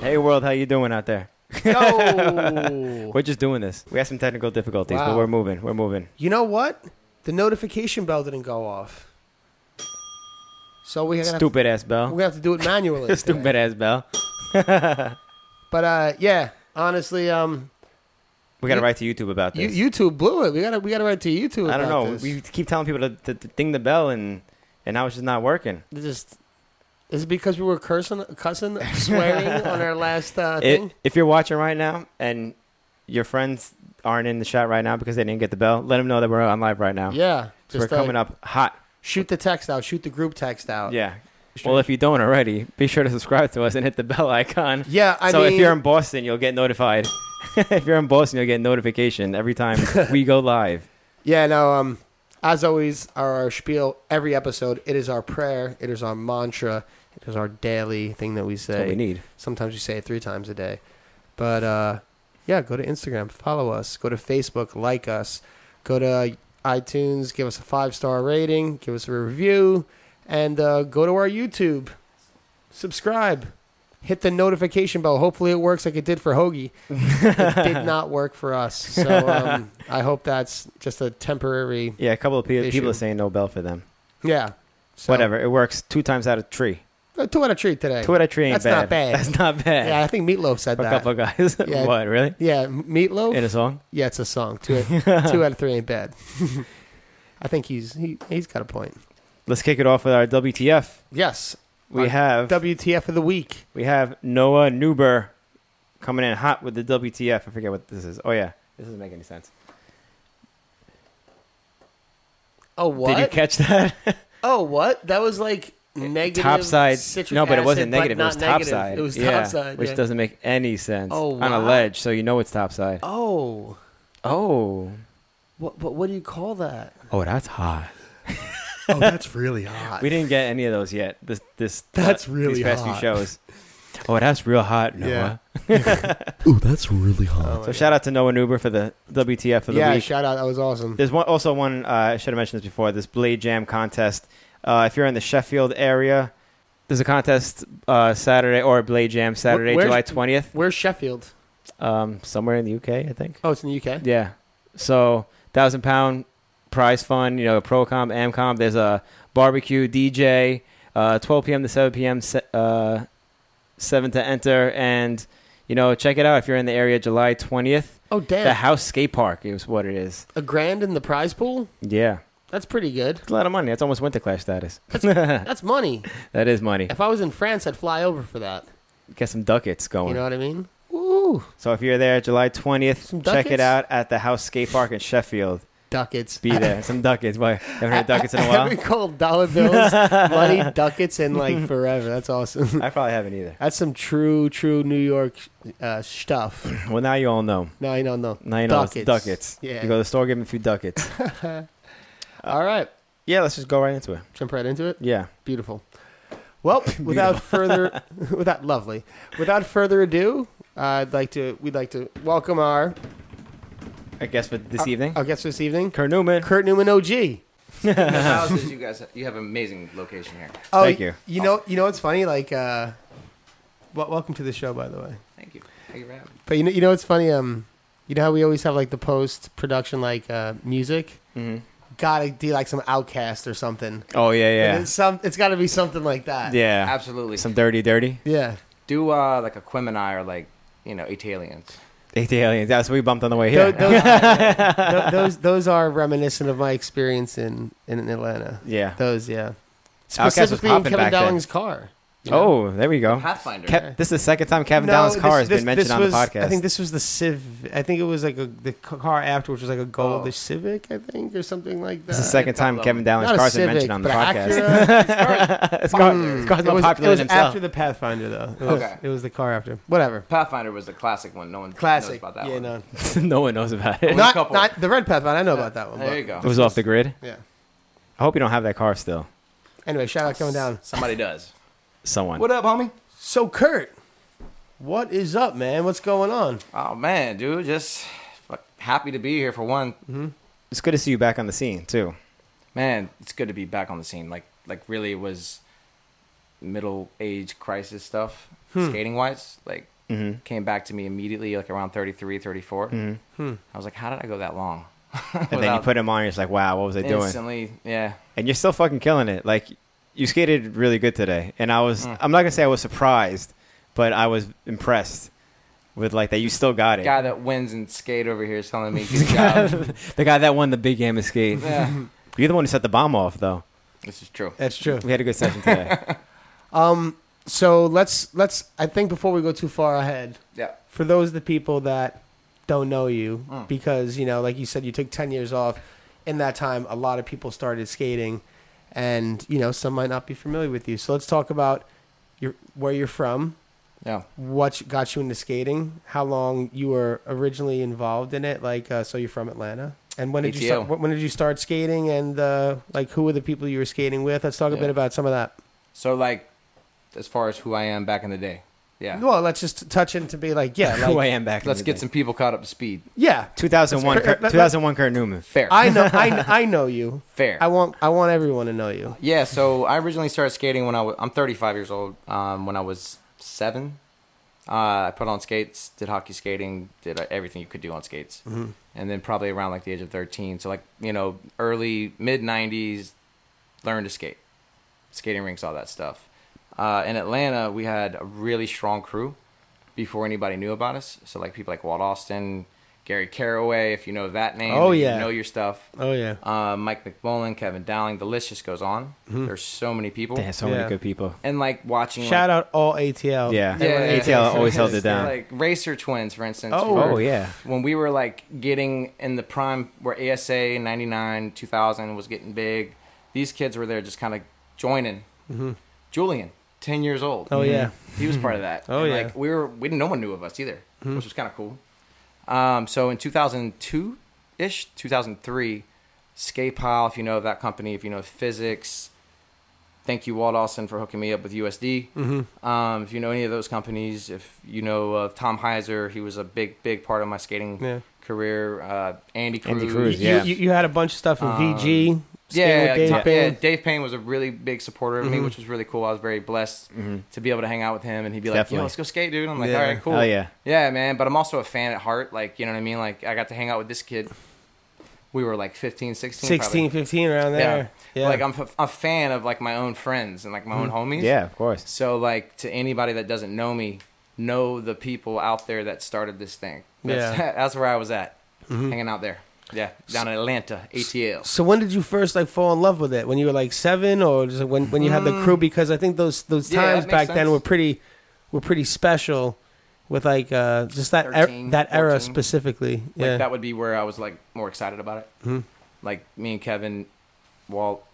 Hey world, how you doing out there? Yo. We're just doing this. We had some technical difficulties, but Wow. we're moving. We're moving. you know what? The notification bell didn't go off. So we're gonna, have, Stupid ass we're bell. gonna have to do it manually. today. Stupid ass bell. But uh, yeah, honestly, um, We got to You- write to YouTube about you, this. YouTube blew it. We gotta we gotta write to YouTube. I don't about know. This. We keep telling people to, to, to ding the bell, and and now it's just not working. They just is it because we were cursing, cussing, swearing on our last uh, It- thing? if you're watching right now and your friends aren't in the shot right now because they didn't get the bell, let them know that we're on live right now. Yeah, So we're uh, coming up hot. Shoot the text out. Shoot the group text out. Yeah. Well, if you don't already, be sure to subscribe to us and hit the bell icon. yeah. I so mean, if you're in Boston, you'll get notified. if you're in Boston, you'll get notification every time we go live. Yeah, no, um, as always, our, our spiel every episode, it is our prayer, it is our mantra, it is our daily thing that we That's say. what we need. Sometimes we say it three times a day. But uh, yeah, go to Instagram, follow us, go to Facebook, like us, go to iTunes, give us a five star rating, give us a review, and uh, go to our YouTube, subscribe. Hit the notification bell. Hopefully, it works like it did for Hoagie. It did not work for us. So um, I hope that's just a temporary. Yeah, a couple of pe- Issue. people are saying no bell for them. Yeah. So, Whatever. It works two times out of three. Uh, two out of three today. Two out of three ain't That's not bad. That's not bad. Yeah, I think Meatloaf said a that. couple of guys. Yeah. what, really? Yeah, Meatloaf. In a song? Yeah, it's a song. Two, two out of three ain't bad. I think he's he he's got a point. Let's kick it off with our WTF. Yes, We Our have WTF of the week? we have Noah Newber coming in hot with the WTF. I forget what this is. Oh yeah, this doesn't make any sense. Oh what? Did you catch that? oh what? That was like negative topside. Citric Eh, No, but it acid, wasn't but negative. It not was negative. topside. It was yeah, topside. which yeah. doesn't make any sense. Oh, on a wow. ledge, so you know it's topside. Oh, Oh, what, what what do you call that? oh, that's hot. Oh, that's really hot. We didn't get any of those yet. This this That's uh, really these past few hot. shows. Oh, that's real hot, Noah. Yeah. Ooh, that's really hot. So Oh, shout out to Noah Newber for the WTF of the Oh, yeah, week. shout out. That was awesome. There's one, also one, uh, I should have mentioned this before this Blade Jam contest. Uh, if you're in the Sheffield area, there's a contest uh, Saturday or Blade Jam Saturday, where's- July 20th, Where's Sheffield? um, somewhere in the UK, I think. Oh, it's in the UK. Yeah. So, thousand pound prize fund, you know, pro com, amcom. There's a barbecue DJ, uh, 12 p.m. to 7 p.m., se- uh, 7 to enter. And, you know, check it out if you're in the area July 20th. Oh The damn, House Skate Park is what it is. a grand in the prize pool. Yeah. That's pretty good. It's a lot of money. That's almost Winter Clash status. That's money. That is money. If I was in France, I'd fly over for that. Get some ducats going. You know what I mean? Ooh, so if you're there July Some 20th, check ducats? it out at the House Skate Park in Sheffield. ducats. Be there. some ducats. Why? Haven't heard ducats in a I while? haven't called dollar bills money ducats in like forever. That's awesome. I probably haven't either. That's some true, true New York uh, stuff. Well, now you all know. No, I don't know. Now you know ducats. it's ducats. Yeah. You go to the store, give them a few ducats. All right. yeah, let's just go right into it. Jump right into it. Yeah. Beautiful. Well, without further, without lovely, without further ado, I'd like to. We'd like to welcome our I guess for this evening. our guest this evening, Kurt Newman. Uh, Kurt Newman, OG. the houses you guys you have amazing location here. Oh, Thank you. You know, you know, it's funny. Like, uh, wel- welcome to the show, by the way. Thank you. Thank you for having me. But you know, you know, it's funny. Um, you know how we always have like the post production like uh, music. hmm Gotta do like some outcast or something. Oh, yeah, yeah. It's some. It's got to be something like that. Yeah. Absolutely. Some dirty, dirty. Yeah. Do uh like a Quemini or like, you know, Italians. Eight aliens. That's what we bumped on the way here. Tho- Those, tho- those those are reminiscent of my experience in in Atlanta. yeah. Those, yeah. Outkast was Specifically in popping Kevin back then. Dowling's car. you know? Oh, there we go. Pathfinder. Kev- this is the second time Kevin No, Dowling's car this- has this- been mentioned this on was- the podcast. I think this was the Civ. I think it was like a, the ca- car after, which was like a goldish Civic, I think, or something like that. This is Oh. the second time Not Kevin Dowling's Not a car's been Civic, mentioned on the but podcast. Acura. This car, this car's it more was, popular it was than himself. after the Pathfinder, though. It was, Mm. Okay. it was the car after. Whatever. Pathfinder was the classic one. No one knows Classic. about that yeah, one. no. no one knows about it. Only a Not, couple. not the red Pathfinder. I know about that one. There but- you go. It was off the grid. Yeah. I hope you don't have that car still. Anyway, shout out coming down. Somebody does. Someone. What up, homie? So Kurt, what is up, man? What's going on? Oh man, dude, just fuck- happy to be here for one. It's good to see you back on the scene too. Man, it's good to be back on the scene. Like like really it was middle age crisis stuff skating wise. Like Hmm. Mm-hmm. Came back to me immediately, like around 33, 34. Mm-hmm. I was like, how did I go that long? And then you put him on, you're just like, wow, what was I doing? instantly, yeah. and you're still fucking killing it. Like you skated really good today, and I was Mm. I'm not gonna say I was surprised, but I was impressed with like that you still got it. Guy that wins and skate over here is telling me good job. the guy that won the big game of skate. yeah. You're the one who set the bomb off, though. This is true. That's true. We had a good session today. Um, so let's let's. I think before we go too far ahead, Yeah. for those of the people that don't know you, because you know, like you said, you took ten years off. In that time, a lot of people started skating, and you know, some might not be familiar with you. So let's talk about your where you're from, Yeah. what you- got you into skating, how long you were originally involved in it. Like, uh, so you're from Atlanta, and when did you ATL. start, when did you start skating, and uh, like who were the people you were skating with? Let's talk a Yeah. bit about some of that. So, like, as far as who I am back in the day, yeah. Well, let's just touch into be like, yeah, Who I like, am back. Let's in the get day. some people caught up to speed. yeah. 2001. Let's- Kurt- 2001. Kurt Newman. Fair. I know, I, I know you. Fair. I want, I want everyone to know you. yeah. So I originally started skating when I was. I'm 35 years old. Um, when I was seven, uh, I put on skates, did hockey skating, did uh, everything you could do on skates, Mm-hmm. and then probably around like the age of 13. So like you know, early mid 90s, learned to skate, skating rinks, all that stuff. Uh, in Atlanta, we had a really strong crew before anybody knew about us. So like people like Walt Austin, Gary Caraway, if you know that name, Oh, if yeah. you know your stuff. Oh yeah. uh, Mike McMullen, Kevin Dowling. The list just goes on. There's so many people, They had so Yeah. many good people. and like watching Shout like, out all ATL. Yeah. Yeah, yeah, ATL yeah. always held it Yeah, down. Like Racer Twins, for instance. Oh. were- Oh yeah. When we were like getting in the prime, where ASA '99, 2000 was getting big, these kids were there just kind of joining. Julian, ten years old. Mm-hmm. Mm-hmm. Oh yeah. He was part of that. Oh, And, yeah. Mm-hmm. Like we were, we no one knew of us either, which was kind of cool. Um, so in 2002 ish, 2003, Skate Pile, if you know of that company, if you know of physics, thank you Walt Austin for hooking me up with USD. Mm-hmm. Um, if you know any of those companies, if you know of Tom Heiser, he was a big, big part of my skating Yeah. career. Uh, Andy Cruz, Andy Cruz, You, Yeah. You, you had a bunch of stuff in VG. skating Um, yeah, with Dave Tom- Band. yeah, Dave Payne was a really big supporter of me, which was really cool. I was very blessed Mm-hmm. to be able to hang out with him, and he'd be like, Definitely. "Yo, let's go skate, dude." I'm like, Yeah. "All right, cool." Oh yeah. Yeah, man. But I'm also a fan at heart. Like, you know what I mean? Like, I got to hang out with this kid. We were like 15, 16. probably. 16, 15 around Yeah. there. Yeah. Like, I'm f- a fan of like my own friends and like my own homies. Yeah. Of course. So, like, to anybody that doesn't know me, know the people out there that started this thing. That's, Yeah. that's where I was at, hanging out there. Yeah, down in Atlanta, ATL. so when did you first like fall in love with it? When you were like seven, or just when when you had the crew? Because I think those those Mm. Yeah, that times makes back then sense. were pretty were pretty special, with like uh just that er- 13, that era 14. specifically. Like, Yeah, that would be where I was like more excited about it. Hmm. Like, me and Kevin, Walt,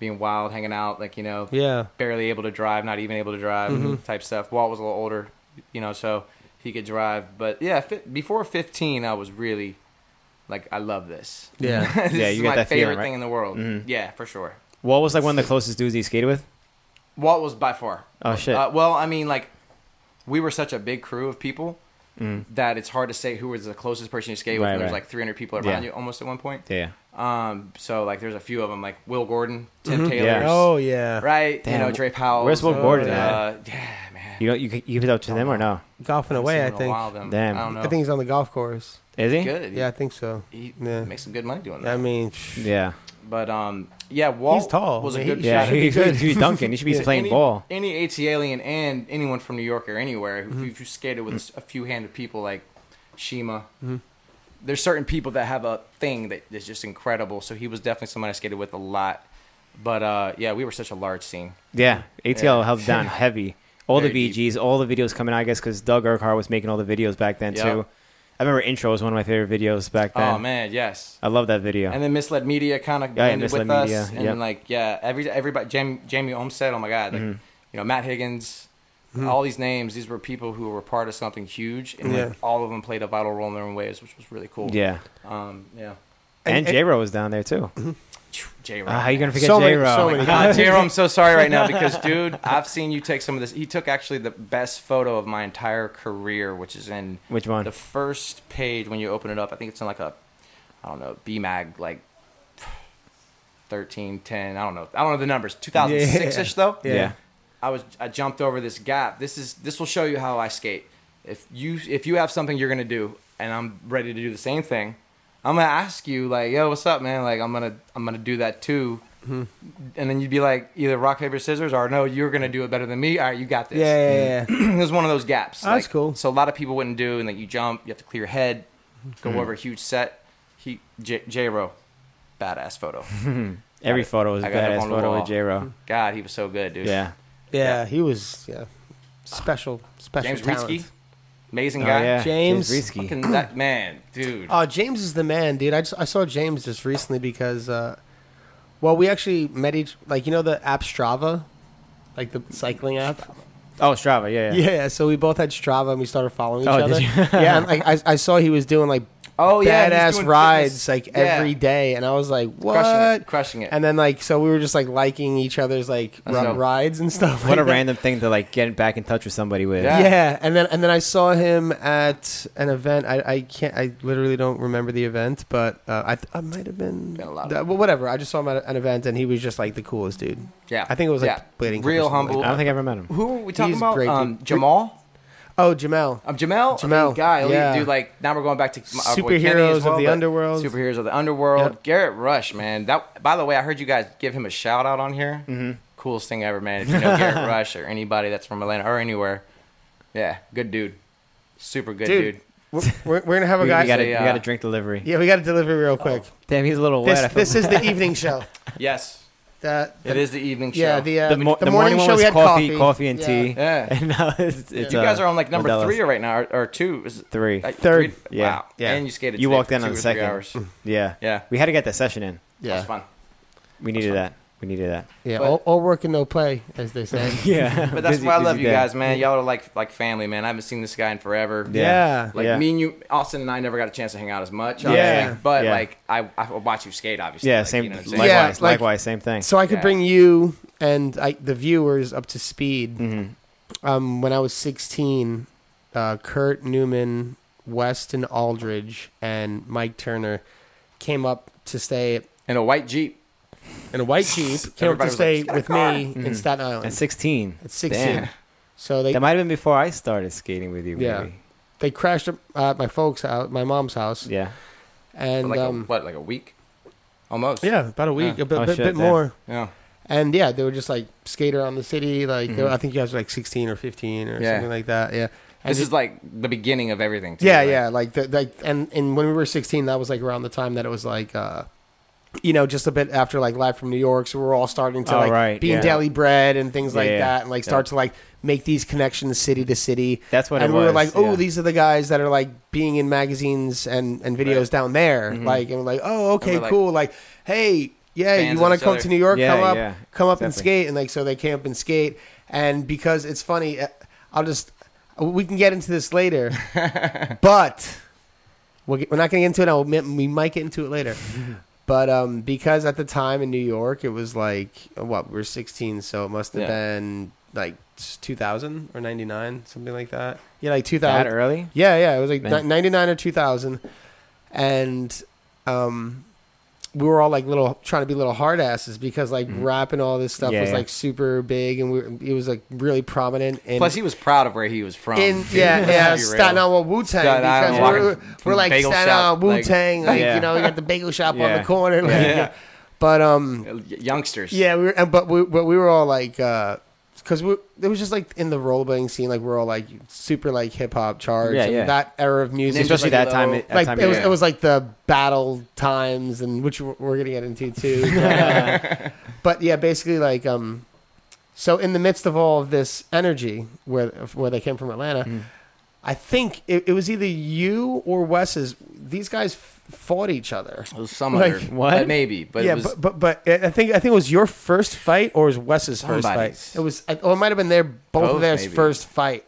being wild, hanging out, like, you know, yeah, barely able to drive, not even able to drive Mm-hmm. type stuff. Walt was a little older, you know, so he could drive. But yeah, fi- before 15, I was really like, I love this. yeah. this Yeah, is you get my that feeling, favorite right? Mm-hmm. thing in the world. Yeah, for sure. What was like one of the closest dudes he skated with? Walt was by far. Oh shit. Uh, well, I mean, like, we were such a big crew of people that it's hard to say who was the closest person you skated with. Mm. Right, There was right. like 300 people around Yeah. you almost at one point. yeah. Um, so like, there's a few of them, like Will Gordon, Tim Taylor, Yeah. Oh yeah, right? Damn, You know, Dre Powell. where's Will Gordon at? Uh, yeah, man. You don't, you you give it up to them or no? golfing haven't away. I seen him in a think. while, them. Damn. I don't know. I think he's on the golf course. Is he? good. Yeah, I think so. He, he Yeah. makes some good money doing I that. mean, Yeah. But um, yeah, Walt He's tall. was I a mean, good Yeah, shot. should he be should be good. dunking. He should be playing any, ball. Any AT alien and anyone from New York or anywhere who Mm-hmm. if you skated with a few handed people like Shima. Mm-hmm. There's certain people that have a thing that is just incredible. So he was definitely somebody I skated with a lot. But uh, yeah, we were such a large scene. Yeah, ATL held down heavy. All the Very VGs, all the videos coming out, I guess, because Doug Urquhart was making all the videos back then, Yeah. too. I remember Intro was one of my favorite videos back then. Oh man, yes. I love that video. And then misled media kind of Yeah, yeah, ended with Misled Media, us, and yep. like yeah, every everybody Jamie, Jamie Olmstead, oh my god, like Mm-hmm. you know Matt Higgins, all these names, these were people who were part of something huge, and Yeah. like, all of them played a vital role in their own ways, which was really cool. yeah. um, yeah. And, and- J Ro was down there, too. J. Ah, how you going to forget So many- J Ro? so many God, J. I'm so sorry right now because, dude, I've seen you take some of this. He took actually the best photo of my entire career, which is in Which one? the first page when you open it up. I think it's in like a, I don't know, BMag like 13, 10. I don't know. I don't know the numbers. 2006 ish though. Yeah. I was I jumped over this gap. This is this will show you how I skate. if you if you have something you're gonna do and I'm ready to do the same thing, I'm gonna ask you like, yo, what's up, man? Like I'm gonna I'm gonna do that too. Hmm. And then you'd be like either rock paper scissors or no, you're gonna do it better than me. All right, you got this. Yeah, yeah, yeah. There's one of those gaps. That's like- cool. So a lot of people wouldn't do, and like you jump, you have to clear your head, go Hmm. over a huge set. He J, J- Ro, badass photo. Every Got it. photo is a I got it badass on the photo wall. with J Ro. God, he was so good, dude. Yeah. Yeah, he was yeah special special James talent. Rietzky, amazing Oh, guy. yeah. James- Rietzky. Fucking that man, dude. Oh, James is the man, dude. I, just, I saw James just recently because, uh, well, we actually met each like you know the app Strava, like the cycling app. oh, Strava. Yeah. Yeah. Yeah, so we both had Strava and we started following each Oh, other. did you? yeah, and like I, I saw he was doing like Oh he's badass doing rides fitness. like Yeah. every day, and I was like, what? Crushing it, crushing it. And then like so we were just like liking each other's like That's run- dope. rides and stuff. What like a that. random thing to like get back in touch with somebody with. Yeah. Yeah. and then and then I saw him at an event. I, I can't. I literally don't remember the event, but uh, I th- I might have been. Been a lot of- that- well, whatever. I just saw him at an event, and he was just like the coolest dude. Yeah, I think it was like Yeah. Blading Cup or real something humble. I don't think I ever met him. Who were we talking He's about? great, Um, dude. Jamal. Oh, Jamel. Um, Jamel. Jamel, I mean, guy. yeah. Yeah. Dude, like now we're going back to uh, with Kenny Superheroes as of well, the but- underworld. Superheroes of the underworld. Yep. Garrett Rush, man. That. By the way, I heard you guys give him a shout out on here. Mm-hmm. Coolest thing ever, man. If you know Garrett Rush or anybody that's from Atlanta or anywhere, yeah, good dude. Super good dude. Dude. We're, we're, we're gonna have a We, guy. we got a, say, we uh, got a drink delivery. yeah, we got to deliver real quick. Damn, he's a little wet. I This, feel- this is the evening show. Yes, That it is the evening show. Yeah, the, uh, the, mo- the, morning, show one was we had coffee, coffee, and Yeah. tea, Yeah. and now it's, it's you guys uh, are on like number Modelo's. three right now, or, or two. Is it- Three. uh, Third. Wow. Yeah. Yeah. And you skated. You today walked for in on two the or three second. Hours. Yeah, Yeah. We had to get that session in. Yeah. That's Yeah, fun. We needed that. We needed that. yeah. But- All, all work and no play, as they say. Yeah, But that's why I love you guys, man. Y'all are like like family, man. I haven't seen this guy in forever. Yeah. Yeah. Like Yeah. me and you, Austin and I never got a chance to hang out as much. Yeah. Obviously. Yeah. But Yeah. like I, I watch you skate, obviously. Yeah, Like, same. You know what I'm saying? likewise, Yeah, like- likewise, same thing. So I could Yeah. bring you and I, the viewers up to speed. Mm-hmm. Um, when I was 16, uh, Kurt Newman, Weston Aldridge, and Mike Turner came up to stay In a white jeep. in a white jeep. Came up Everybody to was stay like, "Get a with me car." Mm-hmm. in Staten Island. At 16, At 16. Damn. So they that might have been before I started skating with you. Maybe. Yeah. they crashed at uh, my folks' house, my mom's house, yeah. for and Like a, um, what? Like a week. Almost. yeah, about a week, Yeah. a bit, Oh, bit, shit, bit damn. more. Yeah. And yeah, they were just like skate around the city. Like they were, I think you guys were like 16 or 15 or Mm-hmm. Yeah. something like that. Yeah. And This just- is like the beginning of everything. too, Yeah, like- yeah, like the, like and and when we were 16, that was like around the time that it was like uh you know, just a bit after like live from New York, so we are all starting to Oh, like right, being yeah. daily bread and things like Yeah, that and like start to like make these connections city to city. That's what and it we were was, like, "Oh, yeah. these are the guys that are like being in magazines and and videos Right. down there." Mm-hmm. Like and we're like, "Oh, okay, we're like- cool." Like, "Hey, yeah, Fans you of want to each come other. to New York? Yeah, come up, yeah, come up and definitely. skate." And like so they came up and skate and because it's funny, uh, I'll just we can get into this later. But we'll get, we're not going to get into it now. We mi- We might get into it later. but um, because at the time in New York, it was like, what, we were 16, so it must have Yeah. been like 2000 or 99, something like that. Yeah, like That 2000. early? Yeah, yeah. It was like Man. ni- 99 or 2000. And um, we were all like little, trying to be little hard asses because like Mm-hmm. rap and all this stuff Yeah, was yeah. like super big and we, were- it was like really prominent. In, Plus, he was proud of where he was from. in dude. yeah Let's yeah be real. Staten Island Wu Tang Staten Island, because we're, walking from we're the like bagel Staten shop, Island Wu like- Tang like, Yeah. you know we got the bagel shop on Yeah. the corner like, Yeah. but um Youngsters. yeah we were and- but we but we were all like uh because we it was just like in the rollerblading scene like we're all like super like hip hop charged Yeah, and yeah. that era of music Ninja was, Especially like, Like, that time. low- At that like time it was yeah. it was like the battle times and which we're we're gonna get into too. But, uh, but yeah, basically like um, so in the midst of all of this energy where where they came from Atlanta, Mm. I think it, it was either you or Wes's. These guys f- fought each other. It was some Like, other. what? but Maybe. But yeah, it was. but, but but I think I think it was your first fight or it was Wes's first Somebody's. fight. It was or it might have been their both, of Both, theirs maybe. first fight.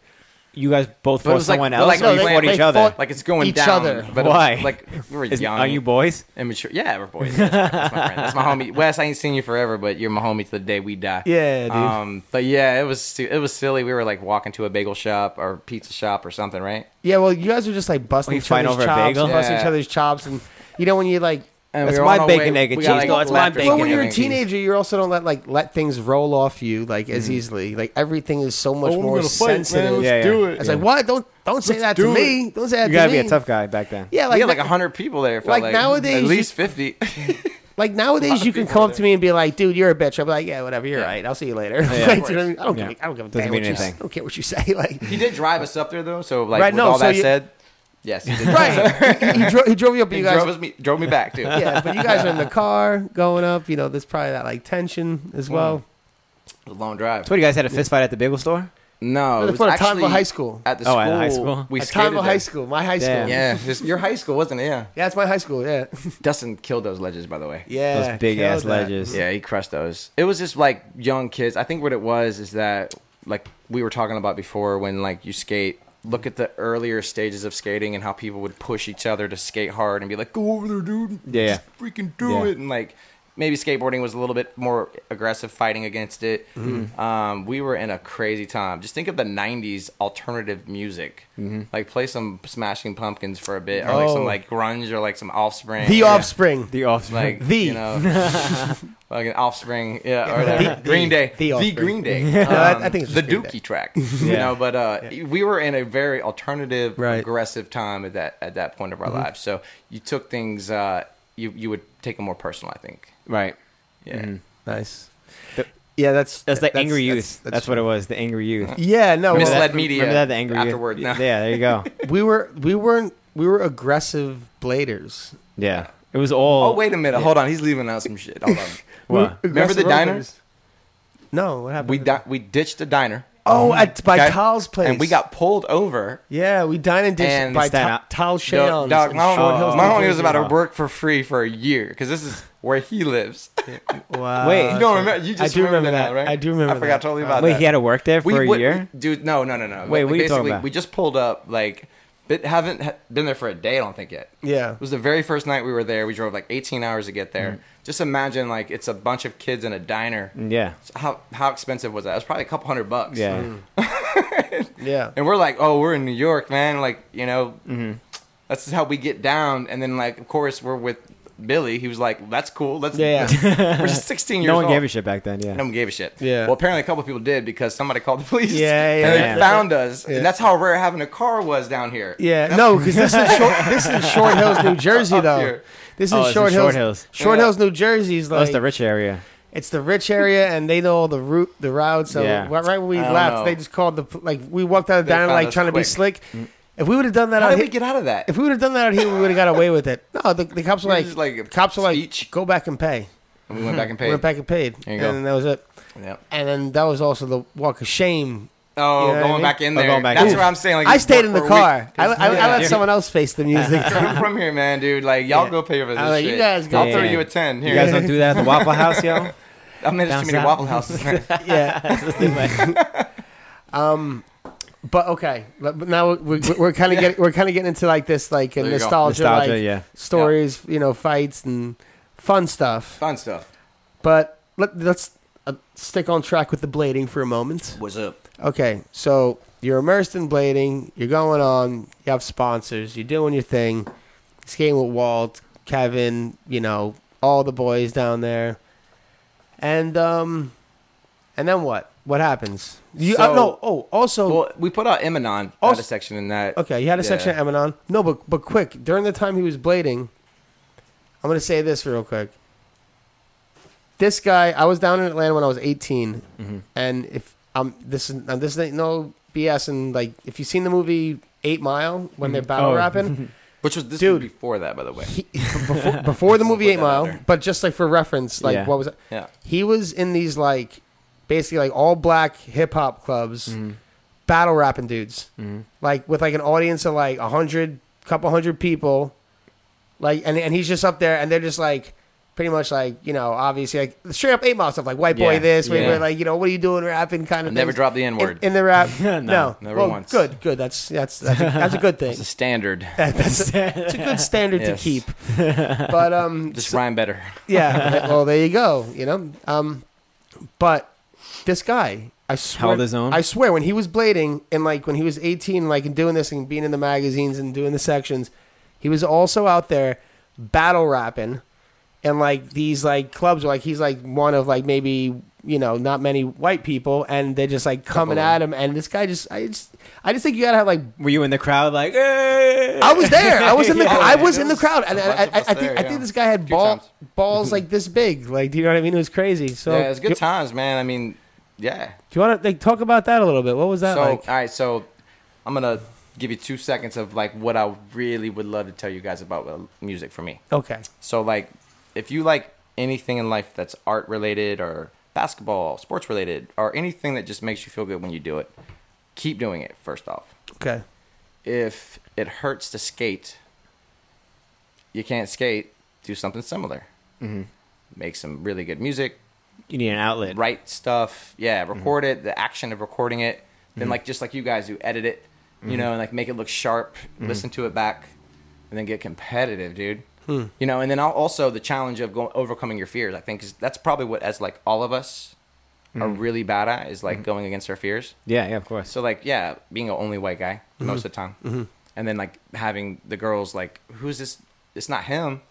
you guys both it fought was like- someone but else, like- or no, you they- fought they each other. fought- like it's going each down. other. But it was, Why? like we were Is- young. are you boys? immature? Yeah, we're boys. That's, that's my friend. That's my homie. Wes, I ain't seen you forever, but you're my homie to the day we die. Yeah, dude. Um, but yeah, it was si- it was silly. We were like walking to a bagel shop or pizza shop or something, right? Yeah, well, you guys were just like busting We each fight other's over a chops, bagel? busting Yeah. each other's chops, and you know when you like And That's were my on our bacon, way- egg, and we got, cheese. No, it's my left or bacon, Well, something. when you're a egg, teenager, you also don't let like let things roll off you like as easily. Like everything is so much more sensitive. Yeah, yeah. It's like what? Don't don't say that to do me. Don't say that You to gotta me. be a tough guy back then. Yeah, We like had like na- hundred people there. it felt like, nowadays, at you- least fifty. like nowadays you can come up to me and be like, dude, you're a bitch. I'm like, yeah, whatever. You're right. I'll see you later. Like, of you know what I, mean? I don't give. Yeah. a- I don't give a Doesn't damn mean what you. say. anything. I don't care what you say. Like. he did drive us up there though, so like Right, with no, all so that you- said, yes, he did drive us up. Right, he, he, dro- he drove you up. but He You guys, drove us me drove me back too. yeah, but you guys are in the car going up. You know, there's probably that like tension as well. It was a long drive. So what, you guys had a fist fight at the bagel store? No, It it was was fun at actually Tonville High School. At the Oh, school, at high school? we At skated Tonville there. High School, my high school. Damn. Yeah. Yeah, just- your high school wasn't it? Yeah, it's my high school. Yeah, Dustin killed those ledges by the way. yeah. Those big ass killed that. ledges. Yeah, he crushed those. It was just like young kids. I think what it was is that like we were talking about before when like you skate. Look at the earlier stages of skating and how people would push each other to skate hard and be like, "Go over there, dude! Yeah, Just freaking do Yeah. it!" And like maybe skateboarding was a little bit more aggressive, fighting against it. Um, we were in a crazy time. Just think of the '90s alternative music. Like play some Smashing Pumpkins for a bit, or like Oh. some like grunge, or like some Offspring. The Yeah Offspring. The offspring. like The. you know, like an offspring, yeah, or whatever. The- Green Day, the the, Offspring. Green Day, Um, I- I think it's the just Green Dookie Day. track, you know. But uh, we were in a very alternative, Right. Mm-hmm. aggressive time at that at that point of our lives. So you took things, uh, you you would take them more personal, I think. right. Yeah, Mm-hmm. Nice. The- yeah, that's That's the angry youth. that's- That's, what it was. The angry youth. Yeah, no, Misled well, That media Remember that? The angry afterward, Youth? no. Yeah, there you go. we were we weren't we were aggressive bladers. Yeah, it was all. Oh wait a minute, hold on, he's leaving out some shit. Hold on. What? Remember the Aggressive diners? roadblockers. No, what happened? We to di- we ditched the diner, Oh, at by Okay. Kyle's place, and we got pulled over. yeah, we dined and dished And by Staten Tal- Island. Tal Dog, Shayon's dog, in my Short Hills, homie, my New homie was Jersey. about to work for free for a year because this is where he lives. Wow. Wait, You don't remember? You just I do remember, remember that, that. right? I do remember I that. forgot totally about Wait, that. he had to work there for we, a would- year. dude. No, no, no, no. Wait, what are you talking Basically, about? We just pulled up, like, but haven't ha- been there for a day. I don't think yet. Yeah. It was the very first night we were there. We drove like 18 hours to get there. Just imagine, like, it's a bunch of kids in a diner. Mm-hmm. Yeah, So how how expensive was that? It was probably a couple hundred bucks. yeah. Yeah. And we're like, oh, we're in New York, man. Like, you know, Mm-hmm. that's how we get down. And then, like, of course, we're with Billy. He was like, that's cool. Let's. Yeah, we're just 16 years No one old. gave a shit back then. Yeah. Mm, No one gave a shit. Yeah. Well, apparently a couple people did because somebody called the police. Yeah, yeah, And they yeah. found us, Yeah. and that's how rare having a car was down here. Yeah, no, because this is short, this is Short Hills, New Jersey, Up though. here. This is Oh, it's in Short Hills. Short Hills. Short Yeah. Hills, New Jersey is Oh, like it's the rich area. it's the rich area, and they know all the route, the routes. So Yeah. right when we I don't left, know. they just called the pl- like we walked out of They down found like us trying to be quick. Mm. slick. If we would have done that How out did we here, get out of that? if we would have done that out here, we would have got away with it. No, the, the cops were We're like, just like cops were like, speech. go back and pay. And we went back and We paid. Went back and paid, There you and go. that was it. Yep. And then that was also the walk of shame. You know Oh, what I going mean? back in Oh, there. going back that's in. what I'm saying. Like, I you stayed work in the for a car. week. I, I, I let Yeah. someone else face the music. I'm from here, man, dude. Like, y'all Yeah. go pay for this I was like, shit. you guys go- I'll throw Yeah. you a ten. Here, You guys don't do that at the Waffle House, yo. I mean, there's Bounce too many out. Waffle Houses. yeah. That's Um, but okay, but but now we're, we're kind of getting we're kind of getting into like this like There you go. nostalgia, Nostalgia, like yeah. stories, you know, fights and fun stuff. Fun stuff. But let, let's uh, stick on track with the blading for a moment. What's up? Okay, so you're immersed in blading. You're going on. You have sponsors. You're doing your thing. Skating with Walt, Kevin, you know, all the boys down there. And um, and then what? What happens? You oh, So- no. Oh, also Well, we put out Eminon. Oh, Oh, had a section in that. Okay, you had a Yeah. section of Eminon. No, but but quick during the time he was blading, I'm gonna say this real quick. This guy, I was down in Atlanta when I was 18, and if I'm this is now this ain't no BS. And like, if you've seen the movie Eight Mile when they're battle Oh. rapping, Which was this Dude. was before that, by the way. he, before, before the Just movie put Eight that Mile, out there. but just like for reference, like Yeah. what was it? Yeah. He was in these like basically like all black hip hop clubs, Mm-hmm. battle rapping dudes, like with like an audience of like a hundred, couple hundred people, like and and he's just up there and they're just like. Pretty much like you know, obviously like straight up eight mile stuff, like white boy Yeah. this, white boy Yeah. like you know, what are you doing rapping kind of. Never things. drop the N in, word. in the rap. no, No, never Well, once. Good, good. That's that's that's a, that's a good thing. It's a standard. that's, a, it's a good standard to Yes. keep. But um, Just rhyme better. yeah. well, there you go. You know. Um, but this guy, I swear, Held his own? I swear, when he was blading and like when he was eighteen, like and doing this and being in the magazines and doing the sections, he was also out there battle rapping and like these like clubs like he's like one of like maybe you know not many white people and they're just like coming Couple. at him and this guy just I just I just think you gotta have like Were you in the crowd like, hey? I was there I was in the Yeah. I was in the There was crowd and a bunch I, I, of I us think there, I yeah. think this guy had Few ball, times. balls like this big like do you know what I mean it was crazy so yeah, it was good do, times, man. I mean, yeah. do you want to like talk about that a little bit what was that so like all right, so I'm gonna give you two seconds of like what I really would love to tell you guys about uh, music for me. okay So like, if you like anything in life that's art related or basketball, sports related, or anything that just makes you feel good when you do it, keep doing it. First off, okay if it hurts to skate, you can't skate. Do something similar. Mm-hmm. Make some really good music. You need an outlet. write stuff. Yeah, record it. The action of recording it. Then like just like you guys do, edit it. You know, and like make it look sharp. Listen to it back, and then get competitive, dude. You know, and then al- also the challenge of going overcoming your fears. I think 'cause that's probably what as like all of us are really bad at is like going against our fears. Yeah, yeah, of course. So like, yeah, being an only white guy most of the time, and then like having the girls like, who's this? It's not him.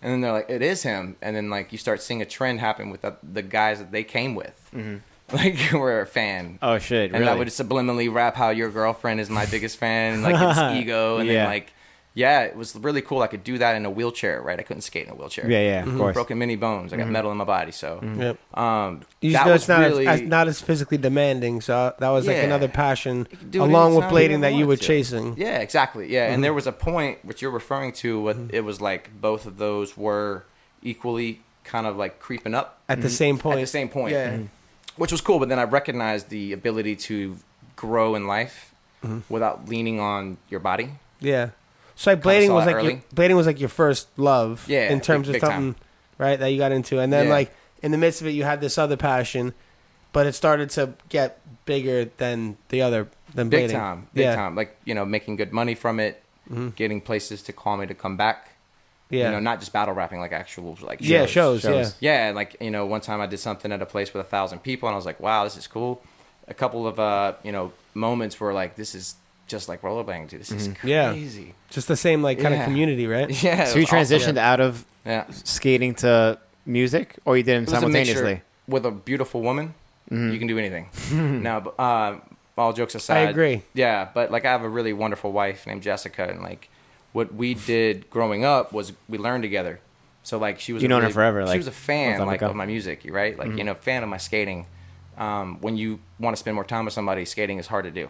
And then they're like, it is him. And then like you start seeing a trend happen with the, the guys that they came with, like we're a fan. Oh shit! and really? I would subliminally rap how your girlfriend is my biggest fan, and like it's ego, and Yeah. then like, yeah, it was really cool. I could do that in a wheelchair, right? I couldn't skate in a wheelchair. Yeah, yeah, of course. Broken many bones. I got metal in my body, so yep. um, Mm-hmm. You just that know was it's not really as, as not as physically demanding, so that was like Yeah. another passion could do it along with anytime you blading that you want were to. chasing. Mm-hmm. Yeah, exactly. Yeah, and there was a point which you're referring to. What it was like, both of those were equally kind of like creeping up At Mm-hmm. the same point, at the same point, Mm-hmm. Yeah. which was cool. But then I recognized the ability to grow in life Mm-hmm. without leaning on your body. yeah. So like Kinda blading saw was that like your, early. blading was like your first love, Yeah, in terms big- of big something time. right that you got into, and then Yeah. like in the midst of it, you had this other passion, but it started to get bigger than the other than Big blading. time, big yeah, Mm-hmm. time. Like you know, making good money from it, getting places to call me to come back. yeah, You know, not just battle rapping, like actual like yeah, shows, Yeah, and, like you know, one time I did something at a place with a thousand people, and I was like, "Wow, this is cool." A couple of uh, you know moments were like, "This is just like rollerblading, dude. This is Yeah. crazy." Mm-hmm. yeah, just the same like kind of Yeah. community, right? Yeah. it So you was awesome. transitioned out of Yeah. skating to music, or you did them It was a mixture simultaneously? Mm-hmm. with a beautiful woman. You can do anything. now, but, uh, all jokes aside, agree. Yeah, but like I have a really wonderful wife named Jessica, and like what we did growing up was we learned together. So like she was You a known her really- forever, she like, Mm-hmm. was a long fan time like ago. of my music, you right? Like you know, fan of my skating. Um, when you want to spend more time with somebody, skating is hard to do.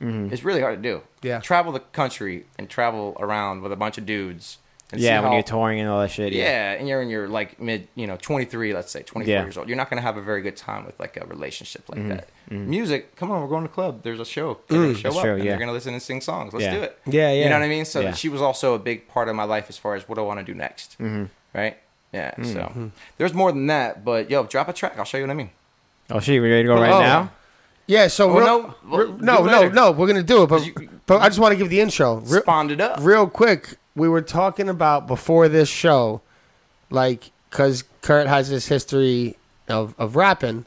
Mm-hmm. It's really hard to do. Yeah. travel the country and travel around with a bunch of dudes. And see Yeah, when how- you're touring and all that shit. yeah, and you're in your like mid, you know, 23, let's say, 24 Yeah. years old. You're not going to have a very good time with like a relationship like that. Music, come on, we're going to the club. There's a show. They're going to show That's up. true, and yeah. They're going to listen and sing songs. Let's Yeah. do it. Yeah, yeah. You know what I mean? So Yeah. she was also a big part of my life as far as what do I want to do next. Right? Yeah. So there's more than that, but yo, drop a track. I'll show you what I mean. Oh shit! You ready to go right Oh. now? Yeah, so Well, real- no, well, re- do it no, no, later. no, we're gonna do it, but you- but I just want to give the intro. Re- Spawned it up. real quick, we were talking about before this show, like, because Kurt has this history of, of rapping,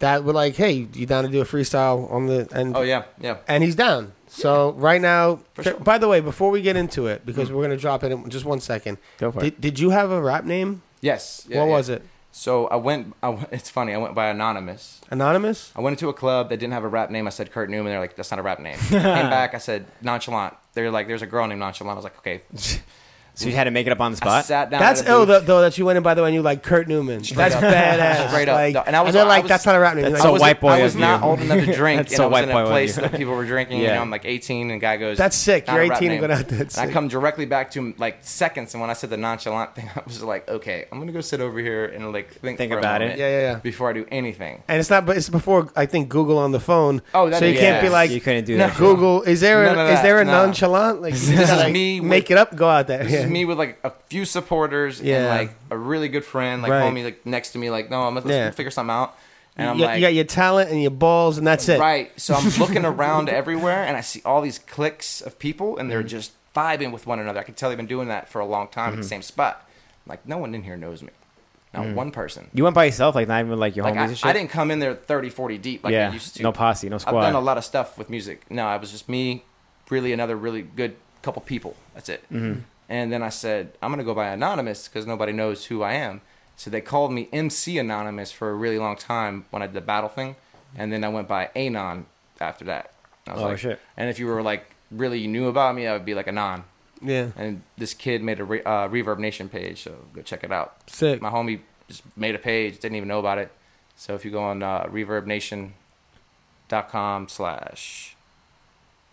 that we're like, hey, you down to do a freestyle on the and Oh, yeah. Yeah. and he's down. So right now, For sure. Mm-hmm. by the way, before we get into it, because we're gonna drop it in just one second. Go for it. Did, did you have a rap name? Yes. Yeah, what yeah. was it? So I went, I, went- it's funny, I went by Anonymous. Anonymous. I went into a club that didn't have a rap name. I said Kurt Newman. They're like, that's not a rap name. Came back. I said Nonchalant. They're like, there's a girl named Nonchalant. I was like, okay. So you had to make it up on the I spot. sat down. That's at a booth. ill though, though that you went in by the way and you like Kurt Newman. that's up. badass. Straight up. Like, No, and I was, they're I like, was- that's not a rap name. You're that's like, a "What was white it? boy I was of not you. old enough to drink, That's and so I was in white boy a of place you. that people were drinking. Yeah. You know, I'm like 18, and the guy goes, That's sick. "Not You're a rap 18 and name." going out there. That's And I sick. come directly back to him, like seconds, and when I said the Nonchalant thing, I was like, okay, I'm gonna go sit over here and like think, Think for a about it. moment Yeah, yeah, yeah. Before I do anything. And it's not, but it's before I think Google on the phone. Oh, that so you makes can't be sense. like you couldn't do No. that. shit. Google. Is there None a, of is there a that, no. nonchalant? Like, you This just, is like, me Make with- it up. Go out there. This yeah. is me with like a few supporters and Yeah. like a really good friend, like Right. homie, like next to me, like no, I'm let's Yeah. figure something out. And I'm you, got- you like, got your talent and your balls, and that's it. right. So I'm looking around everywhere, and I see all these cliques of people, and Mm-hmm. they're just vibing with one another. I can tell they've been doing that for a long time Mm-hmm. in the same spot. Like no one in here knows me, not Mm. one person. You went by yourself, like not even like your Like homies I, and shit. I didn't come in there 30, 40 deep like yeah, I used to. no posse, no I've squad. done a lot of Mm-hmm. stuff with music. No, I was just me, really another really good couple people. That's it. And then I said, I'm going to go by Anonymous because nobody knows who I am. So they called me MC Anonymous for a really long time when I did the battle thing. And then I went by Anon after that. I was Oh, like, shit. And if you were like, really you knew about me, I would be like Anon. Yeah. And this kid made a re- uh, Reverb Nation page, so go check it out. Sick. My homie just made a page, didn't even know about it. So if you go on uh, reverbnation.com slash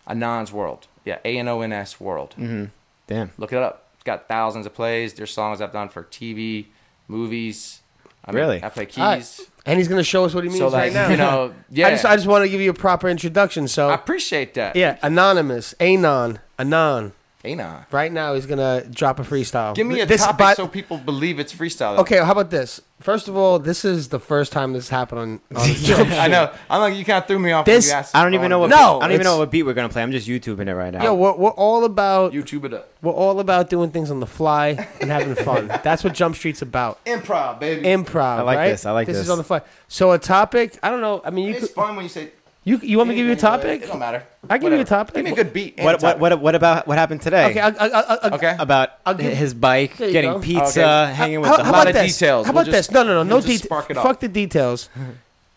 Anon's World, yeah, A N O N S World, Damn. look it up. It's got thousands of plays. There's songs I've done for TV, movies. I Really? I play keys. All right. And he's gonna show us what he means so right like now. you know, yeah. I just I just want to give you a proper introduction. So I appreciate that. yeah, anonymous, anon, anon. Anon. Right now he's gonna drop a freestyle. Give me a This- topic but- so people believe it's freestyle. Okay, how about this? First of all, this is the first time this happened on. on I know. I'm like you kind of threw me off. when This- you asked I don't even know what. No, No, I don't even it's- know what beat we're gonna play. I'm just YouTubing it right now. Yo, we're, we're all about YouTube it up. we're all about doing things on the fly and having fun. That's what Jump Street's about. Improv, baby. Improv. I like right? this, I like this. this. is on the fly. So a topic. I don't know. I mean, you it's could, fun when you say. you you want me to give you a anything, but topic? It don't matter. I give you a Whatever. topic. Give me a good beat. and what, what topic. what what about what happened today? Okay. I, I, I, I, Okay. about I'll give- his bike, There you getting go. pizza, Okay. hanging with how, the how hot- about of this? details. How We'll about just- this? No, no, no, we'll no just spark it details. up. Fuck the details.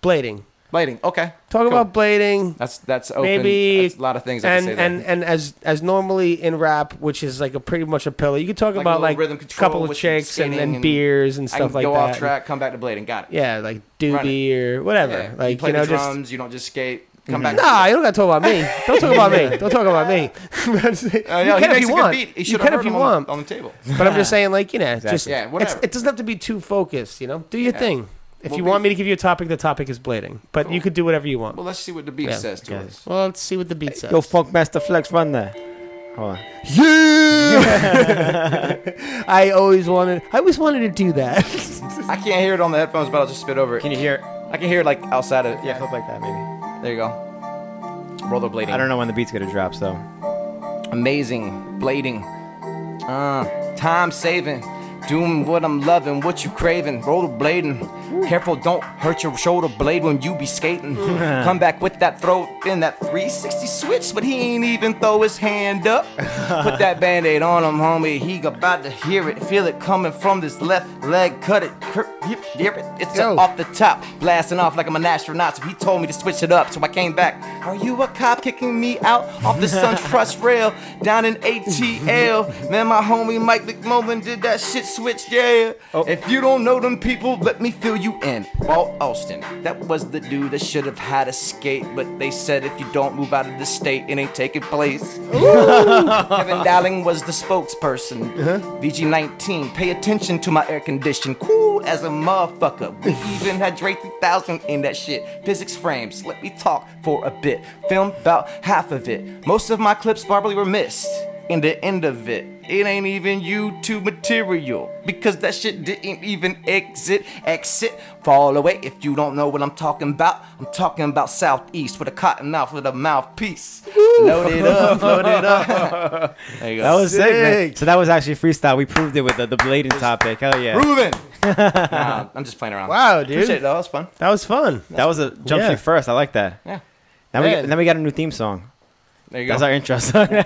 Blading. Lighting. Okay. Talk Cool. about blading. That's that's open. Maybe- that's a lot of things. I can and say there. and and as as normally in rap, which is like a pretty much a pillar, you could talk Like a about little like rhythm a control couple of with chicks and, skating and, and- beers and I stuff can like go that. off track, come back to blading. Got it. Yeah, like Run doobie or whatever. Yeah. you Like play you know, the just Mm-hmm. drums. You don't just skate. Come back. Nah, you don't gotta talk about me. Don't talk about me. Don't talk about me. you Uh, yeah, can he if makes you a good want. beat. He You should can have if you heard him on- want. on the table. But I'm just saying, like you know, just Exactly. Yeah, it's, whatever. it doesn't have to be too focused. You know, do your Yeah. thing. If We'll you be- want me to give you a topic, the topic is blading. But you Cool. could do whatever you want. Well, let's see what the beat Yeah. says to Yes. us. Well, let's see what the beat says. Yo, Funk Master Flex, run there. Hold on. I always wanted. I always wanted to do that. I can't hear it on the headphones, but I'll just spit over it. Can you hear? it? I can hear it like outside of. Yeah, Yeah. flip like that maybe. There you go. Rollerblading. I don't know when the beat's gonna drop, so amazing, blading, uh, time saving, doing what I'm loving, what you craving, rollerblading. Careful, don't hurt your shoulder blade when you be skating. Come back with that throw in that 360 switch, but he ain't even throw his hand up. Put that band-aid on him, homie. He about to hear it, feel it coming from this left leg. Cut it, cur- yep, yep, it. It's a Yo. off the top, blasting off like I'm an astronaut. So he told me to switch it up, so I came back. Are you a cop kicking me out off the SunTrust rail down in ATL? Man, my homie Mike McMullen did that shit switch, yeah. If you don't know them people, let me fill you in. Walt Austin, that was the dude that should have had a skate, but they said if you don't move out of the state, it ain't taking place. Kevin Dowling was the spokesperson. VG19, pay attention to my air condition. Cool as a motherfucker. We even had Dre 3000 in that shit. Physics frames, let me talk for a bit. Filmed about half of it. Most of my clips probably were missed. In the end of it, it ain't even YouTube material because that shit didn't even exit. Exit, fall away if you don't know what I'm talking about. I'm talking about Southeast with a cotton mouth with a mouthpiece. Load it up, load it up. there you go. that was sick. man. Sick. So that was actually freestyle. We proved it with the, the blading topic. Hell yeah. Ruben. nah, I'm just playing around. Wow, dude. Appreciate it, though. That was fun. That was fun. That was a jump Yeah. street first. I like that. Yeah. Now we Man. then we got a new theme song. There you go. That's our intro song. Yo,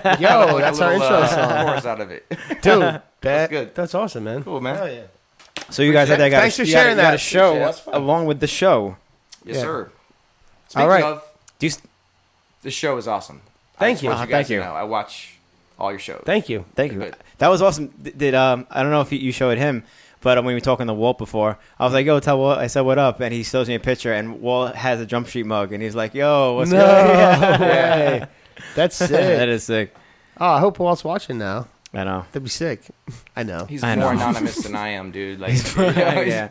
that's our intro song. Chorus uh, out of it. song, dude. That, good. That's awesome, man. Cool, man. Hell yeah. so you guys out there got Thanks a, for you got a- sharing you got that. a show Yeah, that's fine. along with the show. Yes, Yeah. sir. Speaking right. of, Do you, s- the show is awesome. I Thank just you. want Uh-huh, guys thank you. to know, I watch all your shows. Thank you. Thank you. Good. That was awesome. D- Did um I don't know if you- you showed him, but um, when we were talking to Walt before, I was like, "Yo, tell Walt." I said, "What up?" And he shows me a picture, and Walt has a Jump Street mug, and he's like, "Yo, what's no up?" way. That's sick. that is sick. oh, I hope Walt's watching now. I know. That'd be sick. I know. He's I more know. anonymous than I am, dude. Like, you, know, he's- yeah,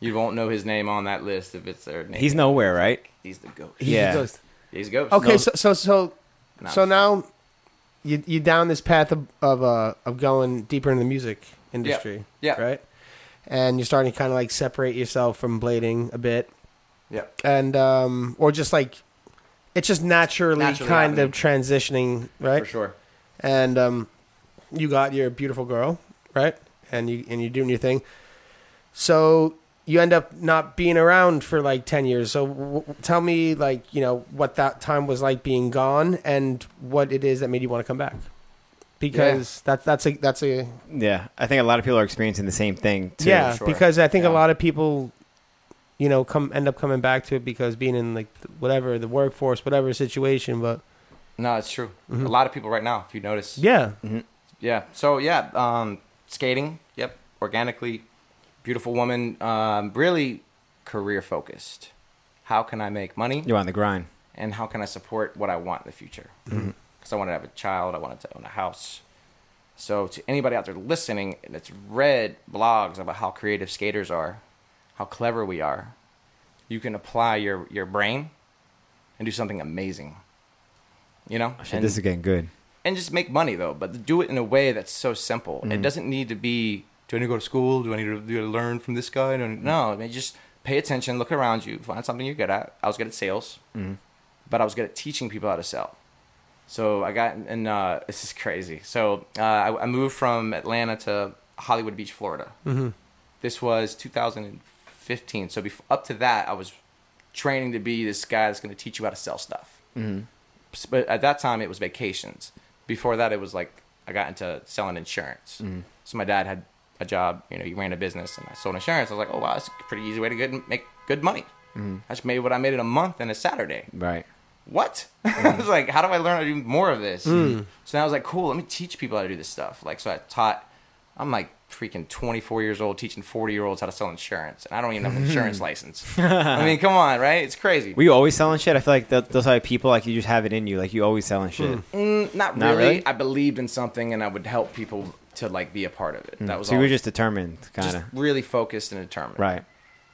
you won't know his name on that list if it's their name. he's nowhere, right? he's the ghost. He's a Yeah. ghost. He's a ghost. Okay, No. so so so Nah, so it's now you you down this path of of, uh, of going deeper into the music industry, Yeah. right? And you're starting to kind of like separate yourself from blading a bit, Yeah. and um, or just like it's just naturally, Naturally kind happening. of transitioning, For right? sure. And um, you got your beautiful girl, right? And you and you're doing your thing, so you end up not being around for like 10 years so w- w- tell me like you know what that time was like being gone and what it is that made you want to come back because that, that's a that's a Yeah, I think a lot of people are experiencing the same thing too. yeah sure. because I think Yeah. a lot of people, you know, come end up coming back to it because being in like th- whatever the workforce, whatever situation. But No, it's true. Mhm. A lot of people right now, if you notice. yeah, Yeah. So yeah, um, skating. Yep. Organically, beautiful woman. Um, really career focused. How can I make money, You're on the grind. and how can I support what I want in the future? Because I wanted to have a child. I wanted to own a house. So to anybody out there listening and that's read blogs about how creative skaters are, how clever we are, you can apply your your brain and do something amazing. You know, Shit, And- this is getting good. and just make money though, but do it in a way that's so simple. It doesn't need to be. Do I need to go to school? Do I need to, do I learn from this guy? Do I- No, I mean just pay attention, look around you, find something you're good at. I was good at sales, but I was good at teaching people how to sell. So I got and uh, this is crazy. So uh, I, I moved from Atlanta to Hollywood Beach, Florida. Mm-hmm. This was 2015. So bef- up to that, I was training to be this guy that's going to teach you how to sell stuff but at that time it was vacations. Before that, it was like I got into selling insurance. So my dad had a job, you know, he ran a business, and I sold insurance. I was like, oh wow, that's a pretty easy way to get make good money. I just made what I made in a month and a Saturday. Right. What? I was like, how do I learn how to do more of this? Hmm. So then I was like, cool, let me teach people how to do this stuff. Like, so I taught. I'm like freaking 24 years old teaching 40 year olds how to sell insurance, and I don't even have an insurance license. I mean, come on, right? It's crazy. Were you always selling shit? I feel like that, those type of people, like you just have it in you. Like you always selling Hmm. shit. Mm, not, Not really. really? I believed in something, and I would help people to like be a part of it. That was Hmm. so you all. were just determined, kind Just of. really focused and determined. Right.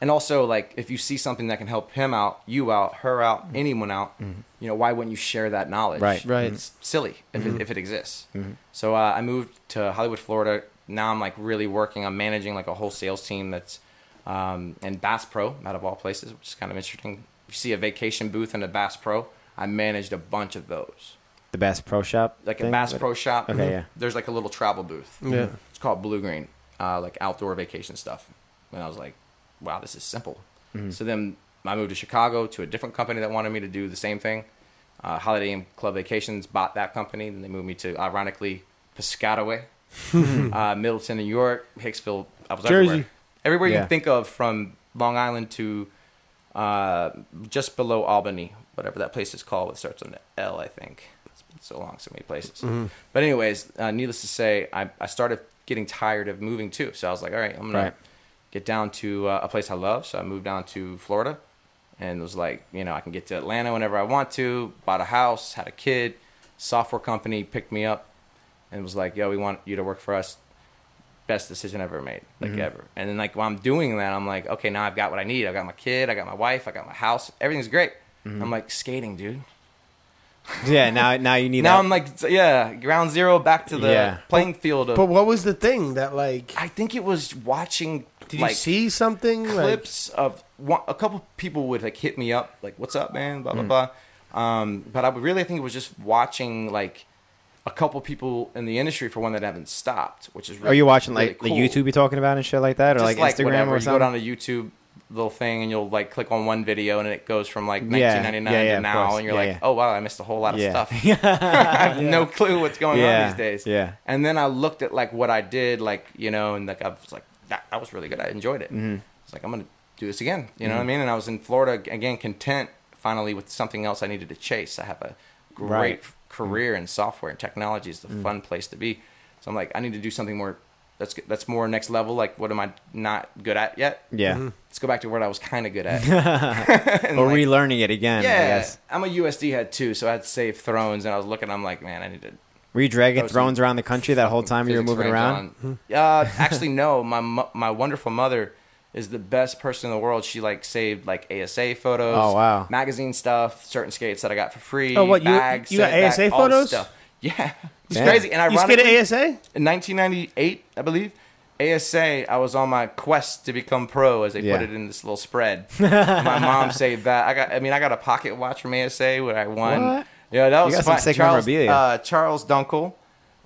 And also, like, if you see something that can help him out, you out, her out, anyone out, you know, why wouldn't you share that knowledge? Right. Right. It's silly if, it, if it exists. So uh, I moved to Hollywood, Florida. Now I'm like really working. I'm managing like a whole sales team that's um, in Bass Pro, out of all places, which is kind of interesting. You see a vacation booth and a Bass Pro. I managed a bunch of those The Bass Pro Shop. like a thing? Bass What- Pro Shop. Okay, yeah. Mm-hmm. There's like a little travel booth. Yeah. It's called Blue Green, uh, like outdoor vacation stuff. And I was like, wow, this is simple. Mm-hmm. So then I moved to Chicago to a different company that wanted me to do the same thing. Uh, Holiday Inn Club Vacations bought that company. Then they moved me to, ironically, Piscataway, Mm-hmm. uh, Middleton, New York, Hicksville. I was Jersey. everywhere. Everywhere you Yeah. can think of from Long Island to uh, just below Albany, whatever that place is called. It starts with an L, I think. It's been so long, so many places. But anyways, uh, needless to say, I, I started getting tired of moving too. So I was like, all right, I'm gonna Right. get down to uh, a place I love. So I moved down to Florida, and was like, you know, I can get to Atlanta whenever I want to. Bought a house, had a kid. Software company picked me up, and was like, yo, we want you to work for us best decision I ever made, like Mm-hmm. ever. And then like while I'm doing that, I'm like, okay, now I've got what I need. I got my kid, I got my wife, I got my house, everything's great. Mm-hmm. I'm like skating, dude. Yeah. Now, now you need. Now that. I'm like, yeah, ground zero, back to the Yeah. playing field of. but what was the thing that like? I think it was watching. Did like, you see something? like- clips of one, a couple people would like hit me up like what's up man Mm. blah blah blah um, but i would really think it was just watching like a couple people in the industry for one that haven't stopped which is really Are you watching really like cool. the YouTube you're talking about and shit like that, or Just like, Instagram whatever. or you go something? down to youtube little thing and you'll like click on one video and it goes from like Yeah. 1999 Yeah, yeah, to of now course. and you're Yeah, like yeah. oh wow i missed a whole lot of Yeah. stuff I have no clue what's going Yeah, on these days. yeah. And then I looked at like what I did, like you know, and like I was like, that, that was really good. I enjoyed it. Mm-hmm. It's like I'm gonna do this again. You Mm-hmm. know what I mean? And I was in Florida ag- again, content finally with something else I needed to chase. I have a great Right. Mm-hmm. career in software and technology is the fun place to be. So I'm like, I need to do something more. That's g- that's more next level. Like, what am I not good at yet? Yeah. Let's go back to what I was kind of good at. Mm-hmm. And, Or like, relearning it again. I yeah, guess. I'm a USD head too, so I had to save Thrones, and I was looking. I'm like, man, I need to Were you dragging Those thrones around the country that whole time you were physics moving range around? on. Uh, actually, no. My mo- my wonderful mother is the best person in the world. She like saved like ASA photos. Oh, wow. Magazine stuff, certain skates that I got for free. Oh, what, you- bags, you got set back, ASA all this photos? Stuff. Yeah, it's Yeah. crazy. And you skated ironically, ASA? in 1998, I believe. ASA, I was on my quest to become pro, as they Yeah. put it in this little spread. my mom saved that. I got, I mean, I got a pocket watch from ASA where I won. What? Yeah, that was got some fun. sick Charles, memorabilia. uh, Charles Dunkel,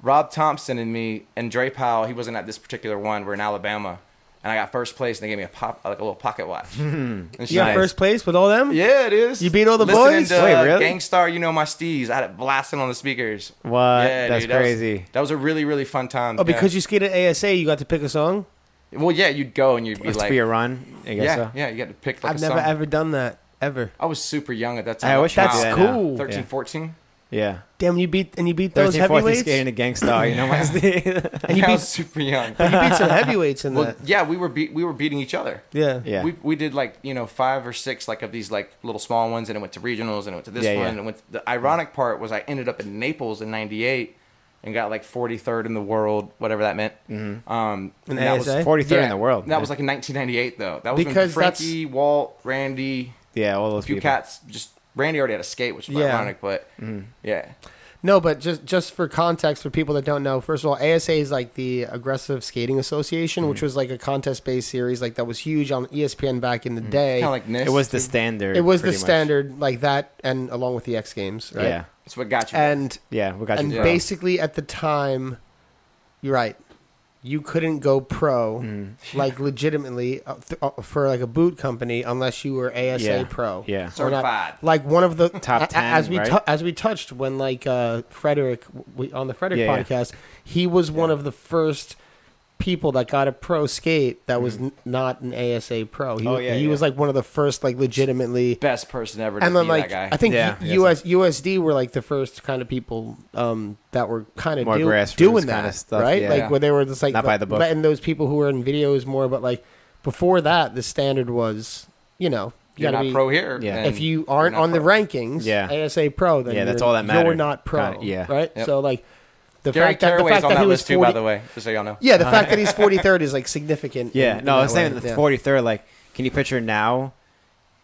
Rob Thompson, and me, and Dre Powell. He wasn't at this particular one. We're in Alabama. and I got first place, and they gave me a pop, like a little pocket watch. and You got Nice. first place with all them? Yeah, it is. You beat all the Listening boys? To, Wait, uh, really? Gangstar, you know my steez. I had it blasting on the speakers. What? That's that was- That crazy. was, a really really fun time. Oh, because you skated ASA, you got to pick a song. you. Well, yeah, you'd go and you'd be It's like, to be a run. I guess yeah, so. yeah, you got to pick like I've a never song. ever done that ever. I was super young at that time. I wish I Wow. could do that That's now. cool. 13, 14. Yeah. Damn, you beat and you beat those 13, 14 heavyweights. skating a gangstar. You know my steez. And you I beat- was super young. You beat some heavyweights in well, that. yeah, we were beat, we were beating each other. Yeah. Yeah. We, we did like you know five or six like of these like little small ones and it went to regionals and it went to this Yeah, one yeah. and it went the ironic part was I ended up in Naples in 98 and got like 43rd in the world whatever that meant mm-hmm. um and that was ASA? 43rd yeah, in the world. that was like in 1998 though that was Because when that's- Frankie Walt Randy yeah, all a those few people. cats just Randy already had a skate which was Yeah. Mm-hmm. ironic but yeah No, but just just for context for people that don't know, first of all, ASA is like the Aggressive Skating Association, Mm. which was like a contest based series like that was huge on E ESPN back in the day. kind of Mm. like this It was the standard. it was the pretty much. standard like that, and along with the X Games, right? Yeah. it's what got you And Yeah, we got and you. bro. basically at the time, you're right. You couldn't go pro, Mm. like legitimately, uh, th- uh, for like a boot company unless you were ASA Yeah. pro. Yeah. Or not- certified like one of the Top a- a- as 10, we right? tou- as we touched when like uh, Frederick we, on the Frederick Yeah, yeah. podcast, he was one of the first people that got a pro skate that was n- not an ASA pro. He, Mm. Oh, yeah, he yeah. was like one of the first like legitimately best person ever to and then be like that guy I think Yeah. U- US USD were like the first kind of people um, that were kind of More grassroots doing that kinda stuff, right, yeah. like Yeah. where they were just like Not by the book. letting those people who were in videos more, but like before that, the standard was you know you you're gotta not be, pro here Yeah. and if you you're aren't not on the pro. rankings, Yeah. ASA Pro, then Yeah, that's you're- all that You're mattered. not pro, Got it, yeah. right? Yep. So like the Gary fact that the Caraway's fact on that, that, he was list too, by 40 the way, just so y'all know. yeah, the fact that he's 43rd is like significant. Uh-huh. Yeah, in- no, I in that was saying way. the Yeah. 43rd, like, can you picture now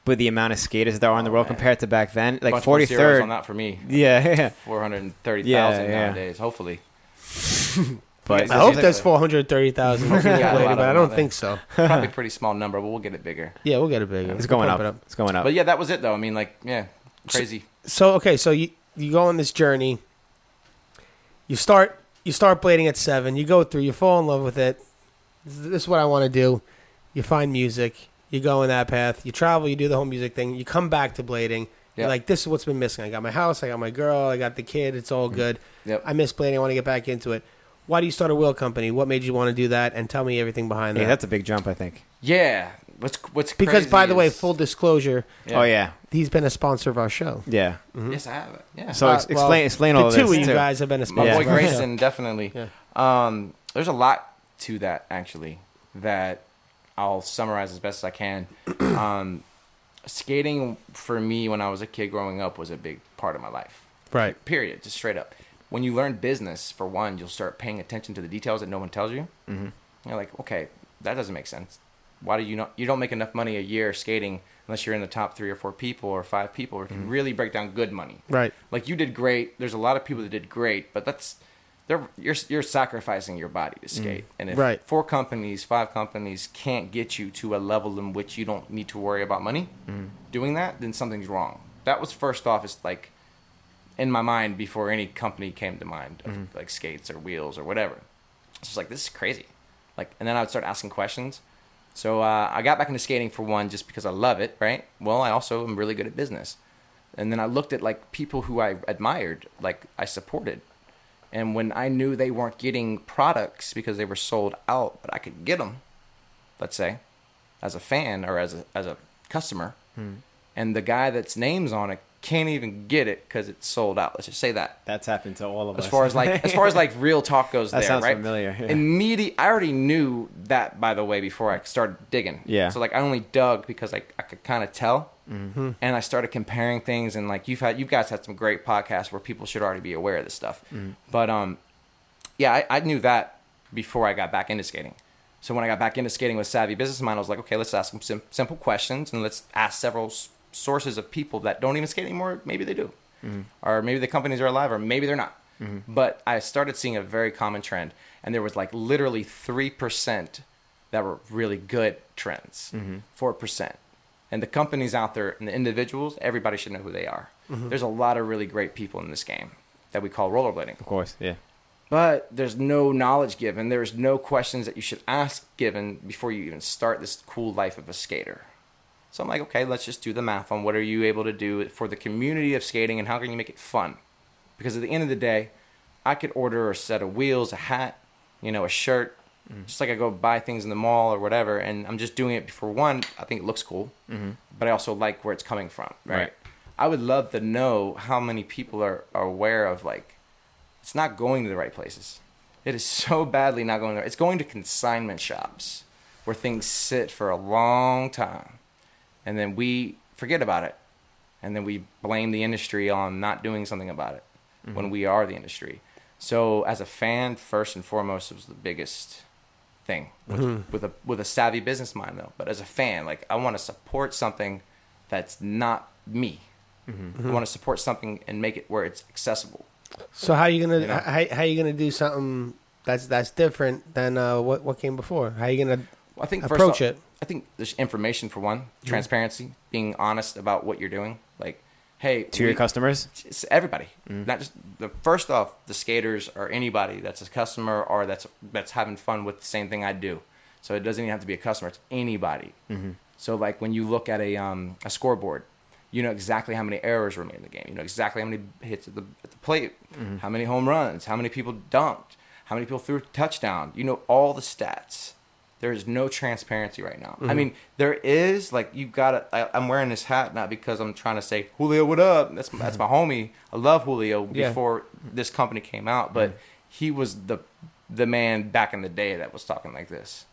with the amount of skaters that are in the world compared to back then? Like, Oh, Bunch more zeros on 43rd. that for me. Yeah, yeah. Four hundred thirty Yeah, thousand yeah. nowadays. Hopefully, But I hope there's 430,000 people Yeah, a lot later, of but I them don't out think so. probably a pretty small number, but we'll get it bigger. Yeah, we'll get it bigger. it's We'll going pump it up. It's going up. But yeah, that was it though. I mean, like, yeah, crazy. So okay, so you you go on this journey. You start you start blading at seven. You go through. You fall in love with it. This is- this is what I want to do. You find music. You go in that path. You travel. You do the whole music thing. You come back to blading. You're Yep. like, this is what's been missing. I got my house. I got my girl. I got the kid. It's Mm-hmm. all good. Yep. I miss blading. I want to get back into it. Why do you start a wheel company? What made you want to do that? And tell me everything behind yeah, that. that's a big jump, I think. Yeah. What's what's because, crazy by the way, is- full disclosure, Oh, yeah. he's been a sponsor of our show. Yeah. Mm. Yes, I have it. Yeah. So Uh, ex- well, explain explain The all of two this. of you too. guys have been a my sponsor. Yeah. boy of our show. Grayson definitely. Um, there's a lot to that actually that I'll summarize as best as I can. um, skating for me when I was a kid growing up was a big part of my life. Right. Period. Just straight up. When you learn business, for one, you'll start paying attention to the details that no one tells you. Mm-hmm. You're like, okay, that doesn't make sense. Why do you not? You don't make enough money a year skating unless you're in the top three or four people or five people, or if you really break down good money. Right. Like you did great. There's a lot of people that did great, but that's they're you're you're sacrificing your body to skate. And if Right. four companies, five companies can't get you to a level in which you don't need to worry about money doing that, then something's wrong. That was first off is like in my mind before any company came to mind of like skates or wheels or whatever. It's just like this is crazy. Like and then I would start asking questions. So uh, I got back into skating for one just because I love it, right? Well, I also am really good at business. And then I looked at like people who I admired, like I supported. And when I knew they weren't getting products because they were sold out, but I could get them, let's say, as a fan or as a as a customer, Hmm. and the guy that's names on it can't even get it because it's sold out. Let's just say that That's happened to all of us. as far as like as far as like real talk goes Oh, That there sounds right familiar, yeah. immediate i already knew that by the way before i started digging Yeah. Mm-hmm. so like i only dug because like i could kind of tell and i started comparing things and like you've had you guys had some great podcasts where people should already be aware of this stuff Mm. but um yeah I, I knew that before i got back into skating so when i got back into skating with savvy business mind i was like okay let's ask them sim- simple questions and let's ask several s- sources of people that don't even skate anymore maybe they do or maybe the companies are alive or maybe they're not but i started seeing a very common trend and there was like literally 3% that were really good trends 4% and the companies out there and the individuals everybody should know who they are there's a lot of really great people in this game that we call rollerblading of course, yeah. But there's no knowledge given. There's no questions that you should ask given before you even start this cool life of a skater. So I'm like, okay, let's just do the math on what are you able to do for the community of skating and how can you make it fun? Because at the end of the day, I could order a set of wheels, a hat, you know, a shirt, just like I go buy things in the mall or whatever. And I'm just doing it for one, I think it looks cool, but I also like where it's coming from, right? Right. I would love to know how many people are, are aware of like, it's not going to the right places. It is so badly not going there. It's going to consignment shops where things sit for a long time and then we forget about it and then we blame the industry on not doing something about it when we are the industry so as a fan first and foremost it was the biggest thing with, with a with a savvy business mind though but as a fan like i want to support something that's not me i want to support something and make it where it's accessible So how you gonna You know? how, how you gonna do something that's that's different than uh, what what came before? How you gonna Well, I think first approach it? off- I think there's information for one, transparency, being honest about what you're doing. Like, hey, to your we- customers. it's everybody. Not just the first off the skaters or anybody that's a customer or that's that's having fun with the same thing I do. So it doesn't even have to be a customer. It's anybody. So like when you look at a um, a scoreboard, you know exactly how many errors were made in the game. You know exactly how many hits at the at the plate, how many home runs, how many people dunked, how many people threw a touchdown. You know all the stats. There is no transparency right now. Mm-hmm. I mean, there is like you got to. I- I'm wearing this hat not because I'm trying to say Julio, what up? That's that's my homie. I love Julio Mm-hmm. Yeah. Mm-hmm. before this company came out, but he was the the man back in the day that was talking like this.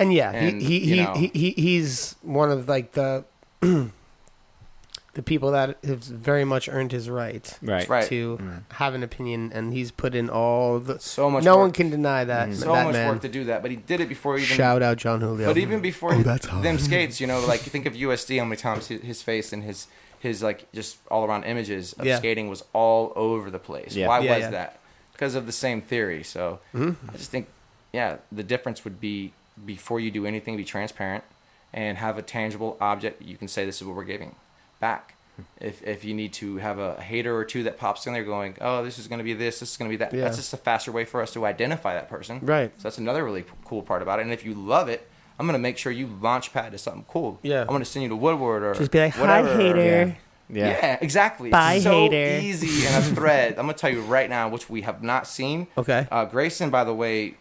And yeah, And, he, you he, know. he, he he's one of like the the people that have very much earned his right, Right. Right. to Mm. have an opinion, and he's put in all the So much No work. one can deny Mm. that. So that much man. work to do that, but he did it before even. Shout out John Julio. But even before Oh, that's hot. them skates, you know, like think of USD, how many times his, his face and his his like just all around images of Yeah. skating was all over the place. Yeah. Why Yeah, was yeah. that? Because of the same theory. So Mm-hmm. I just think, yeah, the difference would be before you do anything, be transparent and have a tangible object. You can say this is what we're giving back. Hmm. If if you need to have a hater or two that pops in there going, oh, this is going to be this, this is going to be that. Yeah. That's just a faster way for us to identify that person. Right. So that's another really cool part about it. And if you love it, I'm gonna make sure you launch pad to something cool. Yeah. I'm gonna send you to Woodward or Just be like, "Hi, whatever. hater." Yeah. Yeah. exactly. Bye, it's so hater. easy in a thread. I'm gonna tell you right now, which we have not seen. Okay. Uh, Grayson, by the way,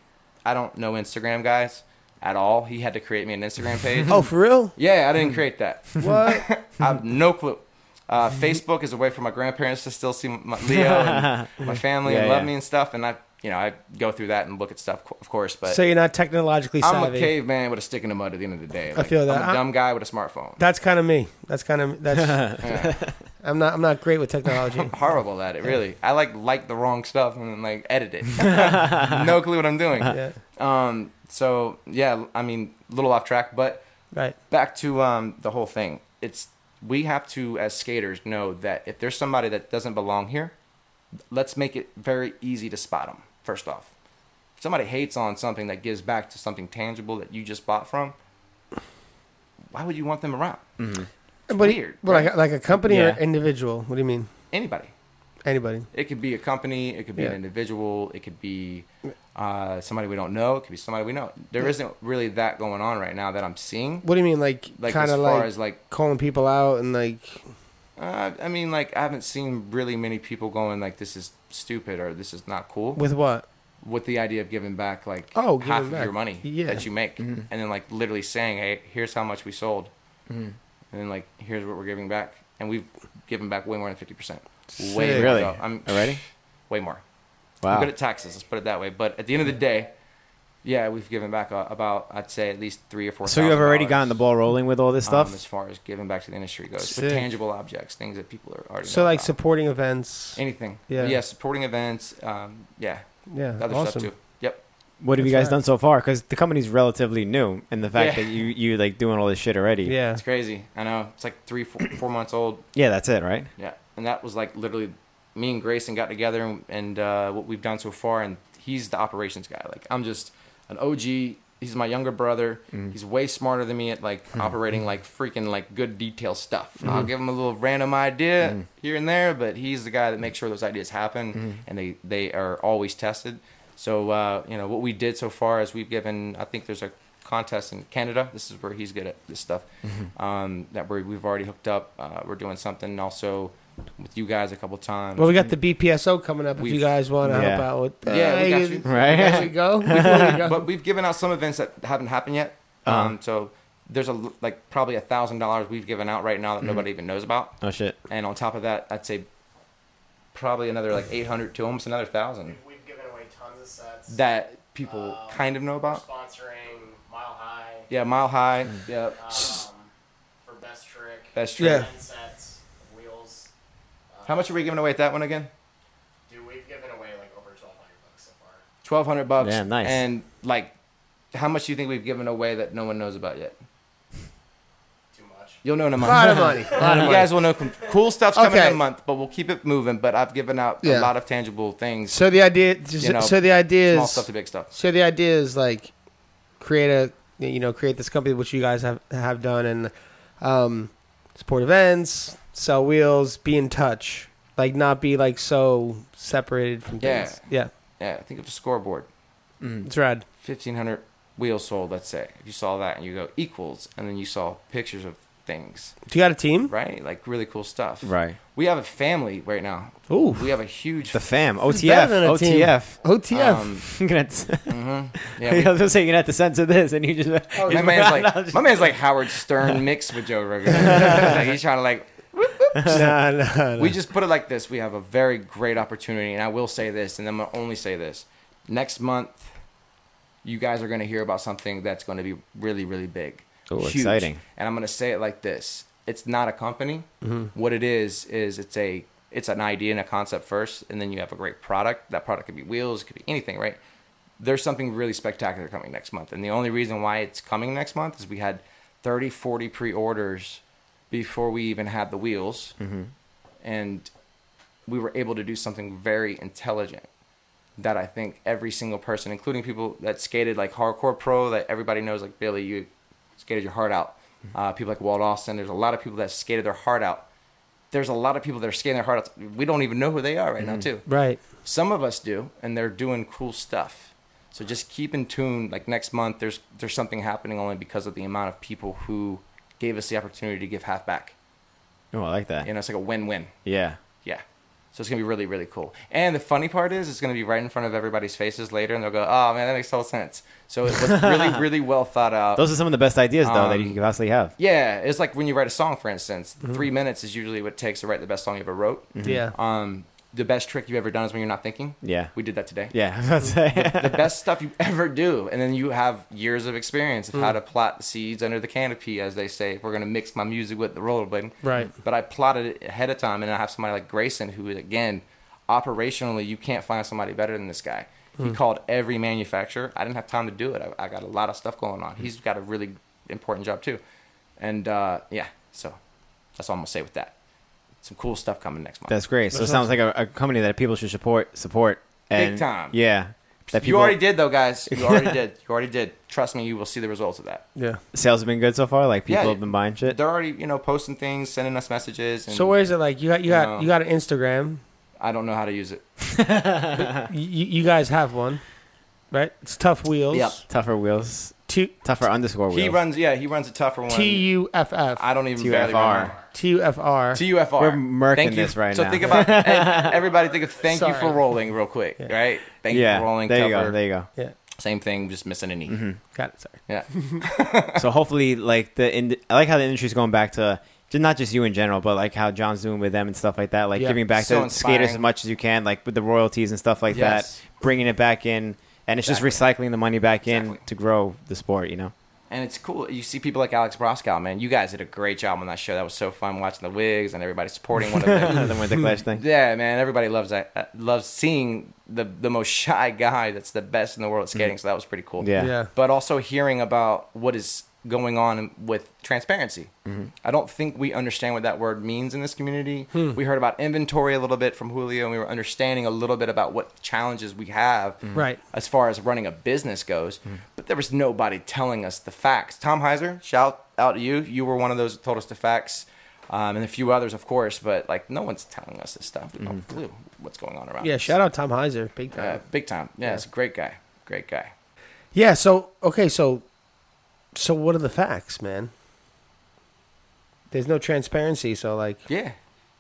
I don't know Instagram guys at all. He had to create me an Instagram page. oh, for real? yeah, I didn't create that. What? I have no clue. Uh, Facebook is a way for my grandparents to still see my, Leo and my family and Yeah, love yeah. me and stuff. And I, you know, I go through that and look at stuff, of course. But so you're not technologically savvy. I'm a caveman with a stick in the mud at the end of the day. Like, feel that. I'm I- a dumb guy with a smartphone. That's kind of me. That's kind of that's. I'm not. I'm not great with technology. I'm horrible at it, really. I like like the wrong stuff and then like edit it. no clue what I'm doing. yeah. Um. So yeah, I mean, a little off track, but Right. back to um the whole thing. It's we have to as skaters know that if there's somebody that doesn't belong here, let's make it very easy to spot them. First off, if somebody hates on something that gives back to something tangible that you just bought from. Why would you want them around? But weird, But like, like a company Yeah. or individual? What do you mean? Anybody. Anybody? It could be a company. It could be Yeah. an individual. It could be uh, somebody we don't know. It could be somebody we know. There not really that going on right now that I'm seeing. What do you mean? Like, Like kind as of far like as like, calling people out and like. uh, I mean, like I haven't seen really many people going like this is stupid or this is not cool with, With what? the idea of giving back like Oh, half giving of back. your money Yeah. Mm-hmm. that you make, and then like literally saying, hey, here's how much we sold, and then like here's what we're giving back, and we've given back way more than fifty percent. Way Sick. more, Really? though. I'm Already? way more. I'm Wow. good at taxes. Let's put it that way. But at the end of the day, yeah, we've given back uh, about I'd say at least three or four. So you have already $1,000, gotten the ball rolling with all this um, stuff. as far as giving back to the industry goes, Sick. with tangible objects, things that people are already So know like about. supporting events. anything. Yeah. Yeah. supporting events. Um, yeah, Yeah. other awesome. stuff too. Yep. what have you That's guys right. done so far? Because the company's relatively new, and the fact Yeah. that you you like doing all this shit already. Yeah. It's crazy. I know. It's like three, four, four months old. Yeah, that's it, right? Yeah, and that was like literally me and Grayson got together and, and uh, what we've done so far, and he's the operations guy. Like I'm just an OG he's my younger brother. Mm-hmm. He's way smarter than me at like operating like freaking like good detail stuff. I'll give him a little random idea here and there, but he's the guy that makes sure those ideas happen and they they are always tested. So uh, you know what we did so far is we've given. I think there's a contest in Canada. This is where he's good at this stuff. Um, that we we've already hooked up. Uh, we're doing something also with you guys a couple times. Well, we got the BPSO coming up. If We've- you guys want to Yeah. help out with that, Yeah, we got you. Right. There we go. There we go. but we've given out some events that haven't happened yet. Uh-huh. Um, so there's a l- like probably a thousand dollars we've given out right Mm-hmm. now that nobody even knows about. Oh shit. And on top of that, I'd say probably another like 800 to almost another thousand We've given away tons of sets. that people Um, kind of know we're about. sponsoring Mile High Yeah, mile high. Mm. Yeah, um, for best trick. that's true. Yeah. Ten sets, wheels. Uh, How much are we giving away at that one again? Dude, we've given away like over twelve hundred bucks so far. Twelve hundred bucks. Yeah, nice. And like, how much do you think we've given away that no one knows about yet? Too much. You'll know in a a month. lot of money. A lot of you money. guys will know. com- Cool stuff's coming Okay. in a month, but we'll keep it moving. But I've given out Yeah. a lot of tangible things. so the idea. Just, You know, so the idea small is. stuff to big stuff. So the idea is like create a you know create this company which you guys have have done and um, support events, sell wheels, be in touch, like not be like so separated from Yeah. things. Yeah, Yeah, think of a scoreboard. it's rad. Fifteen hundred wheels sold. Let's say if you saw that and you go equals, and then you saw pictures of things, Do you got a team? right? Like really cool stuff. Right. We have a family right now. Ooh. We have a huge. The fam. better OTF. than a team. OTF. OTF. Um, You're gonna have to, mhm. I was yeah, gonna say you're gonna have to censor this, and you just. Oh, we, my man's like my man's like Howard Stern mixed with Joe Rogan. like he's trying to like nah, nah, nah. we just put it like this we have a very great opportunity and i will say this and i'm going to only say this next month you guys are going to hear about something that's going to be really really big Ooh, exciting. and i'm going to say it like this it's not a company what it is is it's a it's an idea and a concept first and then you have a great product that product could be wheels it could be anything right there's something really spectacular coming next month and the only reason why it's coming next month is we had 30 40 pre-orders before we even had the wheels and we were able to do something very intelligent that I think every single person, including people that skated like hardcore pro, that everybody knows, like Billy, you skated your heart out. Uh, people like Walt Austin, there's a lot of people that skated their heart out. There's a lot of people that are skating their heart out. We don't even know who they are right now, too. right. Some of us do, and they're doing cool stuff. So just keep in tune. Like next month, there's there's something happening only because of the amount of people who gave us the opportunity to give half back. Oh, I like that. You know, it's like a win-win. Yeah. Yeah. So it's gonna be really, really cool. And the funny part is, it's gonna be right in front of everybody's faces later, and they'll go, "Oh man, that makes total sense." So it was really, really well thought out. Those are some of the best ideas, though, that you Um, can possibly have. yeah, it's like when you write a song, for instance. Mm-hmm. Three minutes is usually what it takes to write the best song you ever wrote. Yeah. Um, the best trick you've ever done is when you're not thinking. Yeah. We did that today. Yeah. I was about to say. The best stuff you ever do, and then you have years of experience of how to plot the seeds under the canopy, as they say. If we're gonna mix my music with the rollerblading, Right. but I plotted it ahead of time, and I have somebody like Grayson, who again, operationally, you can't find somebody better than this guy. He called every manufacturer. I didn't have time to do it. I, I got a lot of stuff going on. He's got a really important job too, and uh, yeah, so that's all I'm gonna say with that. Some cool stuff coming next month. That's great. So it sounds like a, a company that people should support. Support. And, time. Yeah. That you already did though, guys. You already did. You already did. Trust me, you will see the results of that. Yeah. Sales have been good so far. Like people Yeah. have been buying shit. They're already, you know, posting things, sending us messages. And So where is it? Like you got you got No. you got an Instagram. I don't know how to use it. You, you guys have one, right? It's Tough Wheels. Yeah. Tougher wheels. T Tougher underscore wheels. He runs, yeah, he runs a tougher one. T U F I F don't even barely remember. TFR. T U F R. TUFR. We're murking Thank you. this right so now. think about hey, everybody. Think of thank you for Sorry. rolling real quick, right? Thank you Yeah. for rolling. There you tougher. go. There you go. Mm-hmm. Yeah. Same thing, just missing an e. Got it. Sorry. Yeah, so hopefully, like the ind- I like how the industry's going back to just not just you in general, but like how John's doing with them and stuff like that. Like Yeah. giving back So to skaters as inspiring. much as you can, like with the royalties and stuff like Yes. that, bringing it back in, and it's just Exactly. recycling the money back in Exactly. to grow the sport. You know. and it's cool. You see people like Alex Broskow, man. You guys did a great job on that show. That was so fun watching the wigs and everybody supporting one of them. the Winter Clash thing. Yeah, man. Everybody loves that. Uh, loves seeing the the most shy guy that's the best in the world at skating. So that was pretty cool. Mm. Yeah. Yeah. but also hearing about what is going on with transparency. Mm-hmm. I don't think we understand what that word means in this community. We heard about inventory a little bit from Julio, and we were Mm-hmm. understanding a little bit about what challenges we have Right. Hmm. as far as running a business goes. but there was nobody telling us the facts. Tom Heiser, shout out to you. You were one of those that told us the facts, um, and a few others, of course. But like, no one's telling us this stuff. We don't have a clue what's going on around. Mm-hmm. Yeah, us. shout out Tom Heiser, big time. Uh, big time. Yeah, it's a great guy. Great guy. Yeah. So okay. So so what are the facts, man? There's no transparency. So like, Yeah.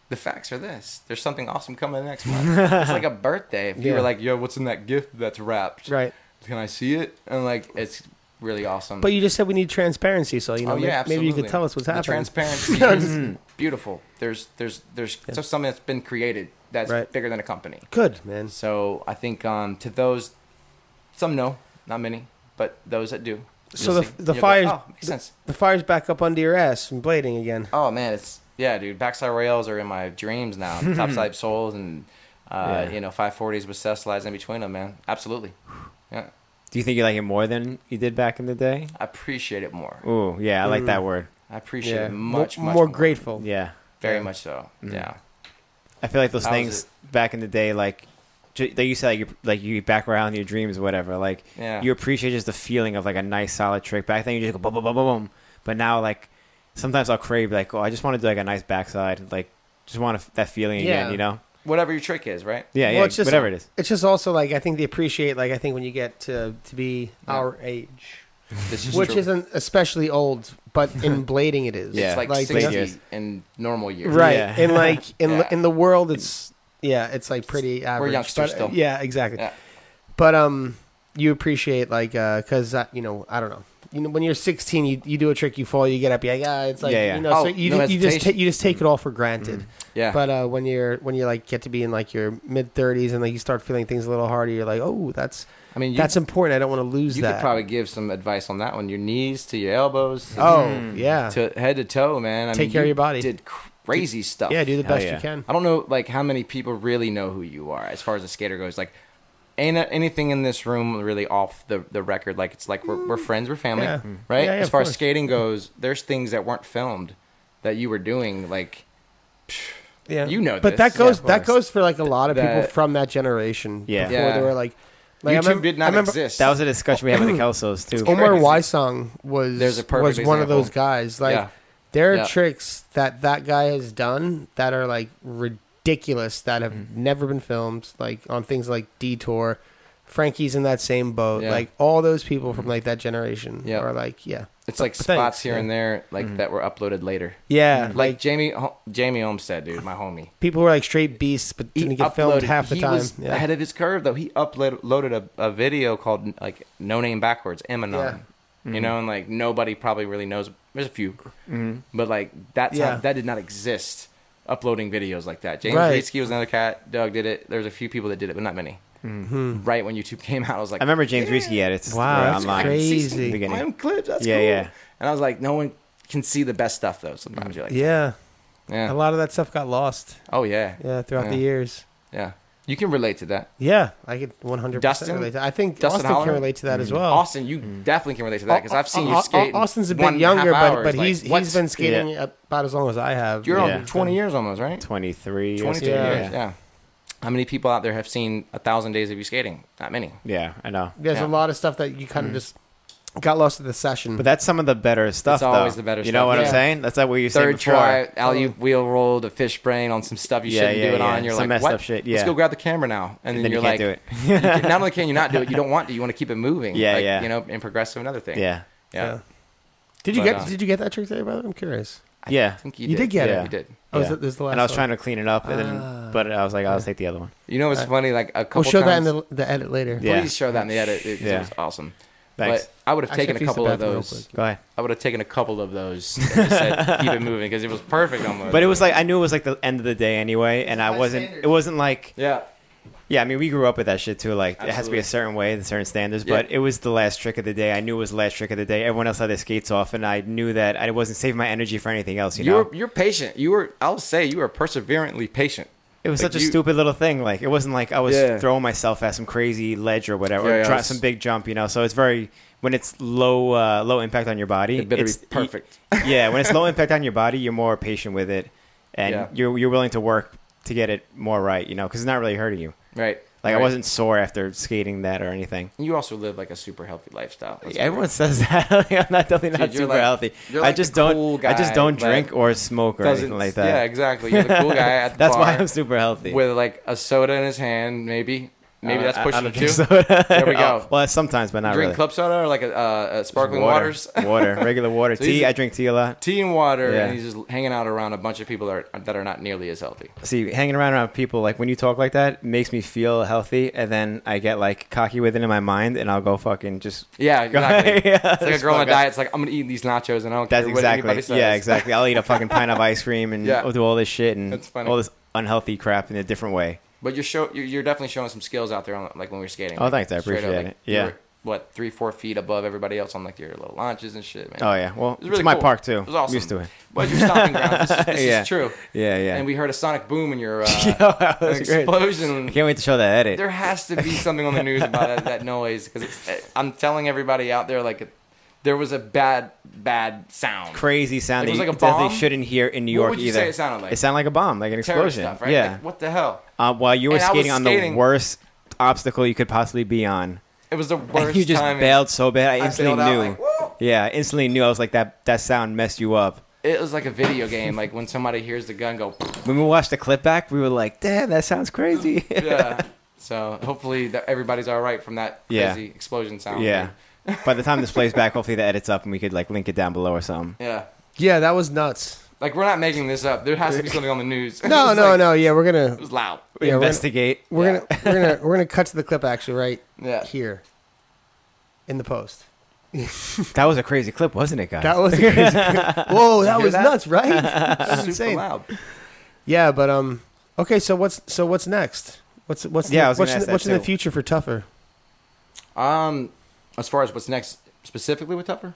The facts are this. There's something awesome coming next month. it's like a birthday. If you Yeah. were like, yo, what's in that gift that's wrapped? right. Can I see it? And like, it's really awesome. But you just said we need transparency. So you know, oh, may- yeah, absolutely. maybe you could tell us what's The happening. transparency is beautiful. There's, there's, there's so something that's been created that's Right. bigger than a company. Good man. So I think um, to those, some know, not many, but those that do. So you'll the- see. the You'll go, fires- Oh, makes sense. The fire's back up under your ass from blading again. Oh man, it's yeah, dude. Backside rails are in my dreams now. Topside soles and uh, Yeah. you know five forties with cess lies in between them, man. Absolutely. Yeah, Do you think you like it more than you did back in the day? I appreciate it more. Ooh, yeah, I like that word. I appreciate it Mo- much, more, much grateful. Yeah, Very Yeah. Mm-hmm. much so. Yeah. I feel like those How's things back in the day, like ju- like you said, like you like you back around your dreams, or whatever. Like Yeah. you appreciate just the feeling of like a nice solid trick. Back then, you just go boom, boom, boom, boom, boom. But now, like sometimes I'll crave like, oh, I just want to do like a nice backside, like just want to, that feeling Yeah. again, you know? Whatever your trick is, right? Yeah, Well, yeah, it's just- whatever it is. It's just also like I think they appreciate like I think when you get to to be Yeah. our age, This which true. isn't especially old, but in blading it is. Yeah. it's like, like sixty the- in normal years. right? Yeah. And like in Yeah. in the world, it's yeah, it's like pretty average. youngsters but- uh, still. Yeah, exactly. Yeah. But um, you appreciate like uh 'cause uh, you know I don't know. You know, when you're 16, you, you do a trick, you fall, you get up, yeah, yeah. It's like Yeah, yeah. you know, Oh, so you, no ju- you just ta- hesitation. Mm-hmm. you just take it all for granted. Yeah. But uh, when you're when you like get to be in like your mid 30s and like you start feeling things a little harder, you're like, oh, that's I mean, you, that's important. I don't want to lose you that. could probably give some advice on that one. Your knees to your elbows. to oh yeah, Mm. to head to toe, man. I Take mean, care of you your body. Did crazy stuff. yeah, do the Hell best yeah. you can. I don't know, like how many people really know who you are as far as a skater goes. Like, ain't a- anything in this room really off the, the record. Like, it's like we're, we're friends, we're family, Yeah. Mm. right? Yeah, yeah, as of far as course. skating goes, there's things that weren't filmed that you were doing. Like, Yeah, You know but this. that goes Yeah, of that course. goes for like a lot of people That- from that generation. Yeah. before Yeah. they were like, like I YouTube remember- did I not remember exist. That was a discussion we had with the Kelsos too. Omar crazy. Wysong was There's a perfect was one of example. those guys. Like Yeah. there are Yeah. tricks that that guy has done that are like ridiculous that have Mm-hmm. never been filmed. Like on things like Detour, Frankie's in that same boat. Yeah. Mm-hmm. Like all those people from like that generation Yeah. are like yeah it's like but spots thanks, here yeah. Mm-hmm. and there, like that were uploaded later. yeah Like Jamie Ho- Jamie Olmstead, dude, my homie. people were like straight beasts but didn't get filmed half the he time. Was Yeah. Ahead of his curve, though, he uploaded a, a video called like "No Name Backwards" Eminem. Yeah. You know, and like nobody probably really knows. There's a few, but like that's Mm-hmm. Yeah. how, that did not exist. Uploading videos like that. James Right. right. was another cat. Doug did it. There's a few people that did it, but not many. Mm-hmm. Right when YouTube came out, I was like, I remember James Reesky edits. Wow, were that's online. crazy. "See some of Beginning. My own clips. That's Yeah, cool." yeah. And I was like, no one can see the best stuff though. Sometimes you're like, yeah, yeah, a lot of that stuff got lost. oh yeah, yeah, Yeah, throughout the Yeah. years. You can relate to that, Yeah, I could 100 Dustin? percent relate. To that. I think Dustin Austin Holler? can relate to that as well. Austin. You definitely can relate to that because I've seen Au- you Au- skate. Austin's a one bit and half younger, but hours. but Like, he's what? he's been skating about as long as I have. You're Yeah. on 20 years almost, right? 23. or 22 something, yeah. years, yeah. How many people out there have seen a thousand days of you skating? Not many. Yeah, I know. There's Yeah. Mm. a lot of stuff that you kind of just got lost in the session. But that's some of the better stuff. It's always though. the better You know stuff. what Yeah. I'm saying? That's like what you said Third before. try, alley wheel roll the fish brain on some stuff you Yeah, shouldn't yeah, do it yeah. on. You're Some like, messed what? up shit, Let's yeah. go grab the camera now, and then, then you you're can't like, do it. you can- not only can you not do it, you don't want to. You want to keep it moving. Yeah, like, yeah. You know, and progress to another thing. Yeah, yeah. Yeah. did you but, get uh, did you get that trick today, brother? I'm curious. yeah. I think you, You did get it. You did. Oh, is Yeah. that- this is the last and I was one? trying to clean it up, and Ah. then, but I was like, I'll just take the other one. You know, it's funny. Like a couple. We'll show times, that in the, the edit later. Yeah. Please show that in the edit. It, Yeah. it was awesome. Thanks. But I would have Actually, taken if a you use the couple of bathroom real those. Go ahead. I would have taken a couple of those. And just said, keep it moving because it was perfect almost. But it was like I knew it was like the end of the day anyway, and I high wasn't. standard. It wasn't like yeah. yeah. I mean, we grew up with that shit too. Like it has to be Absolutely. a certain way, and certain standards. Yeah. But it was the last trick of the day. I knew it was the last trick of the day. Everyone else had their skates off, and I knew that I wasn't saving my energy for anything else. You You know, were you're patient. You were I'll say you were perseverantly patient. it was like such a you- stupid little thing. Like it wasn't like I was Yeah. throwing myself at some crazy ledge or whatever, Yeah, or yeah, try, it's- some big jump. You know, so it's very when it's low uh, low impact on your body. It better it's e-, be perfect. yeah, when it's low impact on your body, you're more patient with it, and Yeah. you're you're willing to work to get it more right. You know, because it's not really hurting you. Right. Like I Right. wasn't sore after skating that or anything. You also live like a super healthy lifestyle. That's Everyone weird. says that. Like, I'm not definitely not Dude, you're super like- healthy. you're I like just the don't. cool I just guy, don't like, drink or smoke or doesn't anything like Yeah, that. exactly. You're the cool guy at the That's bar why I'm super healthy. with like a soda in his hand, maybe. Maybe that's Uh, I- I pushing don't it too. drink soda. There we go. Oh, well, sometimes, but not drink really. club soda or like a, uh, a sparkling waters, water, regular water. So tea. he's- I drink tea a lot. tea and water, Yeah. and he's just hanging out around a bunch of people that are, that are not nearly as healthy. See, hanging around around people like when you talk like that makes me feel healthy, and then I get like cocky with it in my mind, and I'll go fucking just. Yeah, exactly. Yeah, it's like a just girl on a fuck up. diet. It's like I'm gonna eat these nachos and I don't That's care what exactly. anybody says. Yeah, exactly. I'll eat a fucking pint of ice cream and Yeah. I'll do all this shit and That's funny. all this unhealthy crap in a different way. But you're show you're, you're definitely showing some skills out there on like when we were skating. Oh, like, thanks. I straight up, appreciate like, it. Yeah. you were, what three four feet above everybody else on like your little launches and shit, man. Oh yeah. Well, It was really it's my cool. park too. It was awesome. I'm used to it. But your stomping ground. This, is- this Yeah. is true. Yeah, yeah. And we heard a sonic boom in your uh, that an was great. explosion. I can't wait to show that edit. There has to be something on the news about that, that noise because I'm telling everybody out there like there was a bad bad sound. Crazy sound It that was you like a definitely bomb? shouldn't hear in New What York would you either. say it sounded like? It sounded like a bomb, like an Terrorist explosion. stuff, right? Yeah. Like, what the hell? uh, while you were And I was skating on skating- the worst obstacle you could possibly be on, It was the and worst. you just time. bailed so bad. I I instantly bailed out, knew. like, "Whoa." yeah, I instantly knew. I was like that. That sound messed you up. It was like a video game. Like when somebody hears the gun go. When we watched the clip back, we were like, "Damn, that sounds crazy." yeah. So hopefully that everybody's all right from that Yeah. crazy explosion sound. Yeah. By the time this plays back, hopefully the edit's up and we could like link it down below or something. Yeah. Yeah, that was nuts. Like we're not making this up. There has to be something on the news. No, It's no, like- no. Yeah, we're gonna It was loud. We Yeah, we're gonna- investigate. we're Yeah. gonna we're gonna we're gonna cut to the clip actually right Yeah. here in the post. That was a crazy clip, wasn't it, guys? That was crazy. whoa, that was that? nuts, right? Super insane. loud. yeah, but um, okay. So what's so what's next? What's what's Yeah, I the, was gonna what's, ask in, that what's in the too. future for Tougher? Um, as far as what's next specifically with Tupper,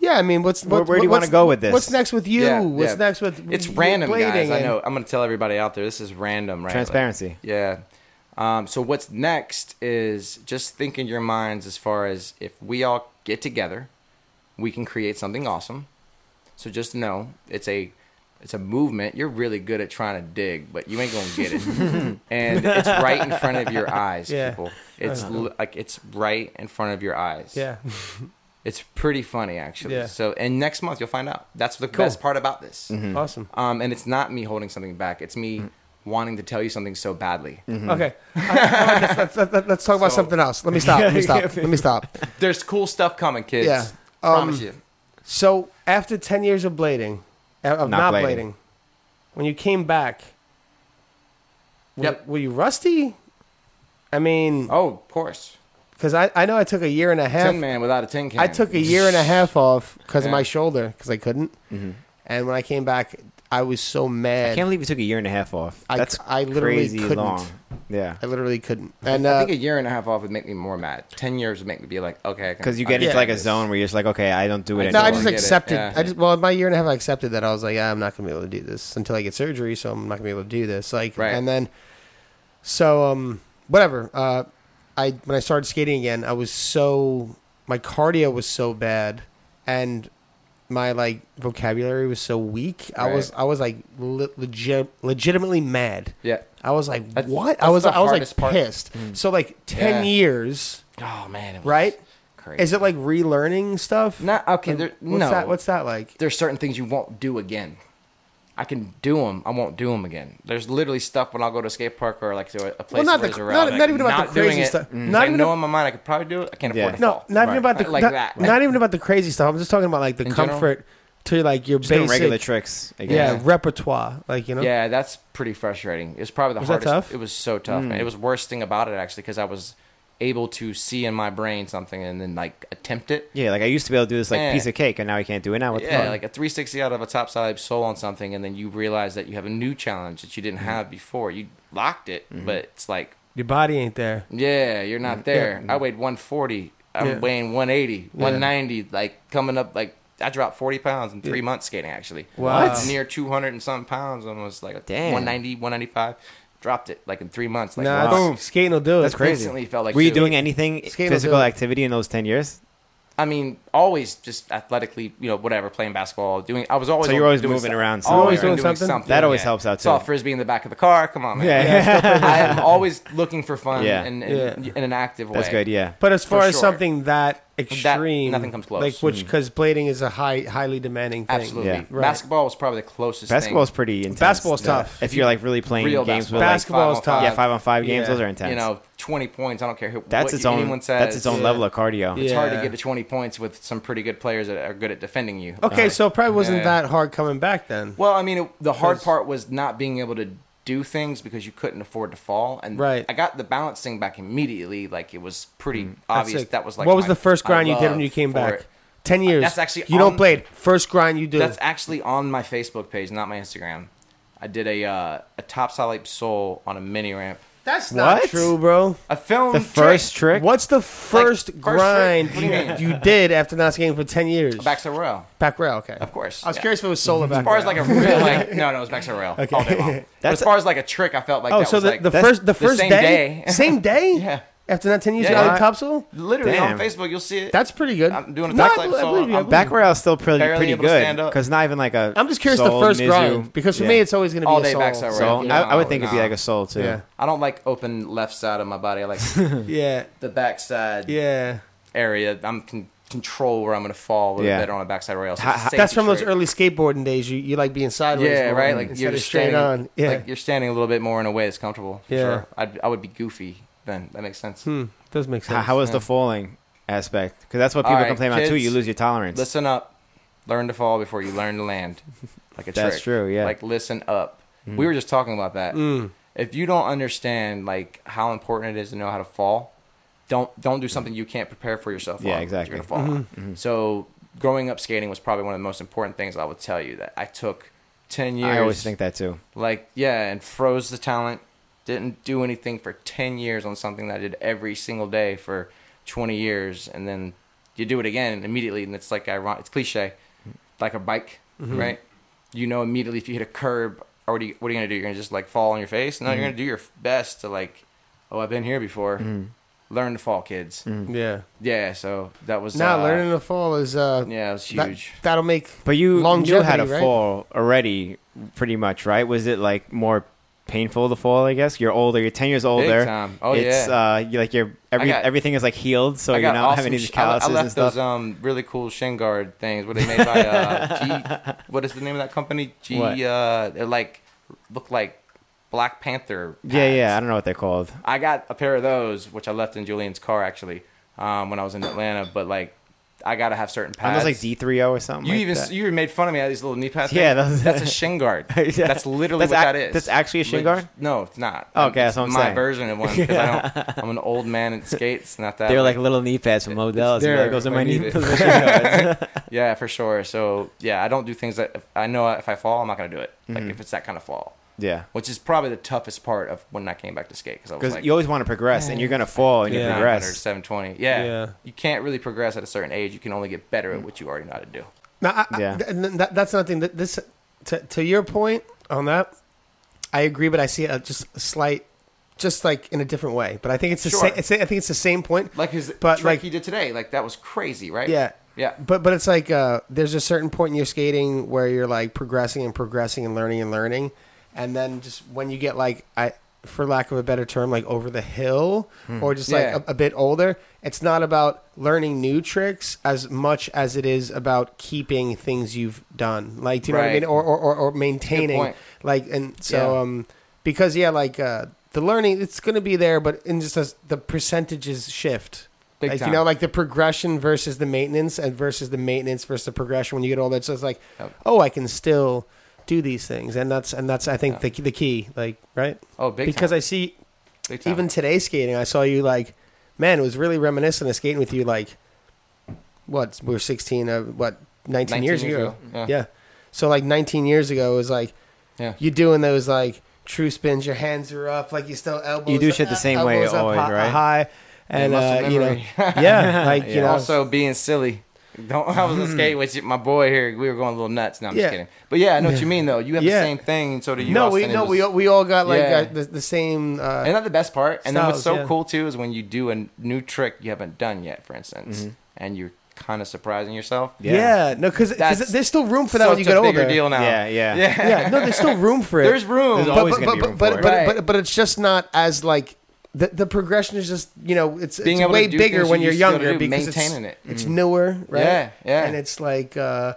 Yeah, I mean, what's Where- what, where do you what's- wanna go with this? What's next with you? Yeah, what's yeah. next with it's with random, guys. blading I and- know. I'm gonna tell everybody out there. This is random, right? Transparency. Like, yeah. Um, so what's next is just think in your minds as far as if we all get together, we can create something awesome. So just know it's a it's a movement. You're really good at trying to dig, but you ain't gonna get it. and it's right in front of your eyes, Yeah. Uh-huh. people. It's l- like it's right in front of your eyes. Yeah, It's pretty funny actually. Yeah. So and next month you'll find out. That's the Cool. best part about this. Mm-hmm. awesome. Um, and it's not me holding something back. It's me Mm-hmm. wanting to tell you something so badly. Okay, I- I like this. let's, let- let- let's talk about So- something else. Let me stop. Let me stop. Let me stop. There's cool stuff coming, kids. Yeah. Promise Um, you. So after ten years of blading, of of not, Not blading. blading. when you came back, were, Yep. were you rusty? I mean, Oh, of course. because I, I know I took a year and a half. Tin man without a tin can. I took a year and a half off because of Yeah. Mm-hmm. my shoulder because I couldn't. And when I came back, I was so mad. I can't believe you took a year and a half off. I- That's I literally crazy couldn't. long. Yeah, I literally couldn't. And I uh, think a year and a half off would make me more mad. Ten years would make me be like, okay, I can- Uh, because you I get can into do like a this. zone where you're just like, okay, I don't do it no, anymore. I just I get it. accepted. Yeah. I just well, my year and a half, I accepted that I was like, ah, I'm not gonna be able to do this until I get surgery, so I'm not gonna be able to do this. Like, Right. and then, so um, whatever. Uh, I when I started skating again, I was so my cardio was so bad, and my like vocabulary was so weak. I was Right. I was like le- legit, legitimately mad. Yeah. I was like, That's- what? I that's was the I was like hardest part. Mm. pissed. So like ten Yeah. years, Oh man. It was right? Crazy. Is it like relearning stuff? No, okay, Like, there- what's no. That, what's that like? there's certain things you won't do again. I can do them. I won't do them again. There's literally stuff when I'll go to a skate park or like to a- a place not where the- there's a not- rally, like, not even about the doing crazy it. stuff. Mm. Not I even know a- in my mind I could probably do it. I can't Yeah. afford to No, fall. not even about the Like not, that. not even about the crazy stuff. I'm just talking about like the In general? comfort to like your Just doing basic regular tricks. I guess. yeah, repertoire. Like you know, Yeah, that's pretty frustrating. It was probably the Was that hardest. tough? It was so tough. Mm. man. It was worst thing about it actually because I was able to see in my brain something and then like attempt it. Yeah, like I used to be able to do this like Yeah. piece of cake, and now I can't do it. Now what the yeah, fuck? like a 360 out of a top side soul on something, and then you realize that you have a new challenge that you Mm. didn't have before. You locked it, Mm-hmm. but it's like, your body ain't there. yeah, you're not there. I weighed 140. I'm Yeah. weighing 180, 190. Like coming up, like I dropped 40 pounds in three months skating actually. Wow. It's near 200 and something pounds, almost like Damn. 190, 195. Dropped it like in three months. Like nah, wow. it's- skating will do it. That's crazy. instantly felt like Were you shit. doing anything Scale physical down. activity in those ten years? I mean, always just athletically, you know, whatever, playing basketball, doing. I was always So you're always doing moving so- around somewhere. always Doing doing something? something. That always helps out, Saw too. frisbee in the back of the car. Come on, man. Yeah. I am always looking for fun Yeah. and, and Yeah. in an active way. That's good. Yeah. But as far For as sure. something that extreme, nothing comes close. Mm. Like which, because blading is a high, highly demanding thing. Absolutely. Yeah. Right. Basketball was probably the closest. Basketball's thing. pretty intense. Basketball's though. tough. If you're like really playing Real games basketball. with like, Basketball is Five on tough. five. yeah, five on five games, Yeah. those are intense. you know, twenty points. I don't care who. that's what its you- own. Anyone says that's its own Yeah. level of cardio. It's hard to Yeah. get to twenty points with some pretty good players that are good at defending you. Okay, so it probably wasn't Yeah. that hard coming back then. Well, I mean, it, the hard 'Cause- part was not being able to do things because you couldn't afford to fall. And Right. Mm. I got the balance thing back immediately. Like it was pretty obvious. That's it. That was like what was my- the first my grind you did when love you came for back? it. Uh, Ten years. That's actually you don't on- blade. First grind you do. That's actually on my Facebook page, not my Instagram. I did a uh, a topside leap soul on a mini ramp. That's What? true, bro. A film. The first trick. What's the first first grind trick? What do you mean? you, you did after not skating for ten years? backside rail. back rail. Okay, Of course, I was yeah. curious if it was solo back. As far as rail. like a real like no no it was backside rail all day long. But That's- as far as like a trick, I felt like oh, that so was the, like the first the first same day, day. same day. Yeah. After not ten years, Yeah, you got yeah. on topsail. literally Damn. on Facebook you'll see it. That's pretty good. I'm doing a No, I topside bel- I solo. believe you, I I'm believe Back you. rail is still pretty Barely pretty able to good stand up. because not even like a. I'm just curious soul, the first Mizu. grind because for me Yeah. it's always going to be All a day soul. backside rail. soul. Right. I, I would think No, it'd be no. like a soul too. Yeah. I don't like open left side of my body. I like Yeah, the backside yeah. area. I'm can control where I'm gonna fall a little Yeah. better on a backside rail. So Ha- it's a ha- safety That's from those trick. early skateboarding days. You you like being sideways. Yeah, more right. Like instead you're of just straight on. standing, Yeah, like you're standing a little bit more in a way that's comfortable. For Yeah. sure. I'd, I would be goofy then. That makes sense. Hmm, does make sense. How, how is the falling aspect? Because that's what All people right, complain about too. kids, You lose your tolerance. Listen up. Learn to fall before you learn to land. Like a That's trick. true, yeah. Mm. Like listen up. We were just talking about that. If you don't understand like how important it is to know how to fall, don't don't do something you can't prepare for yourself. Yeah, on. exactly. Mm-hmm. You're gonna fall. on. So growing up skating was probably one of the most important things I would tell you that I took ten years. I always think that too. like yeah, and froze the talent. Didn't do anything for ten years on something that I did every single day for twenty years, and then you do it again immediately, and it's like ironic. It's cliche, like a bike, Mm-hmm. right? You know immediately if you hit a curb, or what are you, what are you gonna do? You're gonna just like fall on your face? No, Mm-hmm. you're gonna do your best to like, oh, I've been here before. Mm-hmm. Learn to fall, kids. Yeah. Yeah, so that was Now uh, Mm-hmm. learning to fall is uh Yeah, it was that- huge. that'll make But you knew Longevity, how to right? fall already, pretty much, right? Was it like more painful to fall? I guess you're older. You're ten years older. time. Oh, it's, yeah. Uh, you like you're every got- everything is like healed, so I you got don't have awesome any of these sh- I le- calluses I left and stuff. those um really cool shin guard things. What they made by uh, G, what is the name of that company? G. What? Uh, they're like look like Black Panther. yeah, yeah. I pads. don't know what they're called. I got a pair of those, which I left in Julian's car actually um, when I was in Atlanta. But like, I gotta have certain Aren't pads. those like D three O or something? you like even that? you made fun of me. I had these little knee pads. Yeah, those- things. that's a shin guard. Yeah. That's literally That's what ac- that is. that's actually a shin Lit- guard? No, it's not. Oh, okay, It's that's what I'm my saying. version of one. 'cause I don't, I'm an old man and skates, not that. They were like- like little knee pads from Modell's. there, Like, those are if my I knee. need it. those are shin guards. Yeah, for sure. So yeah, I don't do things that if I know if I fall, I'm not gonna do it. Mm-hmm. Like if it's that kind of fall, yeah. which is probably the toughest part of when I came back to skate because I was Because like, you always want to progress, and you're gonna fall, and you Yeah. progress. seven twenty. Yeah. Yeah. you can't really progress at a certain age. You can only get better at what you already know how to do. Now, I, I- Yeah. th- th- that, that's nothing. That this to, to your point on that, I agree, but I see a just a slight, just like in a different way. But I think it's the Sure. same. It's, I think it's the same point. Like his But, trick like- he did today, like that was crazy, right? yeah, yeah. but but it's like uh, there's a certain point in your skating where you're like progressing and progressing and learning and learning, and then just when you get like I. For lack of a better term, like over the hill, or just Hmm. Yeah. like a, a bit older, it's not about learning new tricks as much as it is about keeping things you've done. Like, do you know what I Right. mean? Or or, or, or maintaining point. like and so Yeah. um because yeah like uh the learning it's going to be there but in just as the percentages shift Big like time. you know like the progression versus the maintenance and versus the maintenance versus the progression when you get older it's just like Yep. oh i can still do these things and that's and that's i think the, the key like right Oh, big because time. i see Big time. even today skating i saw you like man it was really reminiscent of skating with you like what we were 16 uh, what 19, 19 years, ago, Yeah. yeah. So like 19 years ago, it was like Yeah. you doing those like true spins. Your hands are up, like you still elbows. You do shit the same way elbows up always, hi- right? High, and muscle uh, you know, memory. yeah, like you know, Mm-hmm. also being silly. Don't I was on skate with you- my boy here. We were going a little nuts. No, I'm Yeah. just kidding. But yeah, I know what you mean though. You have Yeah. the same thing, and so do you. no, we Austin. It no, was- we all- we all got like Yeah. uh, the, the same. Uh, Isn't that the best part? And then what's Styles, so yeah. cool too is when you do a new trick you haven't done yet, for instance, and you're kind of surprising yourself. Mm-hmm. Yeah, no, because That's there's still room for that when Such you a get bigger older. deal now. Yeah, yeah. yeah. Yeah, no, there's still room for it. There's room. There's but, always but, gonna be but, room but, for it. but, Right. but, but it's just not as like the, the progression is just you know it's, Being it's able way to do bigger things when you you're used to be able younger to do, because it's- maintaining it. Mm. It's newer, right? Yeah, yeah. And it's like uh,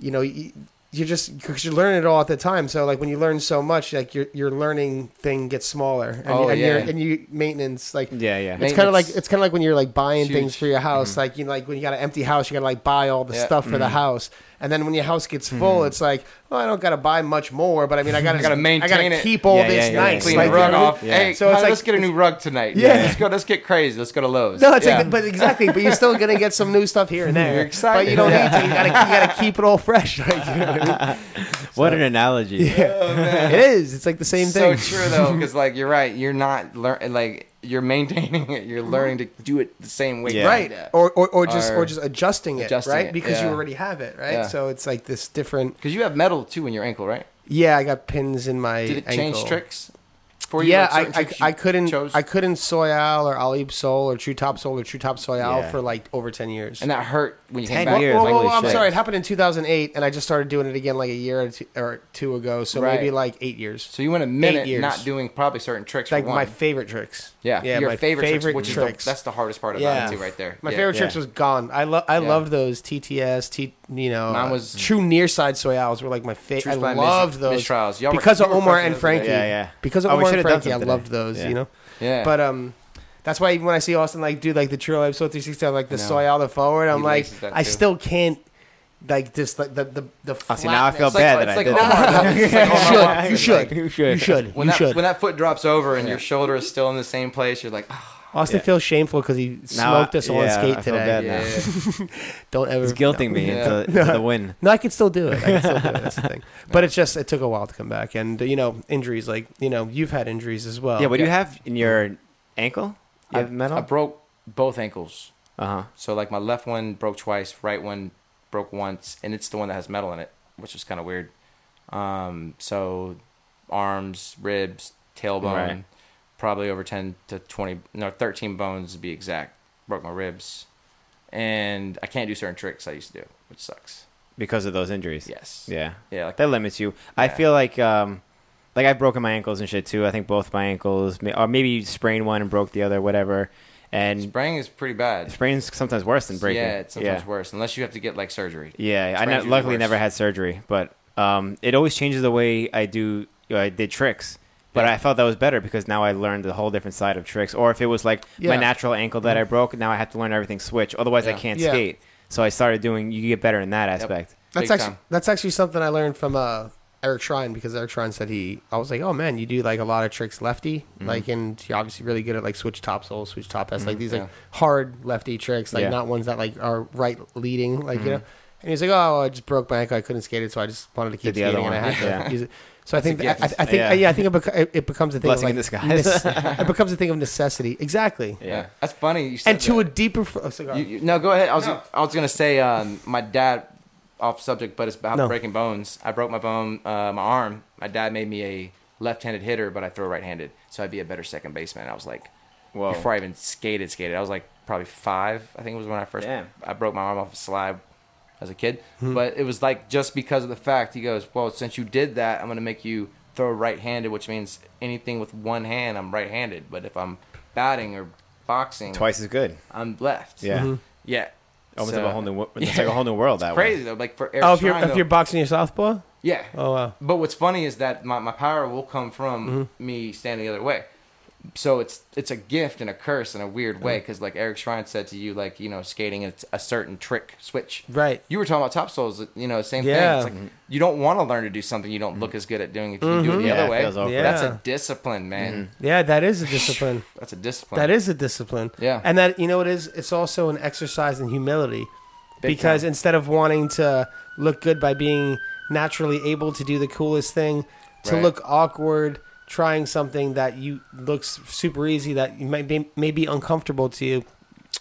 you know you, you're just because you're learning it all at the time. So like when you learn so much, like your your learning thing gets smaller. And Oh, you, and your yeah. and you maintenance like Yeah, yeah. it's kind of like Maintenance. it's kind of like when you're like buying Huge. things for your house. Like you know, like when you got an empty house, you gotta like buy all the Mm-hmm. Yeah. Mm-hmm. stuff for the house. And then when your house gets full, it's like, oh, I don't gotta buy much more, but I mean, I gotta Gotta I gotta maintain it. keep all Yeah, this yeah, yeah, nice. Clean like, the you know rug what I mean? off. Hey, So it's hi, like- let's get a new rug tonight. Yeah. let's go. Let's get crazy. Let's go to Lowe's. No, it's Yeah. like, but exactly. But you're still gonna get some new stuff here and there. You're excited. but you don't Yeah. need to. You gotta, you gotta keep it all fresh. Like, you know what I What an analogy. mean? It is. It's like the same Oh, so thing. true though, because like you're right, you're not lear- like you're maintaining it. You're learning to do it the same way. Yeah. you Right. did it. Or, or or just Or or just adjusting it, adjusting right? it, Because you yeah. already have it, right? Yeah. So it's like this different. Because you have metal too in your ankle, right? Yeah, I got pins in my. Did it ankle. change tricks for you? yeah, Like, certain I, I, tricks you I couldn't chose? I couldn't Soyal or Alib Sol or True Top Sol or True Top Soyal Yeah. for like over ten years. and that hurt when you 10 came Well, back. years, well, like, well, holy I'm shit. sorry, it happened in 2008, and I just started doing it again like a year or two, or two ago. So Right. maybe like eight years. So you went a minute years. not doing probably certain tricks. like for one. my favorite tricks. yeah, yeah, your my favorite, favorite tricks, which tricks. is the, that's the hardest part about Yeah. it too, right there. My Yeah. favorite yeah. tricks was gone. I love I Yeah. loved those TTS. T you know, Mine uh, was- true near side soyals were like my True favorite. I spy mis- loved those mistrials. Y'all were- because of you were Omar crushing and those today. Frankie. Yeah, yeah. Because of Oh, we Omar and should've done Frankie, I some today. loved those. Yeah. You know. Yeah, But um, that's why even when I see Austin like do like the True Life Soul 360, I'm like the No. soy out the forward. I'm He like laces that I too. still can't like just like the the the. Oh, see, now I feel It's like- bad it's that like I Omar- did it's that. oh, like Omar flatness. Watson, you should like, you you should should. you should When you that, should. when that foot drops over and your shoulder is still in the same place, you're like, "Ah, Austin Yeah. feels shameful because he Now smoked I- us all yeah, on skate I feel today. bad now. yeah. Don't ever It's guilting me Yeah. into, into the win. No, I could still do it. I could still do it. That's the thing. But it's just it took a while to come back, and you know injuries. Like you know you've had injuries as well. Yeah, what do you have in your ankle? You I- have metal? I broke both ankles. Uh huh. So like my left one broke twice, right one broke once, and it's the one that has metal in it, which is kind of weird. Um, so arms, ribs, tailbone, Right. probably over ten to twenty, no, thirteen bones to be exact. Broke my ribs, and I can't do certain tricks I used to do, which sucks. Because of those injuries. Yes. Yeah. Yeah. Like That limits you. I Yeah. feel like, um, like I've broken my ankles and shit too. I think both my ankles, may- or maybe you sprained one and broke the other, whatever. And spraying is pretty bad. sprain's sometimes worse than Mm. breaking. Yeah, it's sometimes yeah. worse unless you have to get like surgery. Yeah, I Sprain's ne- usually luckily worse. never had surgery, but um, it always changes the way I do. uh, I did tricks, but Yeah. I felt that was better because now I learned the whole different side of tricks. Or if it was like Yeah. my natural ankle that I broke, now I have to learn everything switch. Otherwise, I Yeah. can't Yeah. skate. So I started doing. You get better in that aspect. That's Big actually time. that's actually something I learned from uh, Eric Shrine because Eric Shrine said he. I was like, oh man, you do like a lot of tricks lefty, Mm-hmm. like and you're obviously really good at like switch top sole, switch top S, like these yeah. like hard lefty tricks, like Yeah. not ones that like are right leading, like Mm-hmm. you know. And he's like, oh, I just broke my ankle, I couldn't skate it, so I just wanted to keep the other skating, and I one. had to Yeah. use it. So I think I, a I gift. I think yeah, Yeah. I think it, beco- it becomes a thing Blessing in of, like, disguise. nec- it becomes a thing of necessity, exactly. Yeah, that's funny. You said And to that. a deeper, f- oh, cigar. You, you, no, go ahead. I was I was gonna say um, my dad off subject, but it's about No. breaking bones. I broke my bone, uh, my arm. My dad made me a left-handed hitter, but I throw right-handed, so I'd be a better second baseman. I was like, Whoa. before I even skated, skated, I was like probably five. I think was when I first Damn. I broke my arm off a slide as a kid, but it was like just because of the fact he goes, well, since you did that, I'm gonna make you throw right-handed, which means anything with one hand, I'm right-handed. But if I'm batting or boxing, Twice as good. I'm left. Yeah, Mm-hmm. Yeah. almost So- like a whole new. wo- Oh, It's Yeah. like a whole new world. That Crazy though, like for Eric oh, if you're Schrein, if you're though- boxing your southpaw, yeah. oh wow. But what's funny is that my, my power will come from Mm-hmm. me standing the other way. So it's it's a gift and a curse in a weird way Mm-hmm. because like Eric Schrein said to you, like you know, skating it's a certain trick switch. Right. You were talking about top soles, you know, same Yeah. thing. It's like you don't want to learn to do something you don't look as good at doing if you do it the Mm-hmm. Yeah, other it way. feels awkward. Mm-hmm. That's Mm-hmm. Yeah. a discipline, man. Yeah, that is a discipline. That's a discipline. that is a discipline. Yeah. And that you know what it is it's also an exercise in humility. Big because time. instead of wanting to look good by being naturally able to do the coolest thing, to Right. look awkward trying something that you looks super easy that you might be may be uncomfortable to you.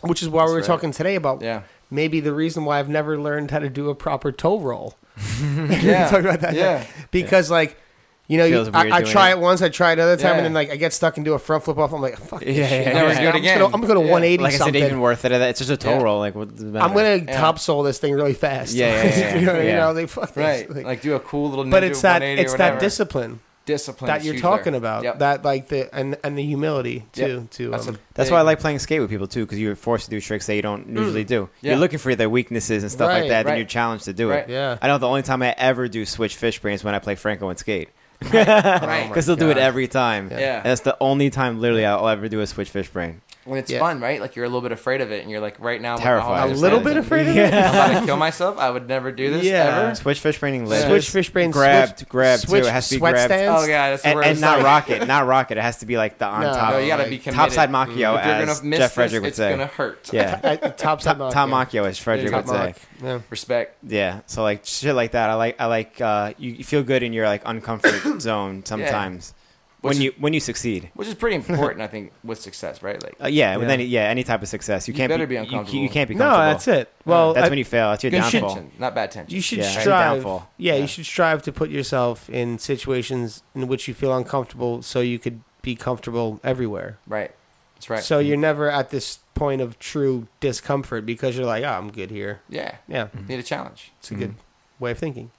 Which is why we were right. talking today about Yeah. maybe the reason why I've never learned how to do a proper toe roll. yeah. talked about that. Yeah. because like You know, you, Feels weird I, I doing try it. it once, I try it another time, Yeah. and then like I get stuck and do a front flip off. I'm like, fuck this Yeah, shit. yeah, Never yeah. do it I'm just again. gonna- I'm gonna Yeah. 180 Like I something. said, even worth it. It's just a toe Yeah. roll. Like what? Does it matter? I'm gonna Yeah. topsoil this thing really fast. Yeah, yeah, yeah, you know, you yeah. know, they fuck this. Right. Like- Like, do a cool little. Ninja but it's that 180 or it's that whatever. discipline discipline that is you're huge talking there. about. Yep. That like the and and the humility Yep. too. To That's um, a That's why I big- like playing skate with people too, because you're forced to do tricks that you don't usually do. Mm. Yeah. You're looking for their weaknesses and stuff Right, like that, right. then you're challenged to do Right. it. yeah. I know the only time I ever do switch fish brains when I play Franco and skate, Right. because they'll do it God. every time. Yeah. Yeah. And that's the only time literally I'll ever do a switch fish brain. when it's Yeah. fun, right? Like you're a little bit afraid of it, and you're like, right now, I'm Terrified. a I just little said bit afraid of it. I'm about to kill myself. I would never do this ever. Switch fish braining lives. Switch fish brain, Grabbed, switch, grabbed switch too. It has to be sweat grabbed. stands. Oh yeah, that's the And, worst. and not Like, rocket, not rocket. It has to be like the on No. top. No, you gotta Like, be committed. Mm-hmm. Topside Macchio, If you're as gonna miss Jeff this, Frederick would it's say. gonna hurt. Yeah. I, top side mock, Tom yeah. Macchio, as Frederick Top would say. Mock, yeah. Respect. Yeah. So like shit like that. I like I like uh, you you feel good in your like uncomfort zone sometimes Which when is- you when you succeed. Which is pretty important, I think, with success, right? Like, Uh, yeah, Yeah. With any yeah any type of success, you, You can't better be you- uncomfortable. You, can't be No, comfortable. that's it. Well, That's I- when you fail. That's your You should- downfall. tension, not bad tension. you should Yeah. strive. Downfall. Yeah, Yeah. you should strive to put yourself in situations in which you feel uncomfortable, so you could be comfortable everywhere. right. That's right. So you're never at this point of true discomfort because you're like, oh, I'm good here. yeah, Yeah, need a challenge. it's a good Mm-hmm. way of thinking.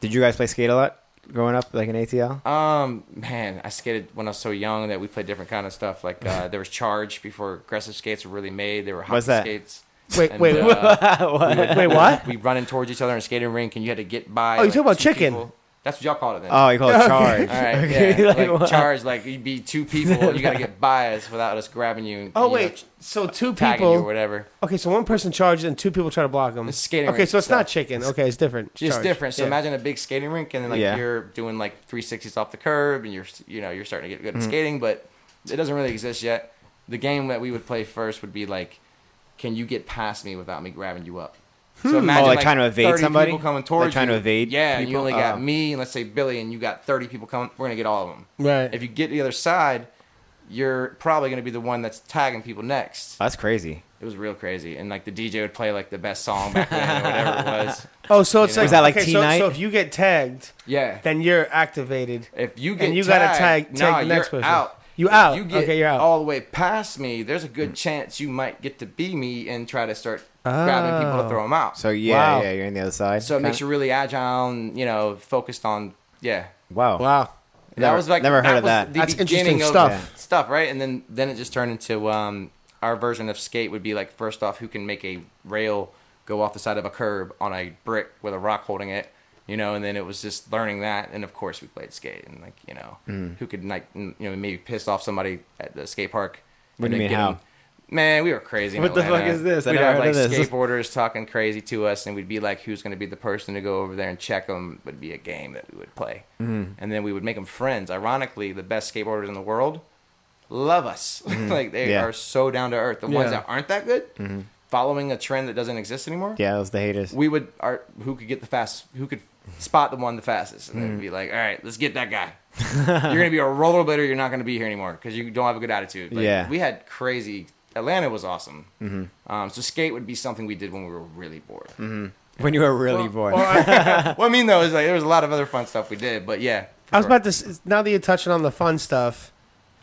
Did you guys play skate a lot growing up, like in ATL? Um, man, I skated when I was so young that we played different kind of stuff. Like uh, there was charge before aggressive skates were really made. There were hockey What's that? skates. Wait, And, wait, uh, wait, wait, what? we running towards each other in a skating rink, and you had to get by. Oh, you talking about two chicken? people. That's what y'all call it then. Oh, you call it charge. All right, Okay, yeah. like, Like, what? charge, like you beat two people, and you gotta get by us without us grabbing you. And, Oh you know, wait, so two tagging you or people. whatever. Okay, so one person charges and two people try to block them. It's skating Okay, rink so it's stuff. not chicken. Okay, it's different. It's Charge. different. So Yeah. imagine a big skating rink, and then like Yeah. you're doing like 360s off the curb, and you're you know you're starting to get good Mm-hmm. at skating, but it doesn't really exist yet. The game that we would play first would be like, can you get past me without me grabbing you up? So imagine Oh, like trying to evade 30 somebody? people coming Like towards trying to you. evade Yeah, and you people? only got Oh. me and let's say Billy, and you got 30 people coming. We're gonna get all of them. Right. If you get to the other side, you're probably gonna be the one that's tagging people next. That's crazy. It was real crazy, and like the DJ would play like the best song back then or whatever it was. Oh, so it's You know? like Is that like okay, tea so, night? So if you get tagged, Yeah. then you're activated. If you get And you gotta tag- tagged, tag nah, the next you're person. out. You If out. You get Okay, you're out. all the way past me. There's a good chance you might get to be me and try to start grabbing people to Oh. throw them out. So So, yeah, Wow. yeah, you're on the other side. it makes you really agile and you know focused on yeah. wow. Wow. Never- never heard of was that. the That's interesting beginning of stuff. Stuff right, and then then it just turned into um, our version of skate would be like first off, who can make a rail go off the side of a curb on a brick with a rock holding it, you know, and then it was just learning that, and of course we played skate, and like you know, Hmm. who could like n- you know maybe piss off somebody at the skate park. What and do you mean, then get how? 'em- Man, we were crazy. in What the fuck Atlanta. is this? I We'd never have heard like of this. skateboarders talking crazy to us, and we'd be like, "Who's going to be the person to go over there and check them?" Would be a game that we would play, Hmm. mm. and then we would make them friends. Ironically, the best skateboarders in the world love us. like they Mm-hmm. Yeah. Mm-hmm. are so down to earth. The ones Yeah. that aren't that good, following a trend that doesn't exist anymore. Yeah, those the haters. We would are who could get the fast, who could spot the one the fastest, and then Mm-hmm. we'd be like, "All right, let's get that guy." you're gonna be a rollerblader. You're not gonna be here anymore because you don't have a good attitude. Like, Yeah. Mm-hmm. we had crazy. Atlanta was awesome. Um, so skate would be something we did when we were really bored. when you were Mm-hmm. really bored. what I mean though is like there was a lot of other fun stuff we did, but yeah. for I was sure. about to. s- Now that you're touching on the fun stuff,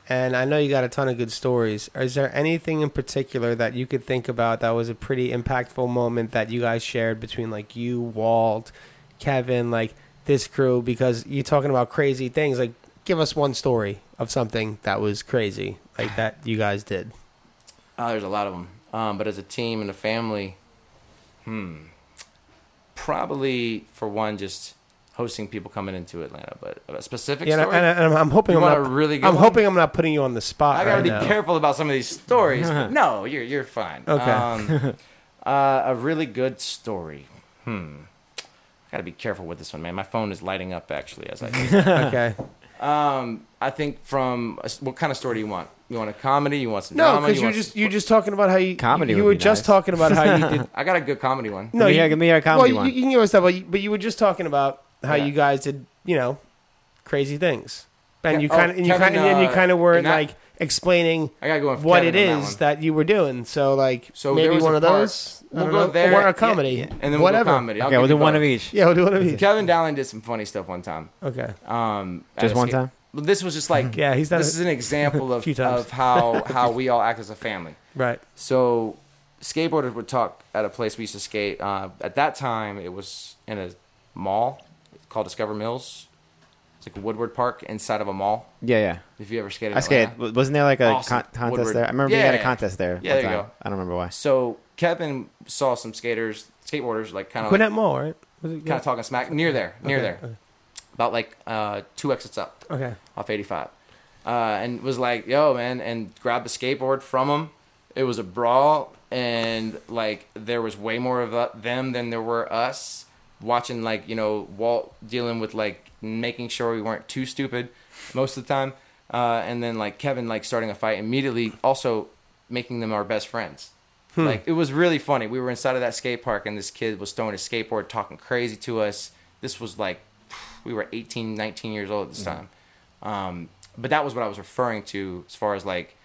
and I know you got a ton of good stories. Is there anything in particular that you could think about that was a pretty impactful moment that you guys shared between like you, Walt, Kevin, like this crew? Because you're talking about crazy things. Like, give us one story of something that was crazy, like that you guys did. Oh, there's a lot of them. Um, but as a team and a family, hmm, probably for one, just hosting people coming into Atlanta. But a specific Yeah, and, I, story. and, I, and I'm- I'm hoping You I'm want not a really good I'm one? hoping I'm not putting you on the spot. I gotta right be now. careful about some of these stories. but no, you're you're fine. Okay. Um, uh, a really good story. Hmm. I gotta be careful with this one, man. My phone is lighting up actually as I. do that. Okay. um, I think from uh, what kind of story do you want? You want a comedy? You want some No, drama? because you're want just some- you're just talking about how you Comedy You, you would were be just nice. talking about how you did I got a good comedy one. No, Give me you, a- give me a comedy well, one. You, you can give us that, but you, but you were just talking about how Yeah. you guys did, you know, crazy things. and you Oh, kind of and you Kevin, kind and you uh, kind of weren't and that- like explaining I gotta go in for what Kevin it on is that that, you were doing. So like So there maybe was one a of part- those. I one. don't We'll know. go there or a yeah, comedy, yeah, and then whatever. We'll go comedy. I'll Okay, give we'll you do one both. of each. Yeah, we'll do one of each. Kevin Dowling did some funny stuff one time. Okay. Um, at Just a one skate- time. Well, This was just like Yeah, he's done This it is an example of few times. of how how we all act as a family. right. So skateboarders would talk at a place we used to skate. Uh, at that time, it was in a mall called Discover Mills. It's like Woodward Park inside of a mall. Yeah, yeah. If you ever skated, I skated. W- Wasn't there like a Awesome. con- contest Woodward. there? I remember Yeah, you had yeah. a contest there. Yeah, one there you time. go. I don't remember why. So Kevin saw some skaters, skateboarders, like kind of Gwinnett Mall, right? Was it, kind of talking smack near there, uh, near Okay, there, about like uh, two exits up Okay. off 85, uh, and was like, "Yo, man!" and grabbed a skateboard from him. It was a brawl, and like there was way more of uh, them than there were us. Watching like you know Walt dealing with like making sure we weren't too stupid most of the time, uh, and then like Kevin like starting a fight immediately, also making them our best friends. Like it was really funny. We were inside of that skate park, and this kid was throwing his skateboard, talking crazy to us. This was like we were 18, 19 years old at this time. Um, but that was what I was referring to as far as like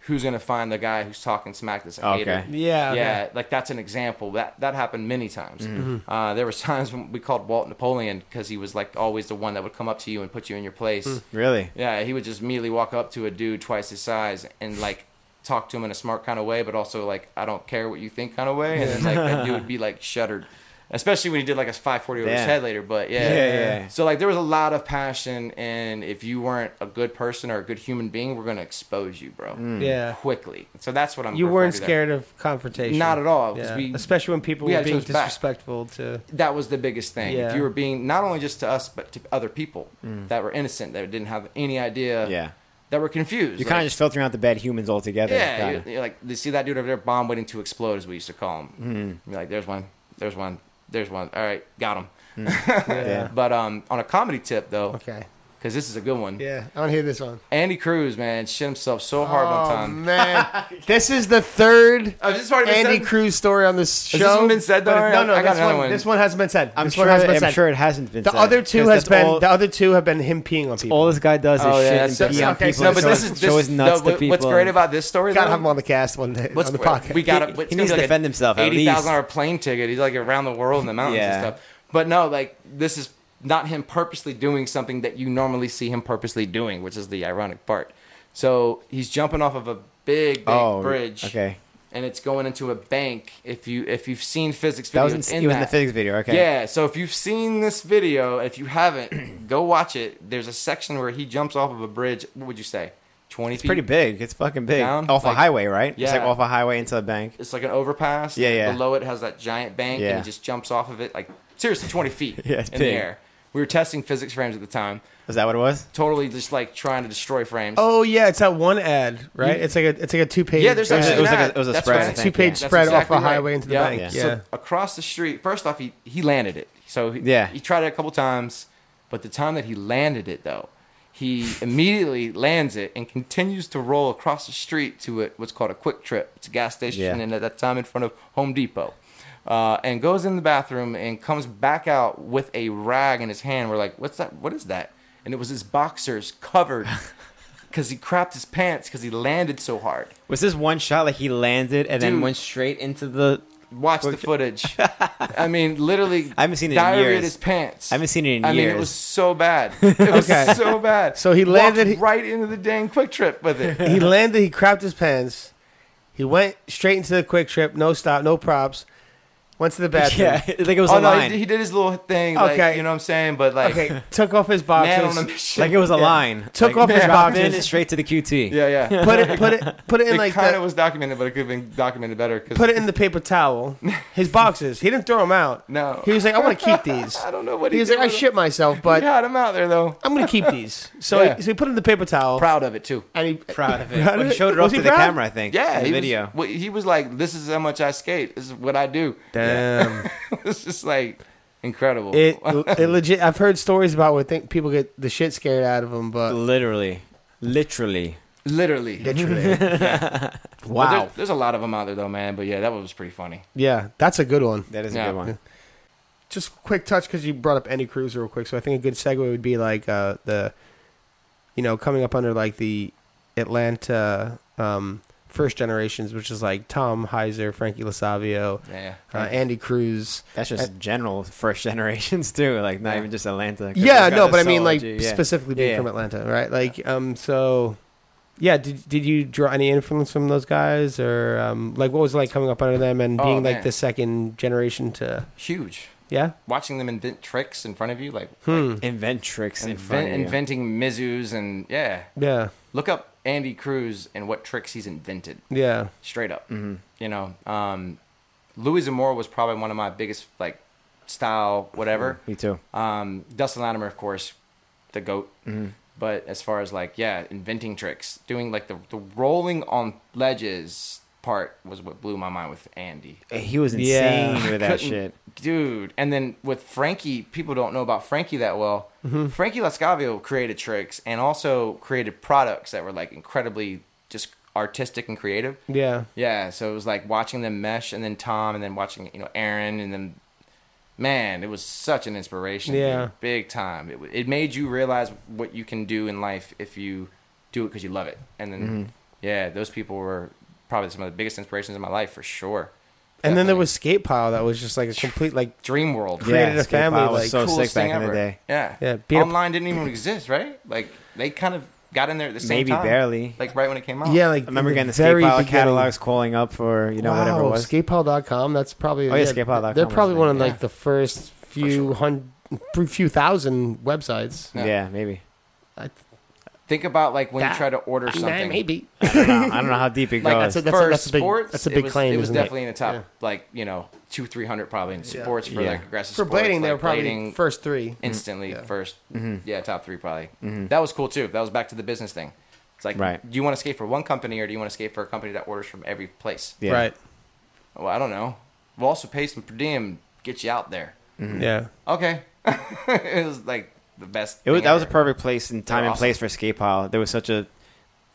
who's gonna find the guy who's talking smack this Okay. hater. Yeah, okay. yeah. Like that's an example that that happened many times. Mm-hmm. Uh, there was times when we called Walt Napoleon because he was like always the one that would come up to you and put you in your place. Really? Yeah, he would just immediately walk up to a dude twice his size and like talk to him in a smart kind of way, but also like I don't care what you think kind of way. And then like that dude would be like shuddered, especially when he did like a 540 over his Damn. head later. But yeah. Yeah, yeah. So like there was a lot of passion, and if you weren't a good person or a good human being, we're gonna expose you, bro, Mm. Yeah. quickly. So that's what I'm. You referring weren't to there. scared of confrontation. Not at all, 'cause Yeah. we- Especially when people we were had each being other's back. disrespectful to. that was the biggest thing. Yeah. If you were being not only just to us, but to other people that were innocent, that didn't have any idea, Mm. Yeah. that were confused. You're like- kind of just filtering out the bad humans altogether. Yeah, kinda. you're, you're like you see that dude over there, bomb waiting to explode, as we used to call him. Mm-hmm. You're like, there's one, there's one, there's one. All right, got him. Yeah. But um, on a comedy tip though, Okay. because this is a good one. Yeah. I want to hear this one. Andy Cruz, man, shit himself so hard one time. Oh, man. this is the third Oh, this has already been Andy said? Cruz story on this show. this one been said, though? But it- No, no, I got this another one, one. This one hasn't been said. I'm this sure. one hasn't been I'm said. sure it hasn't been. the said, other two 'cause has that's been all- the other two have been him peeing on people. All this guy does is Oh, yeah, shit and that's- that's- pee on okay, people. and so- No, but show- this is show his this. nuts no, to what- people. what's great about this story? Gotta though, have him on the cast one day what's on the great- podcast. We got He- it. he needs to defend himself at Eighty thousand least. dollar plane ticket. He's like around the world in the mountains Yeah. and stuff. But no, like this is not him purposely doing something that you normally see him purposely doing, which is the ironic part. So he's jumping off of a big, big Oh, bridge. okay. And it's going into a bank. If you if you've seen physics videos, That was in, in it was in the that. physics video. Okay. Yeah, so if you've seen this video, if you haven't, go watch it. There's a section where he jumps off of a bridge. What would you say? Twenty It's feet. pretty big. It's fucking big. Down, off like- a highway, right? It's like Yeah. off a highway into the bank. It's like an overpass. Yeah, yeah. Below it has that giant bank, and Yeah. he just jumps off of it like seriously twenty feet Yeah, it's in the big. air. We were testing physics frames at the time, Is that what it was? totally just like trying to destroy frames. Oh yeah, it's that one ad, right? It's like a it's like a two page. yeah, there's It was- actually it was an like a- ad. it was a That's spread, right. I two think. page That's spread exactly off a right. highway into the Yeah. bank. Yeah. Yeah. So across the street, first off, he, he landed it. So he, Yeah. he tried it a couple times, but the time that he landed it, though, he immediately lands it and continues to roll across the street to a, what's called a quick trip. It's a gas station, Yeah. and at that time in front of Home Depot. Uh, and goes in the bathroom and comes back out with a rag in his hand. We're like, what's that? What is that? And it was his boxers covered because he crapped his pants because he landed so hard. Was this one shot like he landed and then Dude. went straight into the? Watch the footage. I mean, literally. I haven't seen it in diarrhea years. his pants. I haven't seen it in I mean, it years. was so bad. It was Okay. so bad. So he Walked landed- he- right into the dang quick trip with it. he landed. He crapped his pants. He went straight into the quick trip. No stop. No props. Went to the bathroom. Yeah, like it was oh a no, he line. did, he did his little thing. Okay. Like, you know what I'm saying? But like, Okay. Took off his man on a boxers. mission. like it was a line. Took like, off his dropped in and boxers. straight to the QT. yeah, yeah. Put it. Put it. Put it in it like kind of the, was documented, but it could have been documented better. Cause, put it in the paper towel. His boxes. He didn't throw them out. No. He was like, I want to keep these. I don't know what He he was like, did I with shit myself, but He had him out there though. I'm gonna keep these. So, Yeah. he, so he put it in the paper towel. Proud of it too. and he Proud of it. Proud of Well, he it? showed it Was off he to the proud? camera, I think. Yeah, in he the video. Was, well, he was like, "This is how much I skate. This is what I do." Damn. it's just like incredible. It, it legit. I've heard stories about where think people get the shit scared out of them, but literally, literally. Literally. literally, But Wow, There's, there's a lot of them out there though, man. But yeah, that one was pretty funny. yeah, that's a good one. that is a Yeah. good one. Just quick touch because you brought up Andy Cruz real quick, so I think a good segue would be like uh, the you know, coming up under like the Atlanta um, first generations, which is like Tom Heiser, Frankie Lasavio, Yeah. uh, Andy Cruz. That's just general first generations too, like not Yeah. even just Atlanta. 'cause Yeah, they've got no, the but I mean, like Sology, yeah. specifically being Yeah, from yeah. Atlanta, right? Like, um, so yeah, did did you draw any influence from those guys, or um, like what was it like coming up under them and Oh, being like man. the second generation to Huge. yeah? Watching them invent tricks in front of you, like, Hmm. invent tricks in invent, front of you. inventing Mizus and yeah. Yeah. Look up Andy Cruz and what tricks he's invented. Yeah. straight up. Mm-hmm. You know, um, Louis Zamora was probably one of my biggest like style whatever. Me too. Um, Dustin Latimer, of course, the goat. Mm-hmm. But as far as like yeah, inventing tricks, doing like the the rolling on ledges part was what blew my mind with Andy. He was Yeah. insane with that Couldn't- shit. Dude, and then with Frankie, people don't know about Frankie that well. Mm-hmm. Frankie Lascavio created tricks and also created products that were like incredibly just artistic and creative. Yeah. Yeah, so it was like watching them mesh, and then Tom, and then watching you know Aaron, and then man, it was such an inspiration. dude. Yeah. big time. It w- it made you realize what you can do in life if you do it because you love it, and then Mm-hmm. yeah, those people were probably some of the biggest inspirations in my life for sure. And then there Definitely. was Skate Pile that was just like a complete like Dream World. Yeah. created a Escape Pod family, was like, so Coolest sick back thing in the ever. day. Yeah, Yeah, Peter- Online didn't even exist, right? Like they kind of got in there at the same Maybe time, barely. like right when it came out. yeah like I remember in getting the skate very pile beginning. catalogs calling up for you know whatever it Wow, was. skatepile.com that's probably Oh, yeah, skatepile.com they're was probably the one of thing, like yeah. the first few hundred few thousand websites yeah. Yeah. maybe. I, Think about like when That- you try to order something. maybe I don't know, I don't know how deep it goes. like that's a- that's for that's a big- sports, that's a it big was, claim, It was isn't it? definitely in the top, Yeah. like you know, two, three hundred probably in sports for Yeah. like aggressive for sports, blading they like were probably blading first three instantly Yeah. 1st Mm-hmm. Yeah, top three probably. That was cool too. That was back to the business thing. It's like, Right. do you want to skate for one company or do you want to skate for a company that orders from every place? yeah. right Well, I don't know. We'll also pay some per diem, get you out there. Mm-hmm. yeah Okay, it was like the best. It was, thing that was a ever. perfect place and time They're and awesome. place for skate pile. There was such a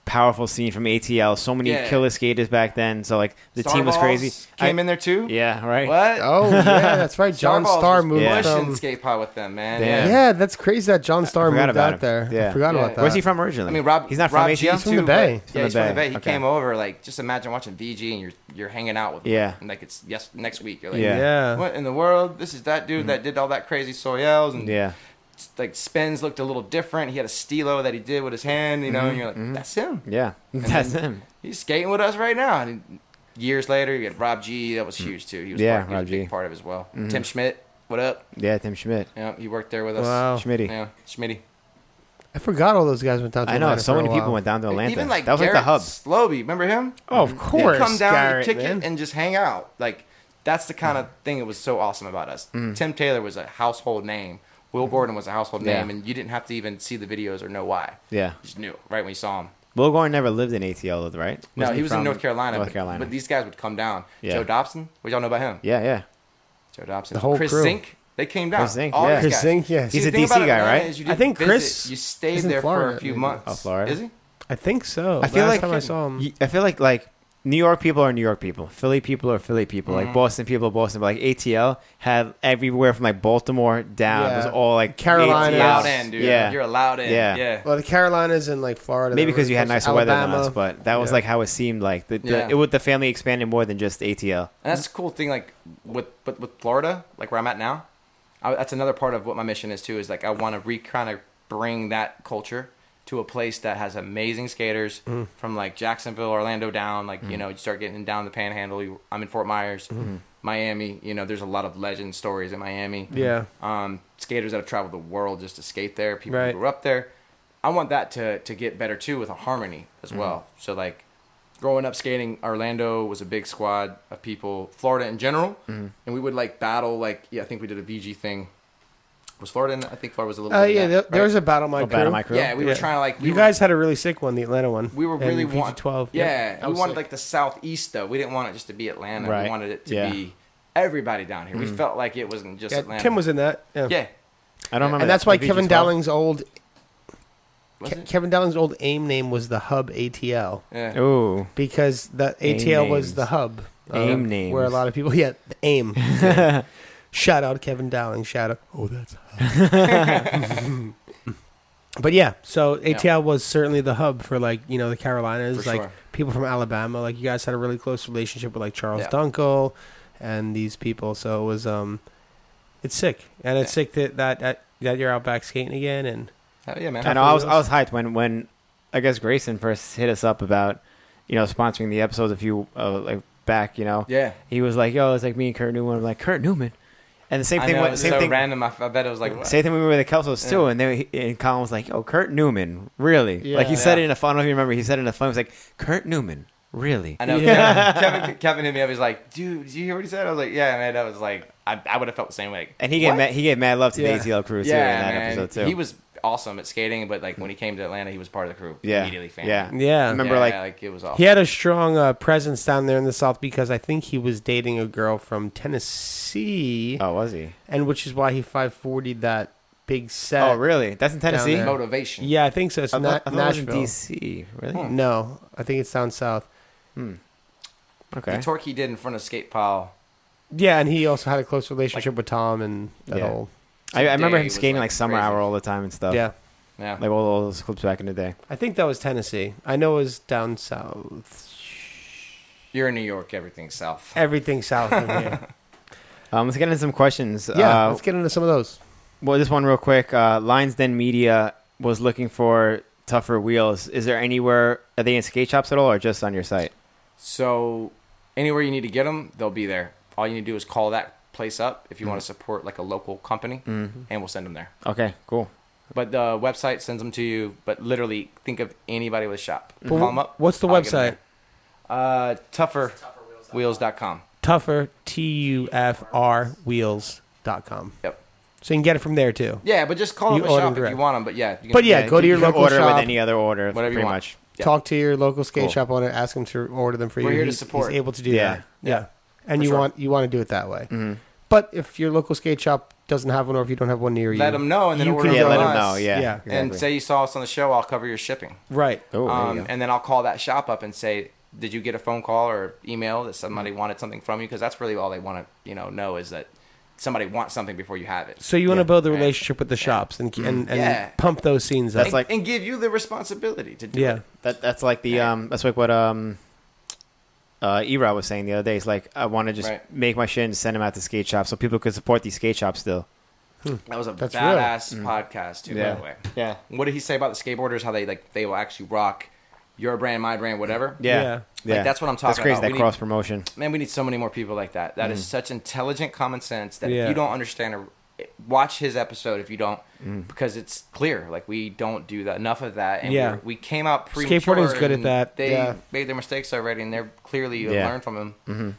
powerful scene from ATL. So many Yeah. killer skaters back then. So like the Star team was crazy. Balls I- Came in there too. Yeah, right. What? oh yeah that's right john Balls star was moved Yeah. pushing from skate pod with them, man. Damn. Yeah. yeah that's crazy that john star forgot moved about out him. there Yeah. i forgot Yeah. about that Where's he from originally? I mean, Rob. He's not Rob from G, ATL. from the Bay. too, but- He's from the yeah, he's from the Bay. Bay. He Okay. came over. Like, just imagine watching VG and you're you're hanging out with. him, Yeah. And like it's yes next week. You're like, Yeah. Mm-hmm. yeah What in the world? This is that dude that did all that crazy soyels and Yeah, like spins looked a little different. He had a stilo that he did with his hand, you know. Mm-hmm. And you're like, that's him. yeah, that's him. He's skating with us right now. And years later, you had Rob G. That was huge too. He was Mm. Yeah, part, he was Rob a big G. Mm-hmm. part of it as well. Tim Schmidt, what up? Yeah, Tim Schmidt, Yeah, he worked there with us. wow Schmitty. Yeah, Schmitty. i forgot all those guys went down to I know Atlanta so for a many people while. went down to Atlanta. Even like that was Garrett like the hub. Slobey, remember him? oh of course They'd come down Garrett, with your ticket man. and just hang out. Like that's the kind Mm. of thing that was so awesome about us. Tim Taylor was a household name. Will Gordon was a household Mm-hmm. Yeah. name, and you didn't have to even see the videos or know why. Yeah, You just knew right when you saw him. Will Gordon never lived in ATL, though, right? No, Wasn't he was in from North Carolina. North but- Carolina. But, these guys would come down. Yeah. Joe Dobson, what y'all know about him? yeah, yeah. Joe Dobson. The whole Chris crew. Zink, they came down. Chris Zink, All yeah. these Chris guys. Zink, yes. See, He's the a thing DC about it, guy, Atlanta, right? is you I didn't think visit. Chris you stayed is in there for Florida, a few maybe. months. Oh, Florida. Is he? i think so I feel last like- time i saw him Y- I feel like like New York people are New York people, Philly people are Philly people, Mm-hmm. like Boston people are Boston. But like ATL had everywhere from like Baltimore down. It was Yeah. all like Carolina. ATL. Loud end, dude. Yeah, You're a loud end. Yeah. Yeah. Well, the Carolinas and like Florida. maybe they because were you had close to nicer weather than Alabama. us, but that was Yeah. like how it seemed like the, the, Yeah. it would the family expanded more than just ATL. And that's the cool thing, like with with, with Florida, like where I'm at now. I, that's another part of what my mission is too. Is like I want to re kind of bring that culture to a place that has amazing skaters Mm-hmm. from like Jacksonville, Orlando down. Like you know, you start getting down the Panhandle. You, I'm in Fort Myers, Mm-hmm. Miami. You know, there's a lot of legend stories in Miami. Yeah. um, skaters that have traveled the world just to skate there. People Right. who grew up there. I want that to to get better too with a harmony as Mm-hmm. well. So like growing up skating, Orlando was a big squad of people, Florida in general, Mm-hmm. and we would like battle. Like yeah, I think we did a VG thing. Was Florida? In, that? I think Florida was a little. Oh bit in yeah, that, there, there right? was a battle my Oh, crew. Battle My Crew? Yeah, we were trying to like we you were- guys had a really sick one, the Atlanta one. we were really and want twelve. Yeah, That we was wanted sick. like the southeast though. We didn't want it just to be Atlanta. Right. We wanted it to Yeah. be everybody down here. We felt like it wasn't just Mm-hmm. Yeah, Atlanta. Tim was in that. Yeah, yeah. I don't remember. and that's that. why The Kevin VG12. Dowling's old Was Ke- it? Kevin Dowling's old aim name was the Hub ATL Yeah. Ooh, because the Aim ATL was names. the hub. Aim where a names. lot of people. Yeah, the aim. shout out Kevin Dowling. Shout out. Oh, that's. Hub. But yeah, so ATL Yeah. was certainly the hub for like you know the Carolinas, For like sure. people from Alabama. Like you guys had a really close relationship with like Charles Yeah. Dunkel and these people. So it was um, it's sick, and it's Yeah. sick that that that, that you're out back skating again. And Hell yeah, man. I know. I was I was hyped when when I guess Grayson first hit us up about you know sponsoring the episodes a few uh, like back. You know, Yeah. he was like, "Yo, it's like me and Kurt Newman." I'm like, "Kurt Newman," and the same I thing. know, went- it's same so thing. random. I, I bet it was like, Same thing we were with the Kelsos too, Yeah. and they and Colin was like, "Oh, Kurt Newman, really?" Yeah. like he said Yeah. it in a fun. I don't know if you remember. He said it in a fun. He was like, "Kurt Newman, really?" I know. Yeah. Kevin, Kevin, Kevin hit me up. He's like, dude, did you hear what he said? I was like, yeah, man. That was like, I, I would have felt the same way. And he gave What? mad, he gave mad love to Yeah. the ATL crew too in that episode too. He was awesome at skating, but like when he came to Atlanta, he was part of the crew. yeah, Immediately fan. yeah, Yeah. Remember Yeah, like it was Oh. awesome. he had a strong uh, presence down there in the South because I think he was dating a girl from Tennessee, oh was he? and which is why he 540'd that big set. oh really? That's in Tennessee. there. I Motivation. Yeah, I think so. It's thought- not I thought it was in Nashville. DC. Really? No, I think it's down south. Okay. The torque he did in front of skate pile. Yeah, and he also had a close relationship with Tom and that Yeah. whole I, I remember Today him was, skating like, like, summer crazy. hour all the time and stuff. yeah. Yeah. Like all, all those clips back in the day. I think that was Tennessee. I know it was down south. You're in New York. Everything's south. Everything south of here. Um, let's get into some questions. yeah, Uh, let's get into some of those. Well, this one real quick. Uh, Lions Den Media was looking for tougher wheels. Is there anywhere? Are they in skate shops at all, or just on your site? So anywhere you need to get them, they'll be there. All you need to do is call that place up if you Mm-hmm. want to support like a local company, and we'll send them there. Okay, cool. But the website sends them to you. But literally, think of anybody with a shop. Call them up. What's the I'll get 'em website? there. Uh, tougherwheels.com. Tougher T U F R wheels dot com. Yep. So you can get it from there too. Yeah, but just call You up a order shop if direct. you want them. But yeah, you But yeah, you go to can your local order shop. with any other order, Whatever you pretty want. much. Yeah. Talk to your local skate Cool. shop owner. Ask him to order them for We're you. here to He's- support. He's able to do Yeah. that. Yeah. And For you sure. want you want to do it that way. But if your local skate shop doesn't have one, or if you don't have one near you, Let them know, and then You order can- them Yeah, from let them us. know. Yeah, Yeah. And say you saw us on the show, I'll cover your shipping. Right. oh, there you Um, go. and then I'll call that shop up and say, "Did you get a phone call or email that somebody Mm. wanted something from you?" Because that's really all they want to, you know, know is that somebody wants something before you have it. So you want to Yeah. build the relationship with the shops and and, and Yeah. pump those scenes up. That's and, like- and give you the responsibility to do yeah, it. that, that's like the um, that's like what um, uh, Era was saying the other day. It's like I want to just Right. make my shit and send them out to skate shops so people could support these skate shops still. That was a That's real. Mm. badass podcast too, by Yeah. the way. Yeah, What did he say about the skateboarders? How they like they will actually rock your brand, my brand, whatever. yeah, Yeah. Like, Yeah. that's what I'm That's talking crazy. about. That We need- cross promotion. man, we need so many more people like that. That is such intelligent common sense that Mm. Yeah. if you don't understand, or watch his episode if you don't, Mm. because it's clear. Like we don't do that enough of that. And Yeah. we're- we came out premature. Skateboarding's good at and that, They yeah. made their mistakes already, and they're clearly you Yeah. learned from them. Mm-hmm.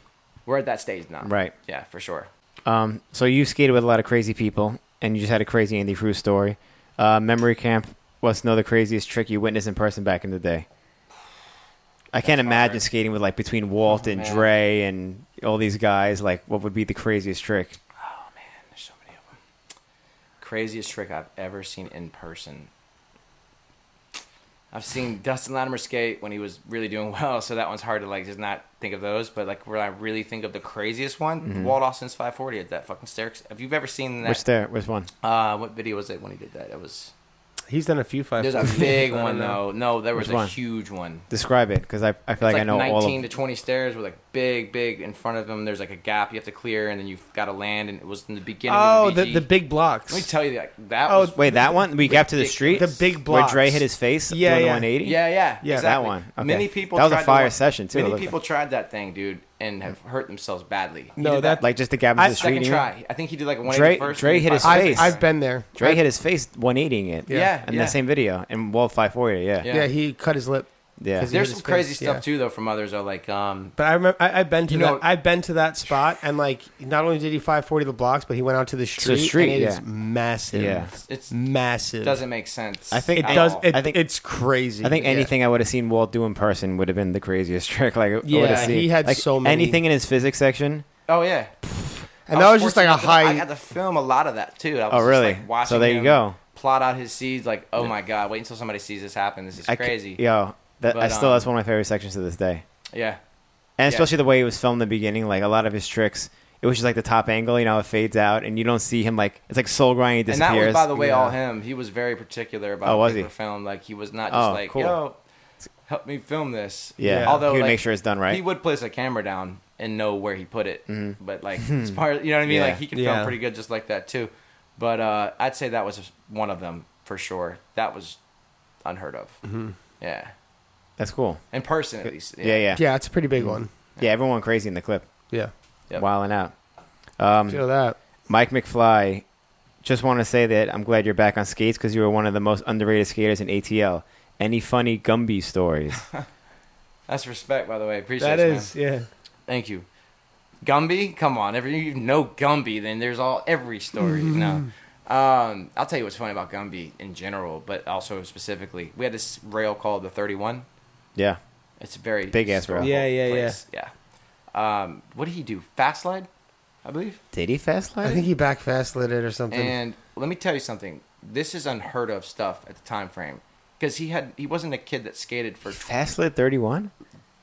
We're at that stage now, Right. Yeah, for sure. Um, so you skated with a lot of crazy people, and you just had a crazy Andy Cruz story. Uh, memory camp wants to know the craziest trick you witnessed in person back in the day. I can't imagine hard. Oh, skating with like between Walt and man. Dre and all these guys. Like, what would be the craziest trick? There's so many of them. Craziest trick I've ever seen in person. I've seen Dustin Latimer skate when he was really doing well, so that one's hard to like just not think of those. But like when I really think of the craziest one, Walt Austin's 540 at that fucking stairs. If you've ever seen that, Mm-hmm. Which there? Which one? uh, what video was it when he did that? It was he's done a few five. there's a big one though. No, there was Which a one? huge one. Describe it, because I, I feel like, It's I like, know all of. 19 to 20 stairs with like big, big in front of him. There's like a gap you have to clear, and then you've got to land. And it was in the beginning. Oh, of the, the, VG. the big blocks. Let me tell you, like, that Oh, was Wait, that one we got to the street. the big where blocks. Dre hit his face. Yeah, doing yeah. the 180. Yeah, yeah, Yeah, that exactly. one. Okay. Many people. That was a tried to fire watch- session, too, I Many love people tried that thing, dude, and have hurt themselves badly. He No, did that- like just the gap into I- the street. second you mean? try. I think he did like a one Dre- eighty first. Dre and hit his five- I've, face. I've been there. Dre hit his face 180ing it. Yeah, in yeah. that same video, in Walt 540. Yeah, Yeah. Yeah, he cut his lip. yeah. 'Cause he There's hit his some crazy face, stuff yeah. too, though, from others. Though, like um, But I remember I, I've been to You that. know- I've been to that spot, and like not only did he 540 the blocks, but he went out to the street. street, and it is yeah. massive. Yeah. It's- massive. it doesn't make sense. I think It at does. all. It, I think- it's crazy. I think Yeah. anything I would have seen Walt do in person would have been the craziest trick. Like, I would've Yeah, seen- he had like, so many- Anything in his physics section. oh yeah, and I that was just like a fortunate enough- I high. got to film a lot of that too. I was Oh, really? Just, like, watching So there you him go. Plot out his seeds. Like, oh my god, wait until somebody sees this happen. This is I ca- crazy. Yo, that I But, still um, that's one of my favorite sections to this day. yeah. And Yeah. especially the way it was filmed in the beginning, like a lot of his tricks. it was just like the top angle, you know, it fades out, and you don't see him like it's like soul grinding. He And disappears. that was, by the way, Yeah. all him. He was very particular about Oh, was paper he? film. Like he was not just Oh, like, cool. yo, help me film this. yeah. Yeah. Although Although, he would like, make sure it's done right. Mm-hmm. He would place a camera down and know where he put it. But like, as far as, you know what I mean? Yeah. Like he can Hmm. Yeah. film pretty good just like that too. But uh, I'd say that was one of them for sure. That was unheard of. Mm-hmm. Yeah, That's cool. in person at least. Yeah, yeah, yeah. Yeah, it's a pretty big one. everyone crazy in the clip, Yeah. Yep. wilding out. Um, Feel that. Mike McFly, just want to say that I'm glad you're back on skates because you were one of the most underrated skaters in ATL. Any funny Gumby stories? That's respect, by the way. Appreciate That it, man. is, yeah. Thank you. Gumby, come on. If you know Gumby, then there's all every story. No, um, I'll tell you what's funny about Gumby in general, but also specifically, we had this rail called the 31. yeah. It's a very Big ass rail. historical Yeah, yeah, yeah. place. yeah. Um, what did he do? Fast slide, I believe. Did he fast I slide? think he back fast lit it or something. And let me tell you something. This is unheard of stuff at the time frame because he had he wasn't a kid that skated for. fast slid 31.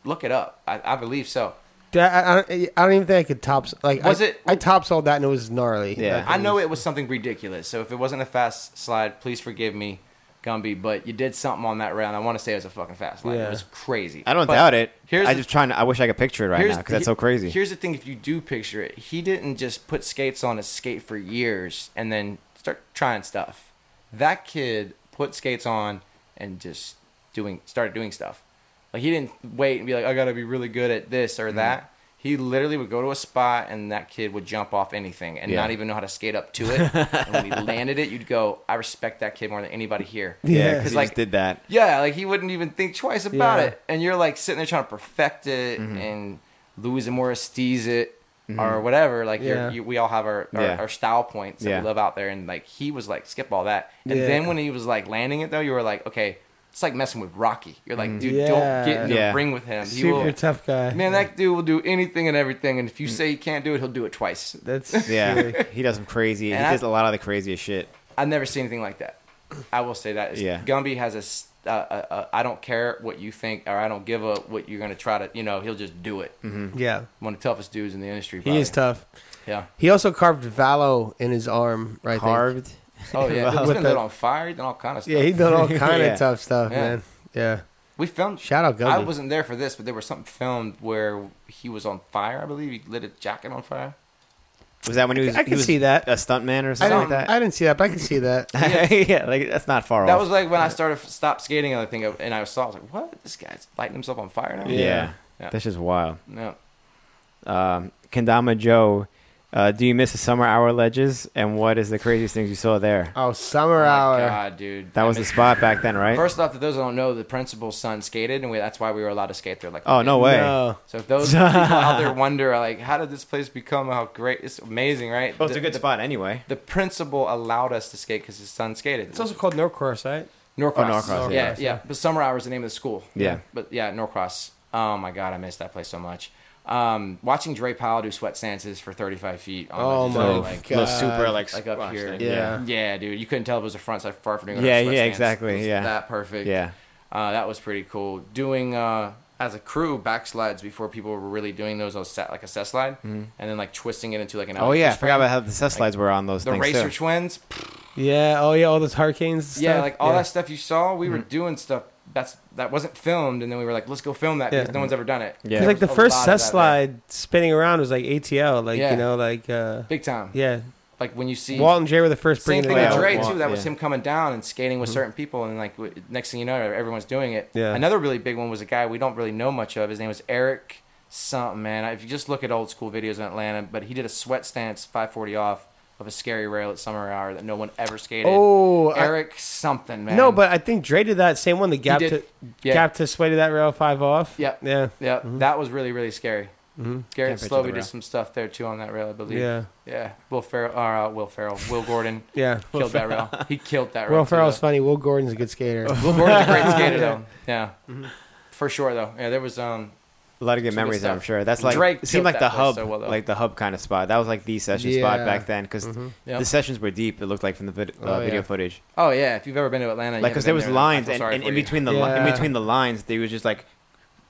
Look it up. I, I believe so. That- I, I don't, I don't even think I could tops like Was I, it- I tops all that and it was gnarly. Yeah. That I thing know was- it was something ridiculous. So if it wasn't a fast slide, please forgive me, Gumby. But you did something on that round. I want to say it was a fucking fast slide. Yeah. It was crazy. I don't But doubt it. Here's I the- just trying. To, I wish I could picture it right now here's- because that's he- so crazy. Here's the thing: if you do picture it, he didn't just put skates on his skate for years and then start trying stuff. That kid put skates on and just doing started doing stuff. Like he didn't wait and be like, "I gotta be really good at this Mm-hmm. or that." He literally would go to a spot and that kid would jump off anything and Yeah. not even know how to skate up to it. and when he landed it, you'd go, "I respect that kid more than anybody here." yeah, Yeah. because he Like- just did that. Yeah, like he wouldn't even think twice about Yeah. Mm-hmm. it. And you're like sitting there trying to perfect it and Louis Morris stees it or whatever. Like Yeah. you're, you, we all have our, our, Yeah. our style points that Yeah. we love out there. And like he was like, skip all that. And Yeah. then when he was like landing it though, you were like, okay, it's like messing with Rocky. You're like, dude, Mm-hmm. Yeah. don't get in the Yeah. ring with him. He Super will, tough Mm. guy. man, that dude will do anything and everything. And if you say he can't do it, he'll do it twice. That's Yeah, really- he does some crazy. And he I- does a lot of the craziest shit. I've never seen anything like that. I will say that. Yeah. Gumby has a, s- a- a- a- I don't care what you think, or I don't give a what you're going to try to, you know, he'll just do it. Mm-hmm. Yeah, One of the toughest dudes in the industry. he probably. is tough. Yeah. He also carved Valo in his arm. Right. Carved. Oh, yeah. He's With been the- lit on fire. He's done all kind of stuff. Yeah, he done all kind Yeah. of tough stuff, Yeah. man. Yeah. we filmed. Shout out Gumby. I wasn't there for this, but there was something filmed where he was on fire, I believe. He lit a jacket on fire. Was that when he was? I he can was see that. a stuntman or I something like didn't, that. I didn't see that, but I can see that. Oh, yeah, like that's not far That off. was like when I started stopped skating and I think and I saw I was like, What? This guy's lighting himself on fire now? yeah. Yeah. that's just wild. No. Um, Kendama Joe, uh, do you miss the summer hour ledges? And what is the craziest things you saw there? Oh, summer Oh, my hour. God, dude. That I was the miss- spot back then, right? First off, to those that don't know, the principal's son skated, and we, that's why we were allowed to skate there. Like, oh no way! No. So if those people out there wonder, like, how did this place become? How great! It's amazing, right? Oh, it's The- a good the- spot anyway. The principal allowed us to skate because his son skated. It's also called Norcross, right? Norcross. Oh, Norcross, yeah, yeah. yeah, But Summer Hour is the name of the school. Yeah. But yeah, Norcross. Oh my god, I miss that place so much. Um, watching Dre Powell do sweat stances for 35 feet. On Oh, ledges, my Oh, though, like, uh, little super like, like up here. Yeah. Yeah. Yeah, dude, you couldn't tell if it was a front side far from Yeah, sweat yeah, stance. exactly, It was yeah. that perfect. yeah, Uh, that was pretty cool. Doing uh, as a crew backslides before people were really doing those on set, like a set slide, and then like twisting it into like an. Oh yeah, I outdoor forgot frame. about how the set slides were on those the things racer too. twins. yeah. Oh yeah, all those hurricanes. and Yeah, stuff. like all that stuff you saw, we were doing stuff that's that wasn't filmed, and then we were like, let's go film that Yeah. because no one's ever done it. 'Cause, Yeah. There like the was a first lot of set that slide spinning around was like ATL, like Yeah. you know, like uh, big time. yeah. like when you see Walt and Jay were the first bringing same thing it with out. Dre Walt, too. That was yeah. him coming down and skating with certain people, and like w- next thing you know, everyone's doing it. Yeah. Another really big one was a guy we don't really know much of. His name was Eric something. Man, if you just look at old school videos in Atlanta, but he did a sweat stance 540 off of a scary rail at Summer Hour that no one ever skated. Oh, I- Eric something man. No, but I think Dre did that same one. The gap did. to Yeah. gap to sway to that rail five off. Yep. Yeah. yeah, that was really really scary. Garrett Can't picture the Slovy rail. did some stuff there too on that rail, I believe. Yeah. yeah. Will Ferrell, or, uh, Will Ferrell, Will Gordon Yeah. killed that rail. He killed that rail. Will too, Ferrell's though. funny. Will Gordon's a good skater. Will Gordon's a great skater though. Yeah. Mm-hmm. For sure though. Yeah, there was um A lot of good Some good memories, I'm stuff. sure. That's like Drake it seemed killed like the that place hub, so well, though. like the hub kind of spot. That was like the session spot Yeah. back then because Yep. the sessions were deep. It looked like from the vid- uh, Oh, yeah. video footage, Oh yeah, if you've ever been to Atlanta, like because there was lines and, and in between the li- in Yeah. between the lines, there was just like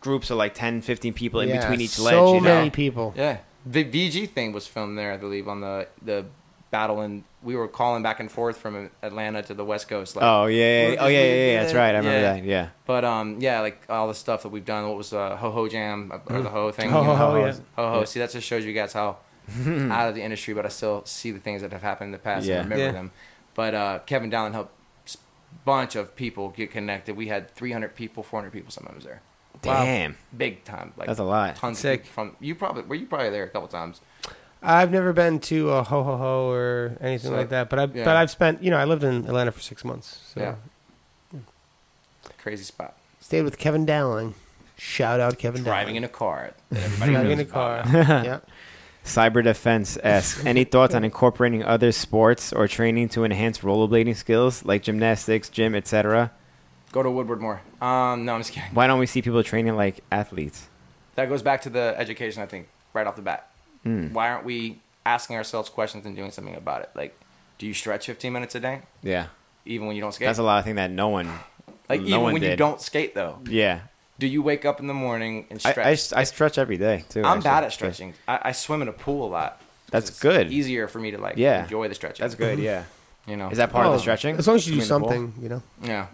groups of like 10, 15 people in Yeah, between each so ledge. You know? many people. Yeah. The VG thing was filmed there, I believe, on the the battle, and we were calling back and forth from Atlanta to the West Coast. Like, Oh yeah, yeah, yeah. oh yeah, yeah, yeah, That's right. I remember Yeah. that. Yeah, But um, yeah, like all the stuff that we've done. What was uh, Ho Ho Jam uh, Mm. or the Ho thing? Ho you Ho know, Ho, Ho yeah. Ho Ho. See, that just shows you guys how out of the industry, but I still see the things that have happened in the past Yeah. and remember Yeah. them. But uh, Kevin Dowland helped s- bunch of people get connected. We had 300 people, 400 people sometimes there. Wow. damn, Big time. Like that's a lot. Tons Sick. Of people from you probably were you probably there a couple times. I've never been to a ho ho ho or anything So, like that, but I yeah. but I've spent you know I lived in Atlanta for six months. So. Yeah. Crazy spot. Stayed with Kevin Dowling. Shout out Kevin Driving in Dowling. a car. Driving in a knows car. yeah. Cyber defense asks, any thoughts on incorporating other sports or training to enhance rollerblading skills like gymnastics, gym, etc.? Go to Woodward more. Um, no, I'm just kidding. Why don't we see people training like athletes? That goes back to the education. I think right off the bat. Mm. Why aren't we asking ourselves questions and doing something about it? Like, do you stretch 15 minutes a day, Yeah, even when you don't skate? that's a lot of thing that no one. like, no even one when you did. don't skate, though, Yeah, do you wake up in the morning and I, stretch? I, I stretch every day too. am actually. bad at stretching. I, I swim in a pool a lot. 'cause That's it's good. Easier for me to like Yeah. enjoy the stretching. That's good. Yeah. You know, Is that part of Oh, the stretching? As long as you do Swimming in the pool? something, you know. Yeah.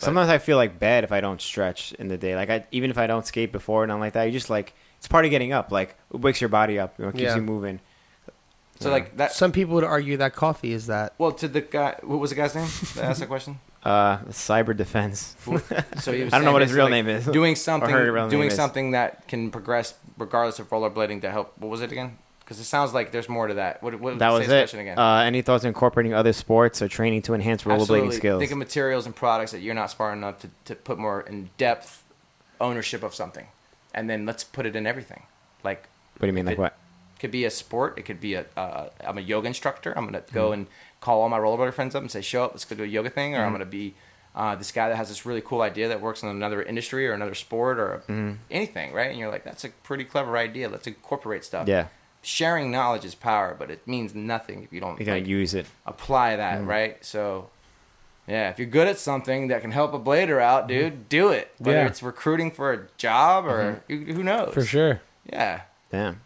Sometimes I feel like bad if I don't stretch in the day. Like I, even if I don't skate before and I'm like that, you just like it's part of getting up. Like it wakes your body up, you know, it keeps Yeah. you moving. So Yeah. like that. Some people would argue that coffee is that. well, to the guy, what was the guy's name? That asked that question. Uh, cyber defense. So he was I don't know saying what his real basically, name is. Doing something, her real name doing is. something that can progress regardless of rollerblading to help. What was it again? Because it sounds like there's more to that. What, what that say was the it. question Again? Uh, any thoughts on incorporating other sports or training to enhance rollerblading Absolutely. skills? Think of materials and products that you're not smart enough to, to put more in depth ownership of something, and then let's put it in everything. Like what do you mean, like it- what? could be a sport. It could be a. Uh, I'm a yoga instructor. I'm gonna Mm-hmm. go and call all my rollerblader friends up and say, "Show up, let's go do a yoga thing." Or I'm gonna be uh, this guy that has this really cool idea that works in another industry or another sport or Mm-hmm. anything, right? And you're like, "That's a pretty clever idea. Let's incorporate stuff." Yeah, Sharing knowledge is power, but it means nothing if you don't you don't like, use it. apply that, mm-hmm. right? So, yeah, if you're good at something that can help a blader out, dude, do it. Mm-hmm. Yeah. Whether Mm-hmm. it's recruiting for a job or who who knows. for sure. Yeah. Damn.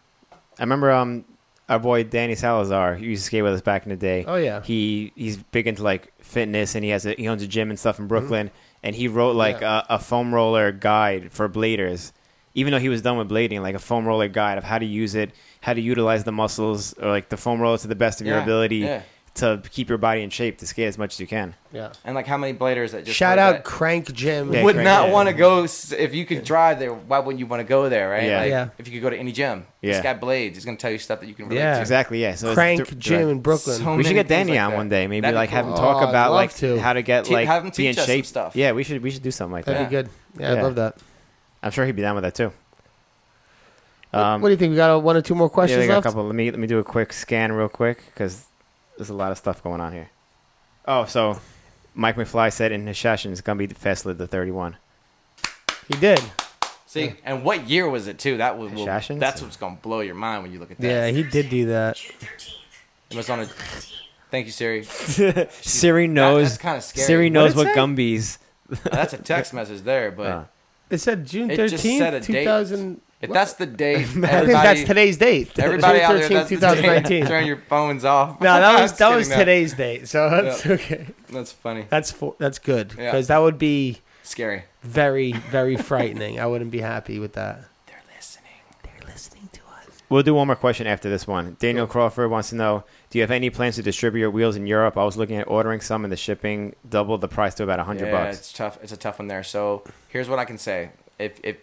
I remember um our boy Danny Salazar, who used to skate with us back in the day. Oh, yeah. He he's big into like fitness and he has a he owns a gym and stuff Mm-hmm. in Brooklyn and he wrote like a, a foam roller guide for bladers. Even though he was done with blading, like a foam roller guide of how to use it, how to utilize the muscles or like the foam roller to the best of your Yeah, ability yeah. to keep your body in shape to skate as much as you can. Yeah. And like how many bladers that just Shout heard out that Crank Jim. Yeah, would Crank not Jim. want to go s- if you could drive there. Why wouldn't you want to go there, right? Yeah. Like, Yeah. If you could go to any gym, Yeah. this guy Blades is going to tell you stuff that you can relate Yeah. to. Exactly, yeah. So it's Crank dir- Jim in Brooklyn. So we should many get things Danny like on that. one day. Maybe That'd be like have him cool. talk Oh, I'd about love like to. how to get Te- like have him be in teach us some shape stuff. Yeah, we should we should do something like that. That'd be good. Yeah, Yeah. I'd love that. I'm sure he'd be down with that too. what do you think? We got uh, one or two more yeah, questions we got a left? couple. Let me let me do a quick scan real quick because there's a lot of stuff going on here. Oh, so Mike McFly said in his session it's gonna be Fessler the 31. He did. See, and what year was it too? That was will, Shashins? that's what's going to blow your mind when you look at that. Yeah, he did do that. It was on a. Thank you, Siri. Siri knows. that's kinda scary. Siri What'd knows it what say? Gumby's. That's a text message there, but Uh. It said June It just said a thirteenth, date. two thousand. if that's the date, I think that's everybody, today's date. everybody June out there, 13th, that's 2019. 2019. Turn your phones off. No, that I'm was just that kidding, was no. today's date. So that's Yeah. okay. That's funny. That's for, that's good Yeah. because that would be Scary. very very frightening. I wouldn't be happy with that. They're listening. We'll do one more question after this one. Daniel Crawford wants to know: Do you have any plans to distribute your wheels in Europe? I was looking at ordering some, and the shipping doubled the price to about 100 yeah, bucks. it's tough. It's a tough one there. So here's what I can say: if if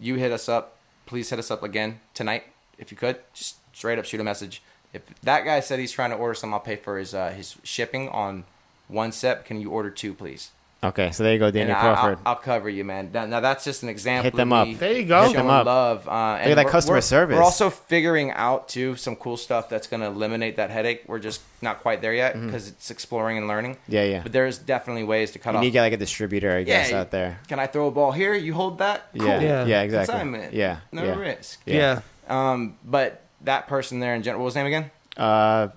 you hit us up, please hit us up again tonight if you could. Just straight up shoot a message. If that guy said he's trying to order some, I'll pay for his uh, his shipping on one set. Can you order two, please? Okay, so there you go, And Daniel I, Crawford. will I'll cover you, man. Now, now that's just an example. Hit them of up. me There you go. Hit them showing up. love. Uh, and Look at that we're- customer we're- service. We're also figuring out too some cool stuff that's going to eliminate that headache. We're just not quite there yet because it's exploring and learning. Mm-hmm. Yeah, yeah. But there's definitely ways to cut you off. need to get like a distributor, I guess, you- out there. Can I throw a ball here? You hold that. Cool. Yeah, yeah, Yeah. exactly. Consignment. Yeah, No yeah. risk. Yeah. Um, but that person there in general, what was his name again? Uh,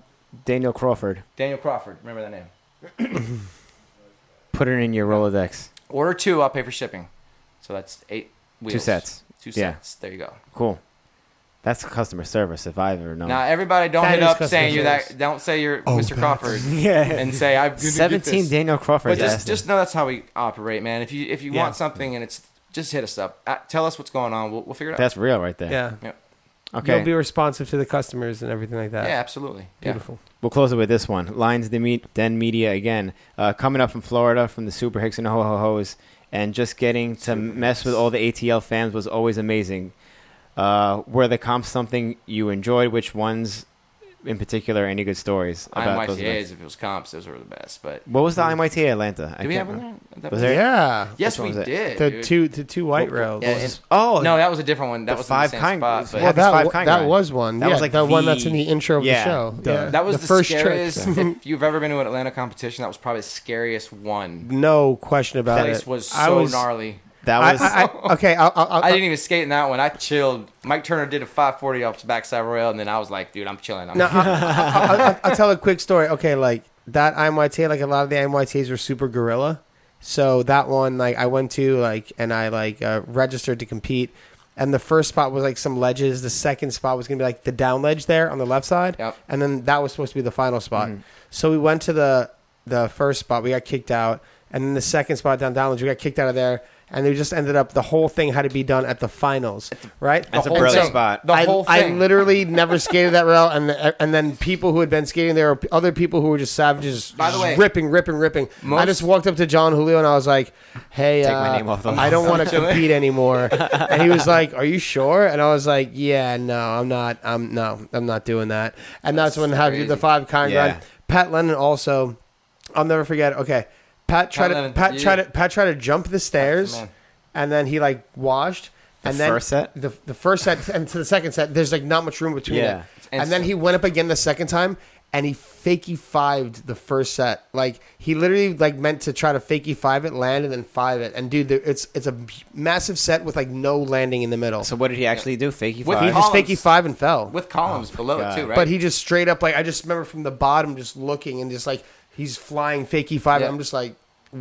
Daniel Crawford. Daniel Crawford. Remember that name. Put it in your Rolodex. Order two. I'll pay for shipping. So that's eight. Wheels. Two sets. Two Yeah. sets. There you go. Cool. That's customer service if I've ever known. Now everybody, don't That hit is up customer saying you're service. that. Don't say you're Oh, Mr. that's- Crawford yeah. and say I've Seventeen Daniel Crawford. But just just know that's how we operate, man. If you if you Yeah. want something and it's just hit us up. Uh, tell us what's going on. We'll, we'll figure it out. that's real right there. Yeah. Okay. You'll be responsive to the customers and everything like that. yeah, absolutely. Yeah. Beautiful. We'll close it with this one. Lions Den Me- Den Media again, uh, coming up from Florida from the Super Hicks and Ho Ho Ho's, and just getting to mess with all the ATL fans was always amazing. Uh, were the comps something you enjoyed? Which ones in particular? Any good stories about those? events? IMYTAs, if it was comps, those were the best. But What was the IMYTA Atlanta? I did we can't have one remember. there? At that Was point? there- Yeah. Yes, Which one we was it? did. The dude. two the two white rails. Yeah, and- Oh, no, that was a different one. That the was five in the kind- same spot. Yeah, well, But that's that, five wa- kind, that right? was one. That yeah, was like the one the- that's in the intro of yeah, the show. the- yeah. that was the, trick. scariest. if you've ever been to an Atlanta competition, that was probably the scariest one. No question That about place it. was I so gnarly. that I, was I, I, okay, I'll, I'll, I'll, I didn't even skate in that one. I chilled. Mike Turner did a 540 off the backside rail, and then I was like, dude, I'm chilling. I'm No, I, I, I, I'll tell a quick story. Okay, like that IMYT, like a lot of the IMYTs were super gorilla. So that one, like I went to, like, and I like uh, registered to compete. And the first spot was like some ledges. The second spot was gonna be like the down ledge there on the left side. Yep. And then that was supposed to be the final spot. So we went to the the first spot. We got kicked out, and then the second spot down down ledge, we got kicked out of there. And they just ended up the whole thing had to be done at the finals, right? The that's a whole brilliant thing. spot. the I, whole I thing. literally never skated that rail, and and then people who had been skating there, or p- other people who were just savages, By the just way, ripping, ripping, ripping. I most- just walked up to John Julio and I was like, "Hey, Take my uh, name off the I don't list." want to compete anymore." and he was like, "Are you sure?" And I was like, "Yeah, no, I'm not. I'm no, I'm not doing that." And that's, when have you the crazy. five kind Yeah. grind. Pat Lennon also, I'll never forget. Okay, Pat tried Pat to Lennon, Pat yeah. tried to Pat tried to jump the stairs, man. and then he like washed. The and then first set? the, the first set and to the second set, there's like not much room between Yeah. it. And then he went up again the second time and he fakey fived the first set. Like he literally like meant to try to fakey five it, land and then five it. And dude, there, it's it's a massive set with like no landing in the middle. So what did he actually do? Fakey With five. he just columns. fakey five and fell. with columns below Oh, God. it too, right? But he just straight up like I just remember from the bottom just looking and just like he's flying fakey five. Yeah. I'm just like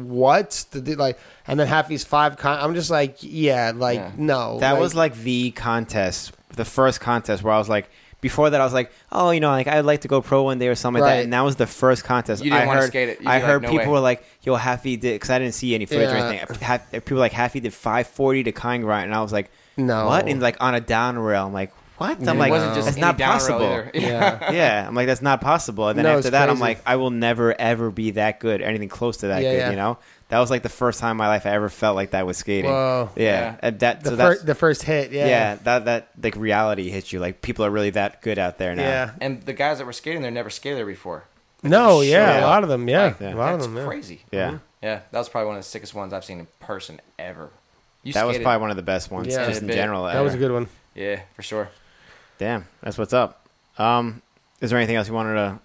what the dude, like and then half he's five con- I'm just like yeah like Yeah. no That was like the contest, the first contest where I was like, before that I was like, oh, you know, like I'd like to go pro one day or something like Right. that. And that was the first contest. You didn't I wanna heard, skate it. You'd I be like, heard "No people way." were like, yo, Happy did, because I didn't see any footage Yeah. or anything. Haf- people were like, Happy did 540 to kind grind. And I was like, No. What? And like on a down rail. I'm like, what? I'm And like, it wasn't just that's any not down row possible. either. Yeah. yeah. I'm like, that's not possible. And then No, it's after that, I'm crazy. like, I will never, ever be that good, anything close to that Yeah, good, yeah. you know? That was like the first time in my life I ever felt like that was skating. Whoa. Yeah. Yeah. And that, the, so that's, fir- the first hit yeah yeah. that that like reality hits you. Like people are really that good out there now. yeah and the guys that were skating there never skated there before. No, yeah, Yeah. a lot of them, yeah, Like, Yeah. a lot of that's them, yeah. crazy. yeah. Yeah, that was probably one of the sickest ones I've seen in person ever. You That was skated- probably one of the best ones, Yeah. just in Yeah. general. That was a good one. Yeah, for sure. Damn, that's what's up. Um, is there anything else you wanted to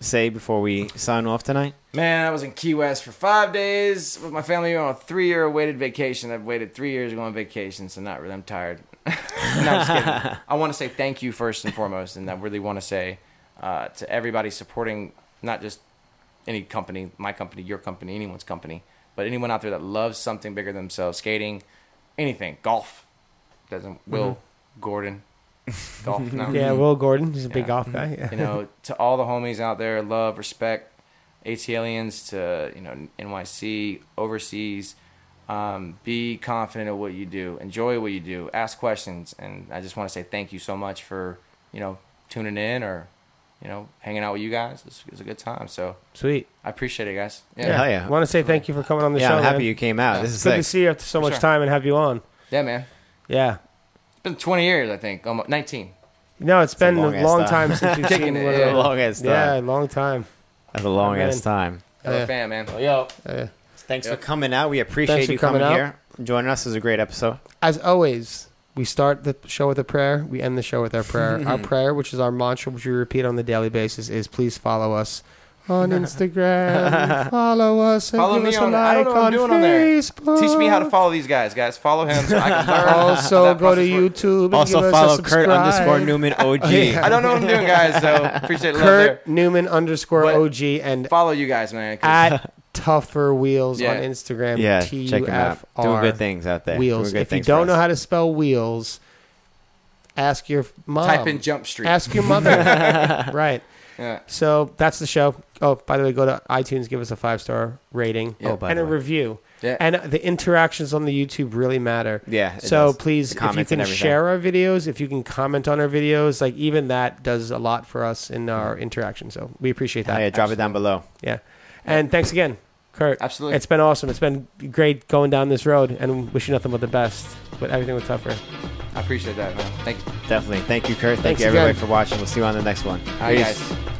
say before we sign off tonight? Man, I was in Key West for five days with my family on a three year awaited vacation. I've waited three years to go on vacation, so not really. I'm tired. no, I'm just kidding. I want to say thank you first and foremost, and I really want to say uh, to everybody supporting not just any company, my company, your company, anyone's company, but anyone out there that loves something bigger than themselves, skating, anything, golf. Doesn't Will Mm-hmm. Gordon golf? No. Yeah, Will Gordon, he's a big Yeah. golf guy. Yeah. you know, to all the homies out there, love, respect, ATLians to you know NYC, overseas. Um, be confident of what you do. Enjoy what you do. Ask questions, and I just want to say thank you so much for you know tuning in or you know hanging out with you guys. It was, it was a good time, so Sweet. I appreciate it, guys. Yeah, hell yeah, yeah. want to say thank you for coming on the yeah, show. I'm happy man. you came out. This It's is good to sick. see you after so much sure. time and have you on. man. Yeah. It's been 20 years, I think, almost 19. No, it's been long a ass long time. time since you've Kicking seen it, one of yeah. those. long ass Yeah, time. long time. That's a long ass Amen. time. Hello, Yeah. fan, man. yo, Uh, thanks for coming out. We appreciate Thanks for you coming, coming out. here. Joining us It was a great episode. as always, we start the show with a prayer. We end the show with our prayer. our prayer, which is our mantra, which we repeat on the daily basis, is please follow us on Instagram. follow us and Follow give me us a on- I like don't know what I'm on doing on there. Facebook. Teach me how to follow these guys, guys. Follow him so I can learn. how also that go to process works. YouTube. And give Also us follow a Kurt subscribe. underscore Newman OG. I don't know what I'm doing, guys. So appreciate the love there. Kurt Newman underscore But- OG and Follow you guys, man. 'cause- at Tougher Wheels Yeah. on Instagram. Yeah, T check U him out. F Doing R good things out there. Wheels. Doing good If you things for don't know us. how to spell wheels, Ask your mom. Type in Jump Street. Ask your mother. right. yeah. So that's the show. Oh, by the way, go to iTunes, give us a five star rating Yeah. Oh, by and the a way. review. Yeah. And the interactions on the YouTube really matter. Yeah, it So does. please, The if you comments and can everything. share our videos, if you can comment on our videos, like even that does a lot for us in Mm. our interaction. So we appreciate that. Oh, yeah, drop it down below. Yeah. And thanks again, Kurt. Absolutely. It's been awesome. It's been great going down this road and wish you nothing but the best. But everything was tougher. I appreciate that, man. Thank you. Definitely. Thank you, Kurt. Thank Thanks you, everybody, again. for watching. We'll see you on the next one. All right, Peace. guys.